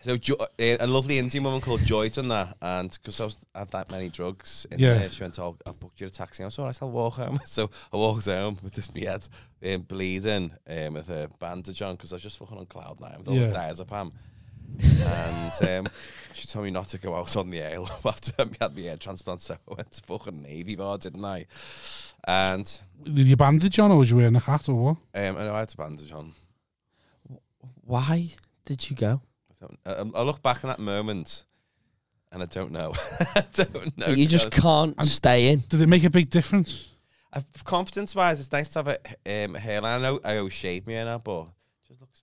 S4: So jo- uh, a lovely Indian woman called Joy done that, and because I was I had that many drugs in
S2: Yeah.
S4: there, she went, "Oh, I've booked you a taxi." I was all right, I'll walk home. So I walked home with this me head um, bleeding um, with a bandage on because I was just fucking on cloud nine with all
S2: Yeah.
S4: the diazepam. and um, she told me not to go out on the ale after I had my hair transplant, so I went to fucking Navy Bar, didn't I? And
S2: Did you bandage on, or was you wearing a hat, or what?
S4: um, I know I had a bandage on.
S3: Why did you go?
S4: um, I, don't, I, I look back in that moment and I don't know. I don't know.
S3: But you
S4: to be
S3: just
S4: honest.
S3: can't
S2: I'm-
S3: stay in.
S2: Did it make a big difference?
S4: I've- confidence-wise, it's nice to have a, um, a hairline. I know I always shave me and that, but it just looks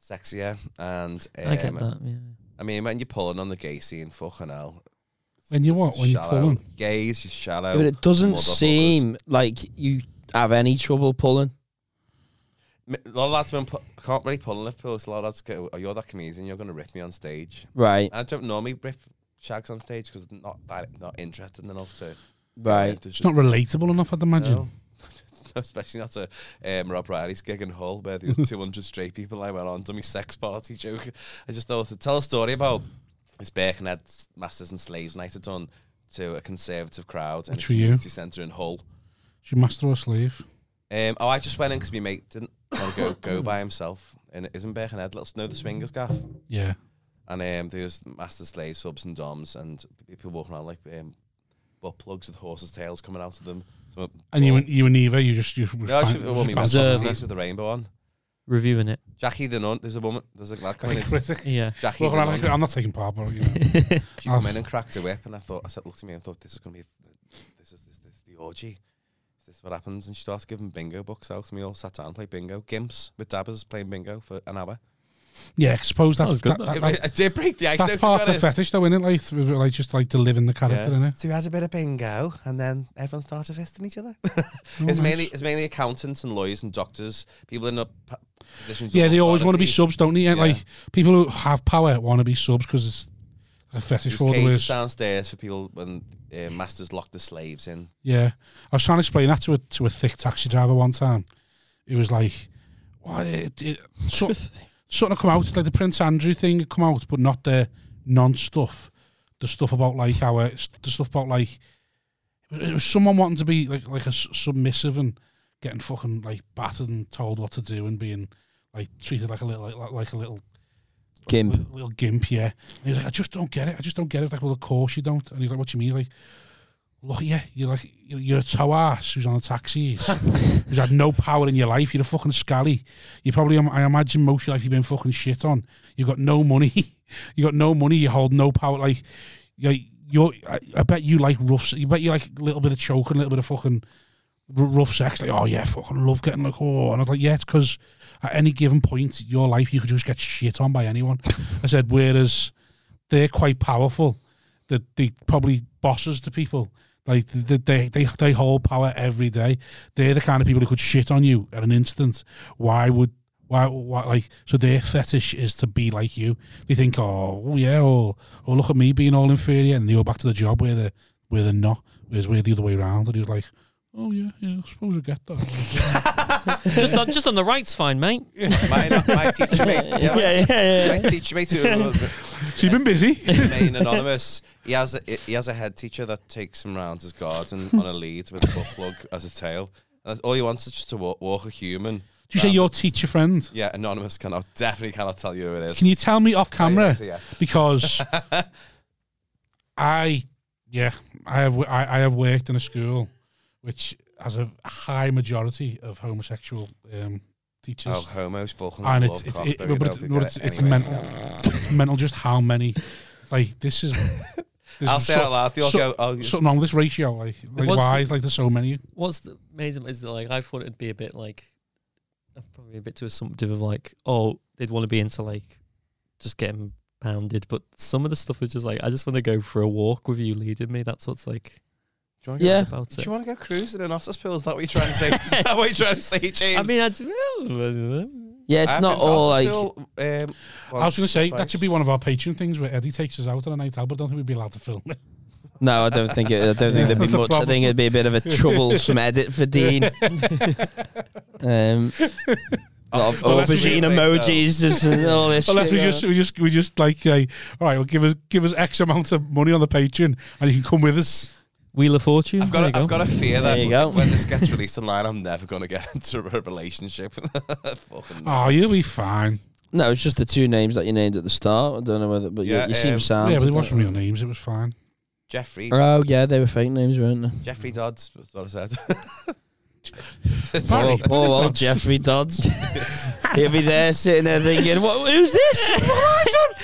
S4: sexier. And um,
S5: I get that. Yeah.
S4: I mean, when you're pulling on the gay scene, fucking hell.
S2: When you what?
S4: It's
S2: When you
S4: shallow.
S2: pull them?
S4: Gays, you're shallow.
S3: But it doesn't
S4: motherfuckers.
S3: seem like you have any trouble pulling.
S4: M- A lot of lads been pu- can't really pull in Liverpool. So a lot of lads go, "Oh, you're that comedian. You're going to rip me on stage."
S3: Right,
S4: And I don't normally rip shags on stage because I'm not that not interested enough to.
S3: right.
S4: There's
S2: It's not relatable enough, I'd imagine.
S4: No. Especially not to um, Rob Riley's gig in Hull where there was 200 straight people and I went on to my sex party joke. I just thought to tell a story about this Birkenhead Masters and Slaves night I'd done to a conservative crowd in a
S2: Which were you?
S4: community centre in Hull.
S2: She master or slave.
S4: Um, oh, I just went in because my mate didn't want to go, go by himself. And it isn't Birkenhead, little snow the swingers gaff.
S2: Yeah.
S4: And um, there was master slave subs and doms and people walking around like um, butt plugs with horses' tails coming out of them. Some-
S2: And you and you and Eva, you just you were
S4: No,
S2: ban-
S4: actually, well, me
S2: just
S5: Observer.
S4: observer.
S2: bouncing
S4: with the rainbow on.
S5: Reviewing it.
S4: Jackie the Nun. There's a woman. There's a lad coming
S2: off.
S4: in.
S2: critic.
S5: Yeah.
S4: Jackie
S2: Look
S4: the
S2: around like,
S4: Nun.
S2: I'm not taking part, but you know.
S4: She come in and cracked a whip, and I thought I said, looked at me and thought, this is gonna be, this is this, this is the orgy. Is this what happens? And she starts giving bingo books out. And we all sat down and played bingo. Gimps with dabbers playing bingo for an hour.
S2: yeah, I suppose that's
S5: Sounds good,
S2: that,
S5: though.
S2: that,
S4: It,
S2: that-
S4: it did break the ice.
S2: that's
S4: though, to be
S2: part of the
S4: honest.
S2: fetish, though, isn't it? Like, th- like just like to live in the character,
S4: Yeah.
S2: innit?
S4: So we had a bit of bingo, and then everyone started fisting each other.
S2: Oh,
S4: it's
S2: nice.
S4: mainly it's mainly accountants and lawyers and doctors, people in the p- positions. of
S2: Yeah, they always want to be
S4: authority.
S2: subs, don't they? Yeah,
S4: Yeah.
S2: Like people who have power want to be subs because it's a fetish
S4: There's
S2: for the
S4: cages
S2: worst.
S4: downstairs for people when uh, masters lock the slaves in.
S2: Yeah, I was trying to explain that to a to a thick taxi driver one time. He was like, "What? It, it, so, sort of come out like the Prince Andrew thing had come out, but not the non stuff. The stuff about like our the stuff about like it was someone wanting to be like like a s- submissive and getting fucking like battered and told what to do and being like treated like a little like, like a little
S3: Gimp.
S2: little, little gimp, yeah. And he was like, I just don't get it. I just don't get it. Like, well, of course you don't. And he's like, what do you mean? He's Like, look at you. You're like, you're, you're a tow ass who's on a taxi. who's had no power in your life. You're a fucking scally. You probably, I imagine, most of your life you've been fucking shit on. You've got no money. you got no money. You hold no power. Like, you're, you're I, I bet you like rough. You bet you like a little bit of choking, a little bit of fucking r- rough sex. Like, oh yeah, fucking love getting like, oh. And I was like, yeah, it's because at any given point in your life, you could just get shit on by anyone. I said, whereas they're quite powerful, that they probably bosses to people. Like th- th- they, they they hold power every day. They're the kind of people who could shit on you at an instant. Why would why, why like so their fetish is to be like you. They think, oh, oh, yeah, or oh look at me being all inferior, and they go back to the job where they where they're not. Whereas we're the other way around. And he was like, oh yeah, yeah, I suppose I get that.
S5: just on, just on the right's fine, mate.
S4: my, my teacher mate. Yeah, my,
S5: yeah, yeah,
S4: my teacher mate who was
S2: She's been busy.
S4: remain anonymous. He has a, he has a head teacher that takes him round his garden on a lead with a butt plug as a tail. And that's, all he wants is just to walk, walk a human.
S2: Do you say your teacher friend?
S4: Yeah, anonymous cannot definitely cannot tell you who it is.
S2: Can you tell me off camera?
S4: Yeah, yeah.
S2: Because I, yeah, I have wo- I, I have worked in a school which has a high majority of homosexual um, teachers.
S4: Oh, homos fucking
S2: and
S4: love
S2: it's it's,
S4: cock,
S2: it,
S4: don't
S2: but
S4: you know,
S2: it's,
S4: they
S2: but it's, it's
S4: get it anyway.
S2: mental. It's mental just how many. Like this is. This
S4: I'll
S2: is
S4: say it
S2: so-
S4: out loud. They'll
S2: so-
S4: go, oh, you-
S2: Something wrong with this ratio, like, like
S5: What's
S2: why is like there's so many?
S5: What's the amazing is that like I thought it'd be a bit like uh, probably a bit too assumptive of like oh they'd want to be into like just getting pounded, but some of the stuff is just like I just want to go for a walk with you leading me. That's what's like
S4: do you wanna go-
S3: Yeah.
S5: about
S4: Do
S5: it.
S4: you want to go cruising in Osterspill? Is that what you're trying to say? Is that what you're trying to say, James?
S5: I mean, I do.
S3: Yeah, it's
S4: I've
S3: not
S4: been to
S3: all like.
S4: Osterspill, um,
S2: I was going to
S4: once,
S2: say that
S4: twice.
S2: should be one of our Patreon things where Eddie takes us out on a night out, but I don't think we'd be allowed to film it.
S3: No, I don't think it. I don't think there'd be
S2: That's the
S3: much. I think it'd be a bit of a troublesome edit for Dean. um, a lot of
S4: Unless we
S3: aubergine
S4: replace
S3: emojis just and all this.
S2: Unless
S3: shit
S2: we
S3: going
S2: just
S3: on.
S2: we just we just like uh, all right, well give us give us X amount of money on the Patreon and you can come with us.
S5: Wheel of Fortune.
S4: I've got,
S5: There
S4: a,
S5: you
S4: I've got a fear that
S3: There you go.
S4: when this gets released online, I'm never going to get into a relationship. Fucking
S2: Oh, you'll be fine.
S3: no, it's just the two names that you named at the start. I don't know whether, but
S4: Yeah,
S3: you, you seem
S4: um,
S3: sound.
S2: yeah, but
S3: I
S2: it
S3: don't
S2: wasn't
S3: know.
S2: real names. It was fine.
S4: Jeffrey,
S3: Oh yeah, they were fake names, weren't they?
S4: Jeffrey Dodds, was what I said.
S2: Barry.
S3: Oh, poor
S2: Dodds.
S3: old Jeffrey Dodds. He'll be there sitting there thinking, what, who's this?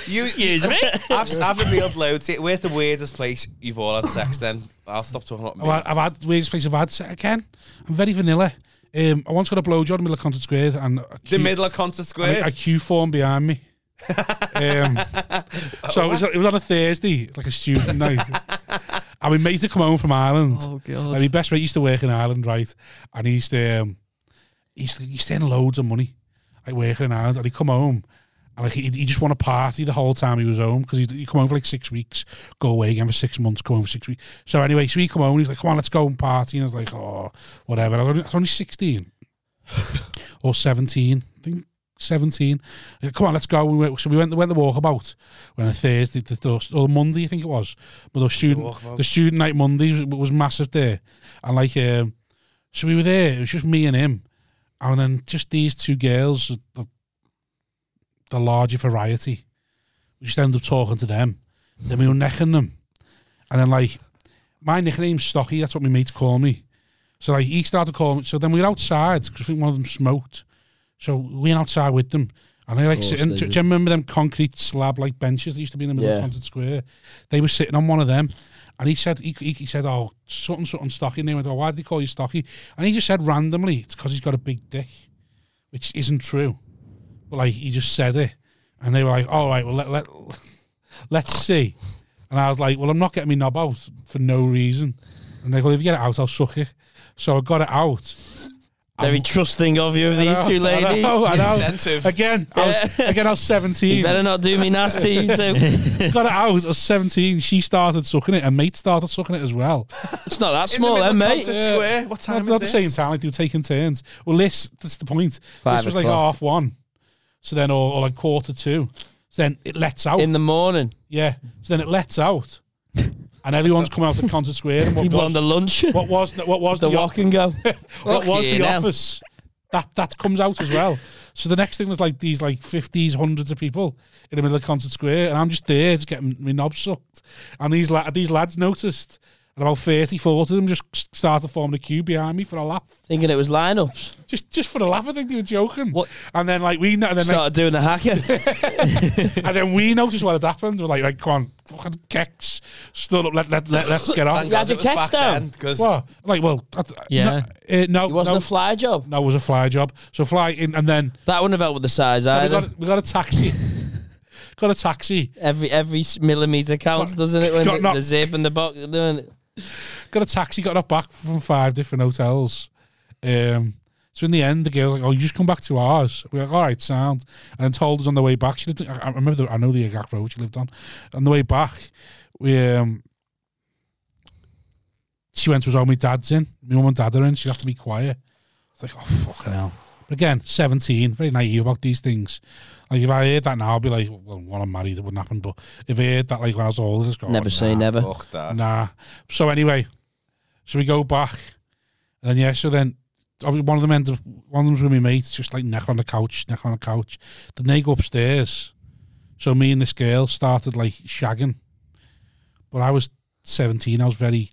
S4: You,
S5: Excuse me.
S4: I've, I've revealed loads. here. Where's the weirdest place you've all had sex? Then I'll stop talking about me.
S2: I've had, Oh, I've had weirdest place I've had sex again. I'm very vanilla. Um, I once got a blowjob in the middle of Concert Square and a
S4: the
S2: queue-
S4: middle eh? of Concert
S2: and a,
S4: Square.
S2: a queue formed behind me. um, so it was, it was on a Thursday, like a student night. and we made to come home from Ireland.
S5: Oh
S2: Like,
S5: god.
S2: my best mate used to work in Ireland, right? And he used to, um, he used to, he used to earn loads of money, like working in Ireland. And he'd come home and like, he, he just want to party the whole time he was home because he'd, he'd come home for like six weeks, go away again for six months, come home for six weeks. So anyway, so he come home and he was like, come on, let's go and party. And I was like, oh, whatever. I was only, I was only 16 or 17, I think. 17. He said, Come on, let's go. We went, so we went, went the walkabout when a Thursday, the, the, or Monday, I think it was. But the student,
S4: walkabout.
S2: the student night Monday was, was massive there. And like, um, so we were there, it was just me and him. And then just these two girls, the, the larger variety. We just ended up talking to them. Then we were necking them. And then like, my nickname's Stocky, that's what my mates call me. So like, he started calling me, so then we were outside, because I think one of them smoked. So we went outside with them. And they like
S3: course
S2: sitting,
S3: they
S2: do,
S3: did.
S2: do you remember them concrete slab like benches that used to be in the middle
S3: Yeah.
S2: of Concert Square? They were sitting on one of them. And he said, he, he, he said, oh, something, something stocky. And they went, oh, why did they call you stocky? And he just said randomly, it's because he's got a big dick, which isn't true. But like, he just said it. And they were like, all right, well, let, let, let's see. And I was like, well, I'm not getting my knob out for no reason. And they go, if you get it out, I'll suck it. So I got it out.
S3: Very trusting of you, these
S2: I know,
S3: two
S2: I
S3: ladies.
S2: know, I know.
S4: Incentive.
S2: Again, I was, again, I was 17.
S3: You better not do me nasty, you two.
S2: got it out. I was 17. She started sucking it. and mate started sucking it as well.
S3: It's not that
S4: In the
S3: small, then,
S4: middle of
S3: mate.
S4: Concert
S2: Yeah.
S4: Square. What time
S2: Not,
S4: is
S2: not the
S4: this?
S2: same time. Like, they were taking turns. Well, this, that's the point.
S3: Five
S2: this was like
S3: o'clock.
S2: half one. So then, or, or like quarter two. So then it lets out.
S3: In the morning.
S2: yeah. So then it lets out. And everyone's coming out to Concert Square. And what
S3: People
S2: was,
S3: on the lunch.
S2: what was, the- what was
S3: The
S2: the,
S3: walk and go.
S2: what was
S3: Fucking
S2: the
S3: hell.
S2: office that that comes out as well so the next thing was like these like 50s hundreds of people in the middle of concert square and i'm just there just getting my knob sucked and these la- these lads noticed and about 30 40 of them just s- started forming a queue behind me for a laugh
S3: Thinking it was lineups.
S2: just just for a laugh i think they were joking
S5: What-
S2: and then like we kn- and then, like,
S3: Started doing the hacker.
S2: and then we noticed what had happened we're like like come on fucking keks stood up let, let, let, let's get off
S4: Thank
S3: You had
S4: God
S3: to
S4: it was
S3: catch
S4: back
S3: them.
S4: then, 'cause
S2: what like well that's-
S5: Yeah.
S2: no, uh, no
S3: It wasn't
S2: no,
S3: a fly job.
S2: no, it was a fly job so fly in and then
S3: That wouldn't have helped with the size
S2: we
S3: either.
S2: got, we got a taxi. got a taxi.
S3: Every every millimeter counts,
S2: Got-
S3: doesn't it? When
S2: got
S3: the,
S2: knocked.
S3: the zip and the box, doing it.
S2: Got a taxi. Got up back from five different hotels. Um, so in the end, the girl was like, "Oh, you just come back to ours." We were like, "All right, sound." And told us on the way back. She lived. I I remember. The, I know the exact road she lived on. On the way back, we. Um, she went to us. Oh, my dad's in. My mum and dad are in. She would have to be quiet. It's like, oh fucking hell. But again, seventeen, very naive about these things. Like if I heard that now, I'd be like, well, when I'm married, it wouldn't happen. But if I heard that, like "Oh, when I was older, it's
S3: never say never.
S4: Fuck that.
S2: Nah. So anyway, so we go back, and then yeah. So then, obviously one of them ends up, one of them's with my mate, just like neck on the couch, neck on the couch. Then they go upstairs. So me and this girl started like shagging, but I was seventeen. I was very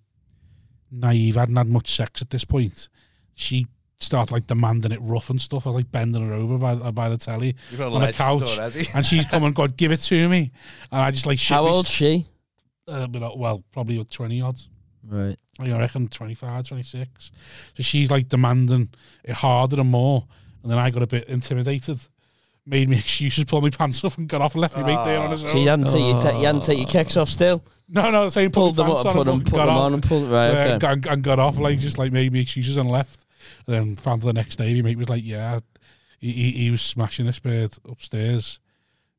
S2: naive. I hadn't had much sex at this point. She started like demanding it rough and stuff. I was like bending her over by by the telly
S4: You've got a
S2: on the
S4: legend
S2: couch,
S4: already.
S2: and she's coming, God, give it to me, and I just like shit.
S3: How
S2: my-
S3: old she?
S2: Uh, well, probably twenty odds.
S3: Right.
S2: I reckon 25, 26. So she's like demanding it harder and more. And then I got a bit intimidated, made me excuses, pulled my pants off and got off and left me mate there on his
S3: So you
S2: own.
S3: hadn't, take your te- you hadn't take your kicks off still?
S2: No, no, saying pulled,
S3: Pulled them
S2: my
S3: up,
S2: pants
S3: and
S2: on
S3: put them,
S2: and
S3: put
S2: fucking got
S3: them
S2: off.
S3: on and pulled right.
S2: Yeah,
S3: Okay.
S2: and, got- and, got off, like, just like made me excuses and left. And then found the next day, my mate was like, yeah, he, he, he was smashing this bird upstairs.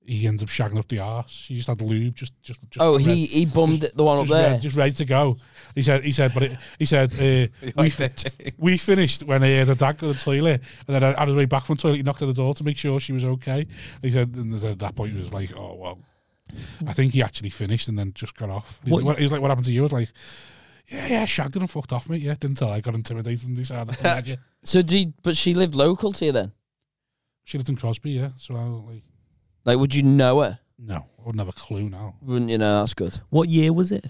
S2: He ended up shagging up the arse. He just had lube, just, just, just
S3: Oh,
S2: ready-
S3: he he bummed it- the one up
S2: just, ready,
S3: there.
S2: just ready to go. He said, he said, but it, he said, uh, we,
S4: Like that, Jay.
S2: we finished when I heard a dad go to the toilet, and then on his way back from the toilet, he knocked at the door to make sure she was okay. And he said, and at that point, he was like, "Oh well, I think he actually finished and then just got off." He's
S5: What-
S2: like, what, he was like, "What happened to you?" I was like, "Yeah, yeah, shagged her and fucked off, mate. Yeah, didn't tell. her. I got intimidated and decided to mad you."
S3: So do you, but she lived local to you then?
S2: She lived in Crosby, yeah. So I was like,
S3: Like, would you know her?
S2: "No, I wouldn't have a clue now."
S3: Wouldn't you know? That's good.
S5: What year was it?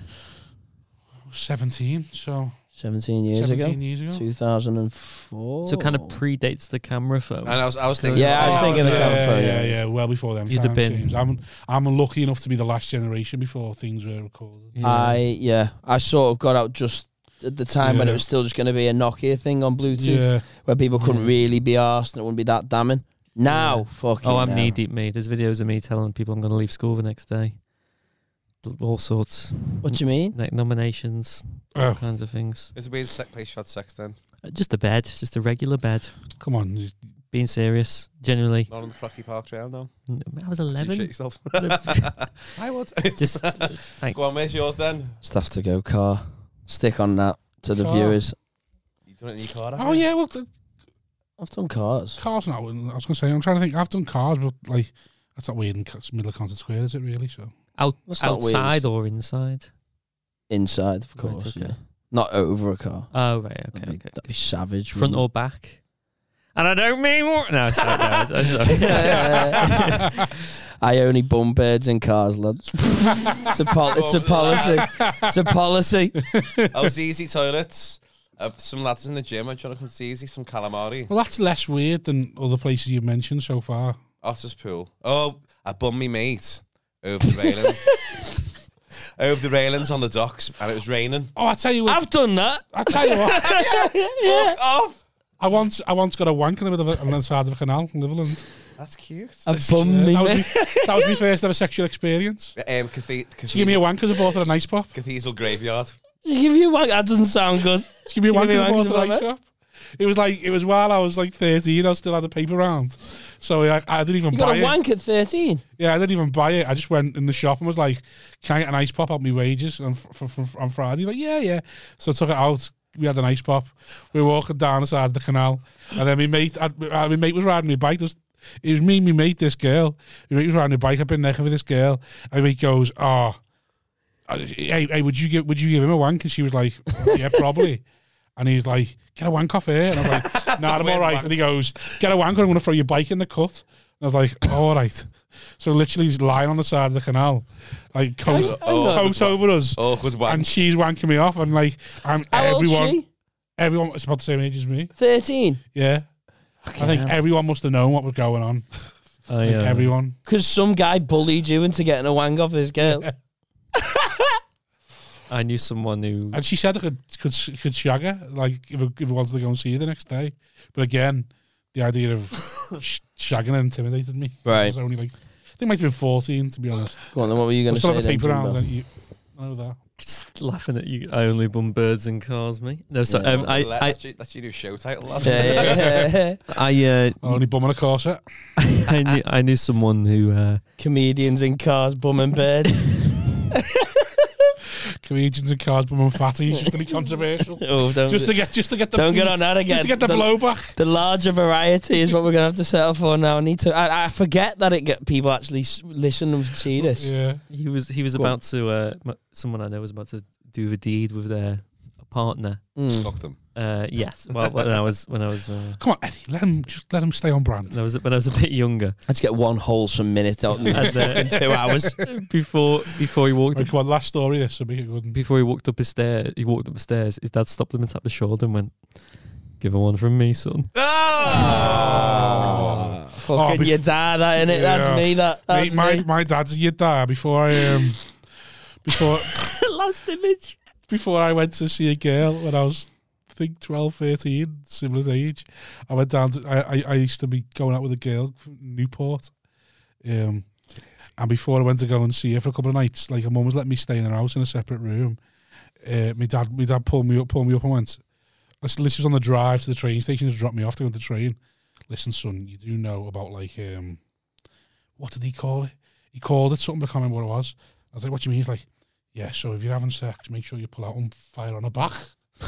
S2: I was seventeen, so
S3: 17 years
S2: 17
S3: ago.
S2: years ago.
S3: 2004.
S5: So it
S4: Oh.
S5: kind of predates the camera phone.
S4: And I was, I was thinking,
S3: Yeah, I was
S2: Oh,
S3: thinking of
S2: yeah,
S3: that
S2: yeah,
S3: phone,
S2: yeah,
S3: yeah.
S2: yeah, well before them.
S5: You'd
S2: time,
S5: have been-
S2: James. I'm, I'm lucky enough to be the last generation before things were recorded.
S5: Yeah.
S3: I yeah, Ah, I sort of got out just at the time when it
S2: Yeah.
S3: was still just going to be a Nokia thing on Bluetooth,
S2: Yeah,
S3: where people couldn't
S2: Yeah.
S3: really be asked and it wouldn't be that damning. Now, fucking.
S5: oh, I'm
S3: hell.
S5: knee deep, mate. There's videos of me telling people I'm going to leave school the next day. All sorts,
S3: What do you mean?
S5: like nominations, all
S2: oh,
S5: kinds of things.
S4: Is it weird sex place you had sex then?
S5: Uh, Just a bed, just a regular bed.
S2: come on.
S5: Being serious, generally.
S4: Not on the Crocky Park Trail, no?
S5: N- I was
S4: Did You shit
S5: 11.
S4: yourself?
S5: I
S4: would.
S5: Just
S4: Go on, where's yours then?
S3: Stuff to go car. Stick on that to the
S2: Car.
S3: viewers.
S4: You done it in your car, haven't
S2: Oh
S4: you?
S2: yeah, well, the
S3: I've done cars.
S2: cars now. I was gonna say, I'm trying to think. I've done cars, but like that's not weird in Co- middle of Concert Square, is it really? So
S5: out,
S3: That's not weird.
S5: outside or inside.
S3: Inside, of
S5: Right,
S3: course.
S5: okay.
S3: yeah. Not over a car.
S5: Oh, right. Okay.
S3: that'd, be,
S5: okay.
S3: that'd be savage.
S5: Front
S3: wouldn't
S5: or back. And I don't mean what. No, sorry. No, sorry.
S3: it? I only bum birds in cars, lads. it's, a pol- it's a policy. It's a policy.
S4: Oh, ZZ Toilets. Uh, some lads in the gym are trying to come to ZZ from Calamari.
S2: well, that's less weird than other places you've mentioned so far.
S4: Otter's Pool. Oh, I bummed me mate over the railings. over the railings on the docks, and it was raining.
S2: Oh, I tell you what.
S5: I've done that.
S2: i tell you what.
S4: Fuck off!
S2: I once, I once got a wank in the middle of a, on the side of a canal in Liverland.
S4: That's cute.
S3: A
S4: That's cute.
S3: bum me.
S2: That was,
S3: mate.
S2: my, that was my first ever sexual experience.
S4: Um, cathe- cathe-
S2: She gave me a wank because I bought her a nice pop.
S4: Cathedral Graveyard.
S3: You give you one. That doesn't sound good.
S2: She gave me a
S3: Give
S2: wank
S3: me
S2: because I
S3: a wank
S2: bought
S3: as
S2: her
S3: well,
S2: a nice
S3: mate.
S2: pop. It was like it was while I was like 13. I still had a paper round, so I, I didn't even
S3: You
S2: buy
S3: got a
S2: it.
S3: wank at 13.
S2: Yeah, I didn't even buy it. I just went in the shop and was like, "Can I get an ice pop out my wages on f- f- f- on Friday?" Like, yeah, yeah. So I took it out. We had an ice pop. We were walking down the side of the canal, and then my mate, I, I- my mate was riding my bike. There was- it was me, and my mate, this girl. My mate was riding a bike. I've been necking for this girl, and my mate goes, "Oh, I- hey, hey, would you give would you give him a wank?" And she was like, "Yeah, probably." And he's like, "Get a wank off here," and I'm like, "Nah, I'm
S4: weird
S2: all right."
S4: wank.
S2: And he goes, "Get a wank, or I'm gonna throw your bike in the cut." And I was like, oh, "All right." So literally, he's lying on the side of the canal, like coat,
S4: Oh,
S2: coat over us,
S4: Awkward
S2: and
S4: wank.
S2: she's wanking me off, and like I'm
S3: How
S2: everyone,
S3: old's she?
S2: everyone was about the same age as me.
S3: 13.
S2: Yeah, I think everyone must have known what was going on.
S5: Oh,
S2: Like,
S3: uh,
S5: yeah.
S2: Everyone.
S3: Because some guy bullied you into getting a wang off his girl.
S5: I knew someone who.
S2: And she said I could could could shag her, like if I, if I wanted to go and see her the next day. But again, the idea of sh- shagging her intimidated me. I
S3: Right.
S2: was only like, I think I might have been fourteen to be honest.
S3: Go on, then what were you
S2: I
S3: going to
S2: still
S3: say?
S2: have the
S3: Then,
S2: paper round.
S3: Jimbo?
S2: Then you I know that.
S5: Just laughing at you. I only bum birds and cars, mate. No, so
S3: Yeah.
S5: um, I, I,
S4: that's, your, that's your new show title. lad.
S3: Yeah, yeah, yeah.
S5: I, uh,
S2: I only bum on a corset.
S5: I, knew, I knew someone who. Uh,
S3: Comedians in cars, bumming birds.
S2: Comedians and cars bum on fatties just to be controversial.
S3: oh, don't
S2: just to get just to get the
S3: don't get on that again.
S2: just to get the, blowback.
S3: the larger variety is what we're going to have to settle for now. I need to. I, I forget that it get people actually s- listen and see this.
S2: Yeah.
S5: He was he was
S3: Go on.
S5: about to uh, m- someone I know was about to do the deed with their partner.
S3: Mm.
S4: Fuck them.
S5: Uh, yes, well when I was when I was uh,
S2: Come on, Eddie. Let him just let him stay on brand.
S5: when I was when I was a bit younger.
S3: Let's get one wholesome minute out in
S5: And, uh,
S3: fucking two hours.
S5: before before he walked
S2: Right, come on, last story. This so make it good.
S5: before he walked up his stairs, he walked up the stairs. His dad stopped him and tapped the shoulder and went, "Give her one from me, son."
S4: Ah!
S3: Ah, fucking
S2: bef-
S3: your dad, that innit?
S2: Yeah.
S3: That's me. That
S2: Mate,
S3: that's
S2: my
S3: me.
S2: my dad's your dad before I um before
S5: Last image.
S2: before I went to see a girl when I was, I think, 12, 13, similar age. I went down to, I, I, I used to be going out with a girl from Newport. Um, and before I went to go and see her for a couple of nights, like her mum was letting me stay in her house in a separate room. Uh, my dad, my dad pulled me up, pulled me up and went, listen, this was on the drive to the train station to drop me off to go on the train. Listen, son, you do know about like, um, what did he call it? He called it something, I can't remember what it was. I was like, what do you mean? He's like, yeah, so if you're having sex, make sure you pull out and fire on her back.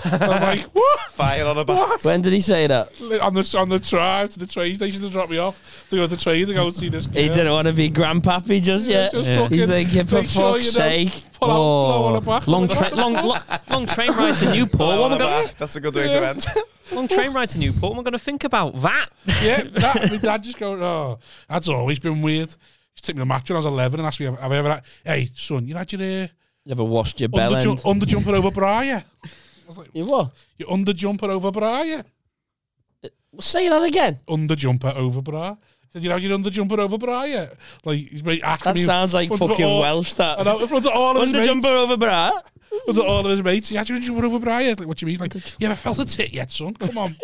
S2: I'm like, what?
S4: Fire on a back.
S2: What?
S3: When did he say that?
S2: on the on the drive to the train station to drop me off to go to the train to go and see this girl.
S3: He didn't want to be grandpappy just yet.
S2: Just
S5: Yeah.
S2: fucking
S3: He's thinking, for
S2: make sure
S3: fuck's
S2: you don't
S3: sake.
S2: Pull out, blow on her back.
S5: Oh, long train, long, long, long train ride to Newport.
S4: Fire
S5: What
S4: on a
S5: am I gonna,
S4: back. That's a good way to end.
S5: long train ride to Newport. What am I going to think about that?
S2: yeah, that, my dad just going, oh, that's always been weird. He took me to the match when I was 11 and asked me, have, have I ever, had, hey, son, you had your uh,
S3: You ever washed your bell
S2: under,
S3: end?
S2: ju- under jumper over bra, yeah? I was like,
S3: You what?
S2: you under jumper over bra, yeah?
S3: Say that again.
S2: Under jumper over bra. Did you have your under jumper over bra, yeah? Like, he's made
S3: That
S2: acme.
S3: sounds like
S2: Well, but
S3: fucking
S2: all-
S3: Welsh.
S2: I
S3: oh, That
S2: know, in front of all of his
S3: under
S2: mates.
S3: jumper over bra.
S2: in front of all of his mates. He had your under jumper over bra, yeah? It's Like, what do you mean? Like, you ever felt a tit yet, son? Come on.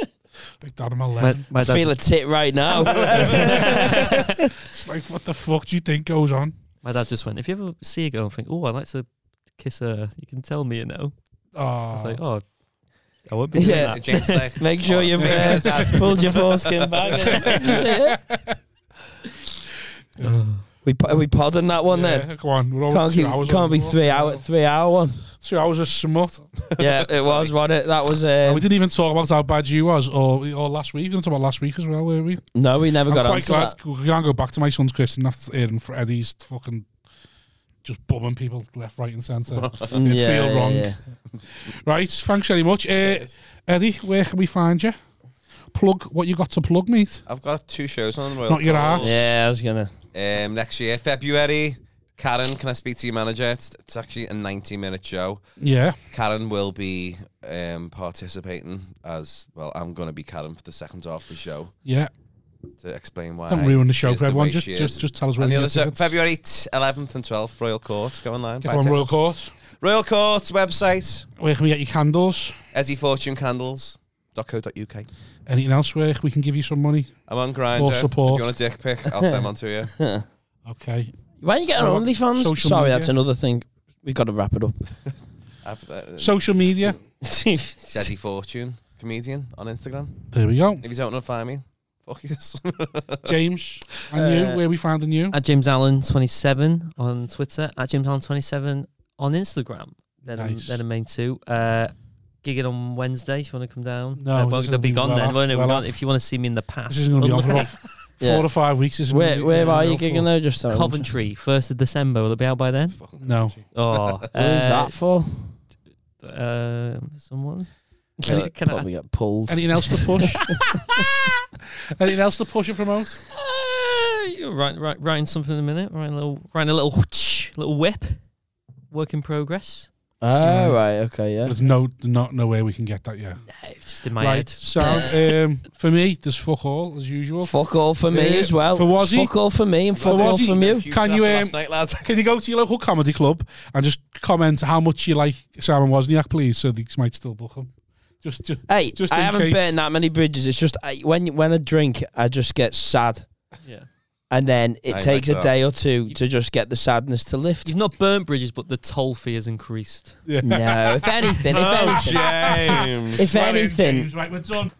S2: like, dad, I'm 11.
S5: My, my dad,
S3: Feel a tit right now.
S2: It's like, what the fuck do you think goes on?
S5: my dad just went, if you ever see a girl and think, oh, I'd like to kiss her, you can tell me, you know. I was
S2: Oh,
S5: like, oh, I won't be doing
S3: Yeah.
S5: that.
S4: James Oh, like,
S3: Make sure you've uh, pulled your foreskin back. we po- are we podding that one then.
S2: yeah, Come on. We're
S3: "Oh, Can't
S2: always two hours
S3: keep, can't
S2: on.
S3: be Um, three hour three hour one.
S2: Two hours of smut.
S3: Yeah, it was what it that was.
S2: And
S3: Uh,
S2: we didn't even talk about how bad you was, or or last week. We didn't talk about last week as well, were we?
S3: no, we never
S2: I'm
S3: got on
S2: quite
S3: to
S2: glad
S3: that.
S2: we can't go back to my son's christening after hearing Freddie's fucking just bumming people left, right, and centre.
S3: Mm,
S2: It feel wrong. right, thanks very much, uh, Eddie. Where can we find you? Plug what you got to plug, mate.
S4: I've got two shows on. Royal
S2: Not your
S4: Coles.
S2: arse.
S3: Yeah, I was gonna.
S4: Um, next year, February. Karen, can I speak to your manager? It's, it's actually a 90 minute show.
S2: Yeah,
S4: Karen will be um, participating as well. I'm going to be Karen for the second half of the show
S2: yeah.
S4: to explain why.
S2: Don't ruin the
S4: she
S2: show
S4: is
S2: for everyone.
S4: way
S2: Just,
S4: she is.
S2: just, just tell us where
S4: and the
S2: you
S4: other
S2: get
S4: show,
S2: tickets.
S4: February t- 11th and 12th, Royal Court. Go online.
S2: Get
S4: buy
S2: on Royal
S4: tickets.
S2: Court.
S4: Royal Court's website,
S2: Where can we get your candles?
S4: eddiefortunecandles.co.uk.
S2: Anything else where we can give you some money?
S4: I'm on Grindr.
S2: More support.
S4: If you want a dick pic, I'll send them on to you.
S2: Okay.
S3: Why are you getting
S2: Or
S3: on OnlyFans?
S2: social
S3: Sorry,
S2: media.
S3: that's another thing. We've got to wrap it up.
S4: I've, uh,
S2: Social media.
S4: it's Eddie Fortune, comedian on Instagram.
S2: There we go.
S4: If you don't want to find me, fuck yourself.
S2: James, and
S5: Uh,
S2: you, where we finding you?
S5: At James Allen 27 on Twitter, at James Allen 27 on Instagram. They're,
S2: Nice.
S5: the, they're the main two. Uh, gigging on Wednesday if you want to come down.
S2: No,
S5: Uh,
S2: this
S5: well,
S2: is
S5: they'll be
S2: gonna
S5: gone
S2: be well
S5: then.
S2: off,
S5: won't it? We
S2: well
S5: can't-
S2: off.
S5: if you want to see me in the past,
S2: This is going to be on for
S5: unlucky.
S2: about four or five weeks. Isn't
S3: Where
S2: it?
S3: where
S2: Yeah,
S3: are
S2: no,
S3: you gigging
S2: four-
S3: though? Just so I know.
S5: Coventry, 1st of December. Will it be out by then?
S2: No.
S5: Oh,
S3: Who's Uh, that for?
S5: that? Uh, someone? Can,
S3: Uh,
S5: I- can I-
S3: probably get pulled.
S2: Anything else to push? Anything else to push or promote?
S5: Uh, you're writing, write, writing something in a minute. Writing a little, writing a little, whoosh, little whip. Work in progress.
S3: Oh right, okay, yeah.
S2: There's no, not no way we can get that yet.
S5: No, it's just in my
S2: right,
S5: head.
S2: so um, for me, there's fuck all as usual.
S3: Fuck all for me
S2: Uh,
S3: as well.
S2: for Wazzy?
S3: Fuck all for me and
S2: For
S3: fuck all
S2: Wazzy?
S3: from you.
S2: Can you, um,
S4: Last night, lads.
S2: Can you go to your local comedy club and just comment how much you like Simon Wozniak, please, so they might still book him? Just, just
S3: Hey,
S2: Just
S3: I
S2: in
S3: haven't
S2: case.
S3: burned that many bridges. It's just I, when when I drink, I just get sad,
S5: yeah.
S3: and then
S4: I
S3: it
S4: like
S3: takes a
S4: that.
S3: day or two to just get the sadness to lift.
S5: You've not burnt bridges, but the toll fee has increased.
S2: yeah.
S3: no, if anything, if anything,
S4: Oh,
S3: Mm.
S4: James.
S3: if
S2: Well in,
S3: anything,
S2: James, right, we're done.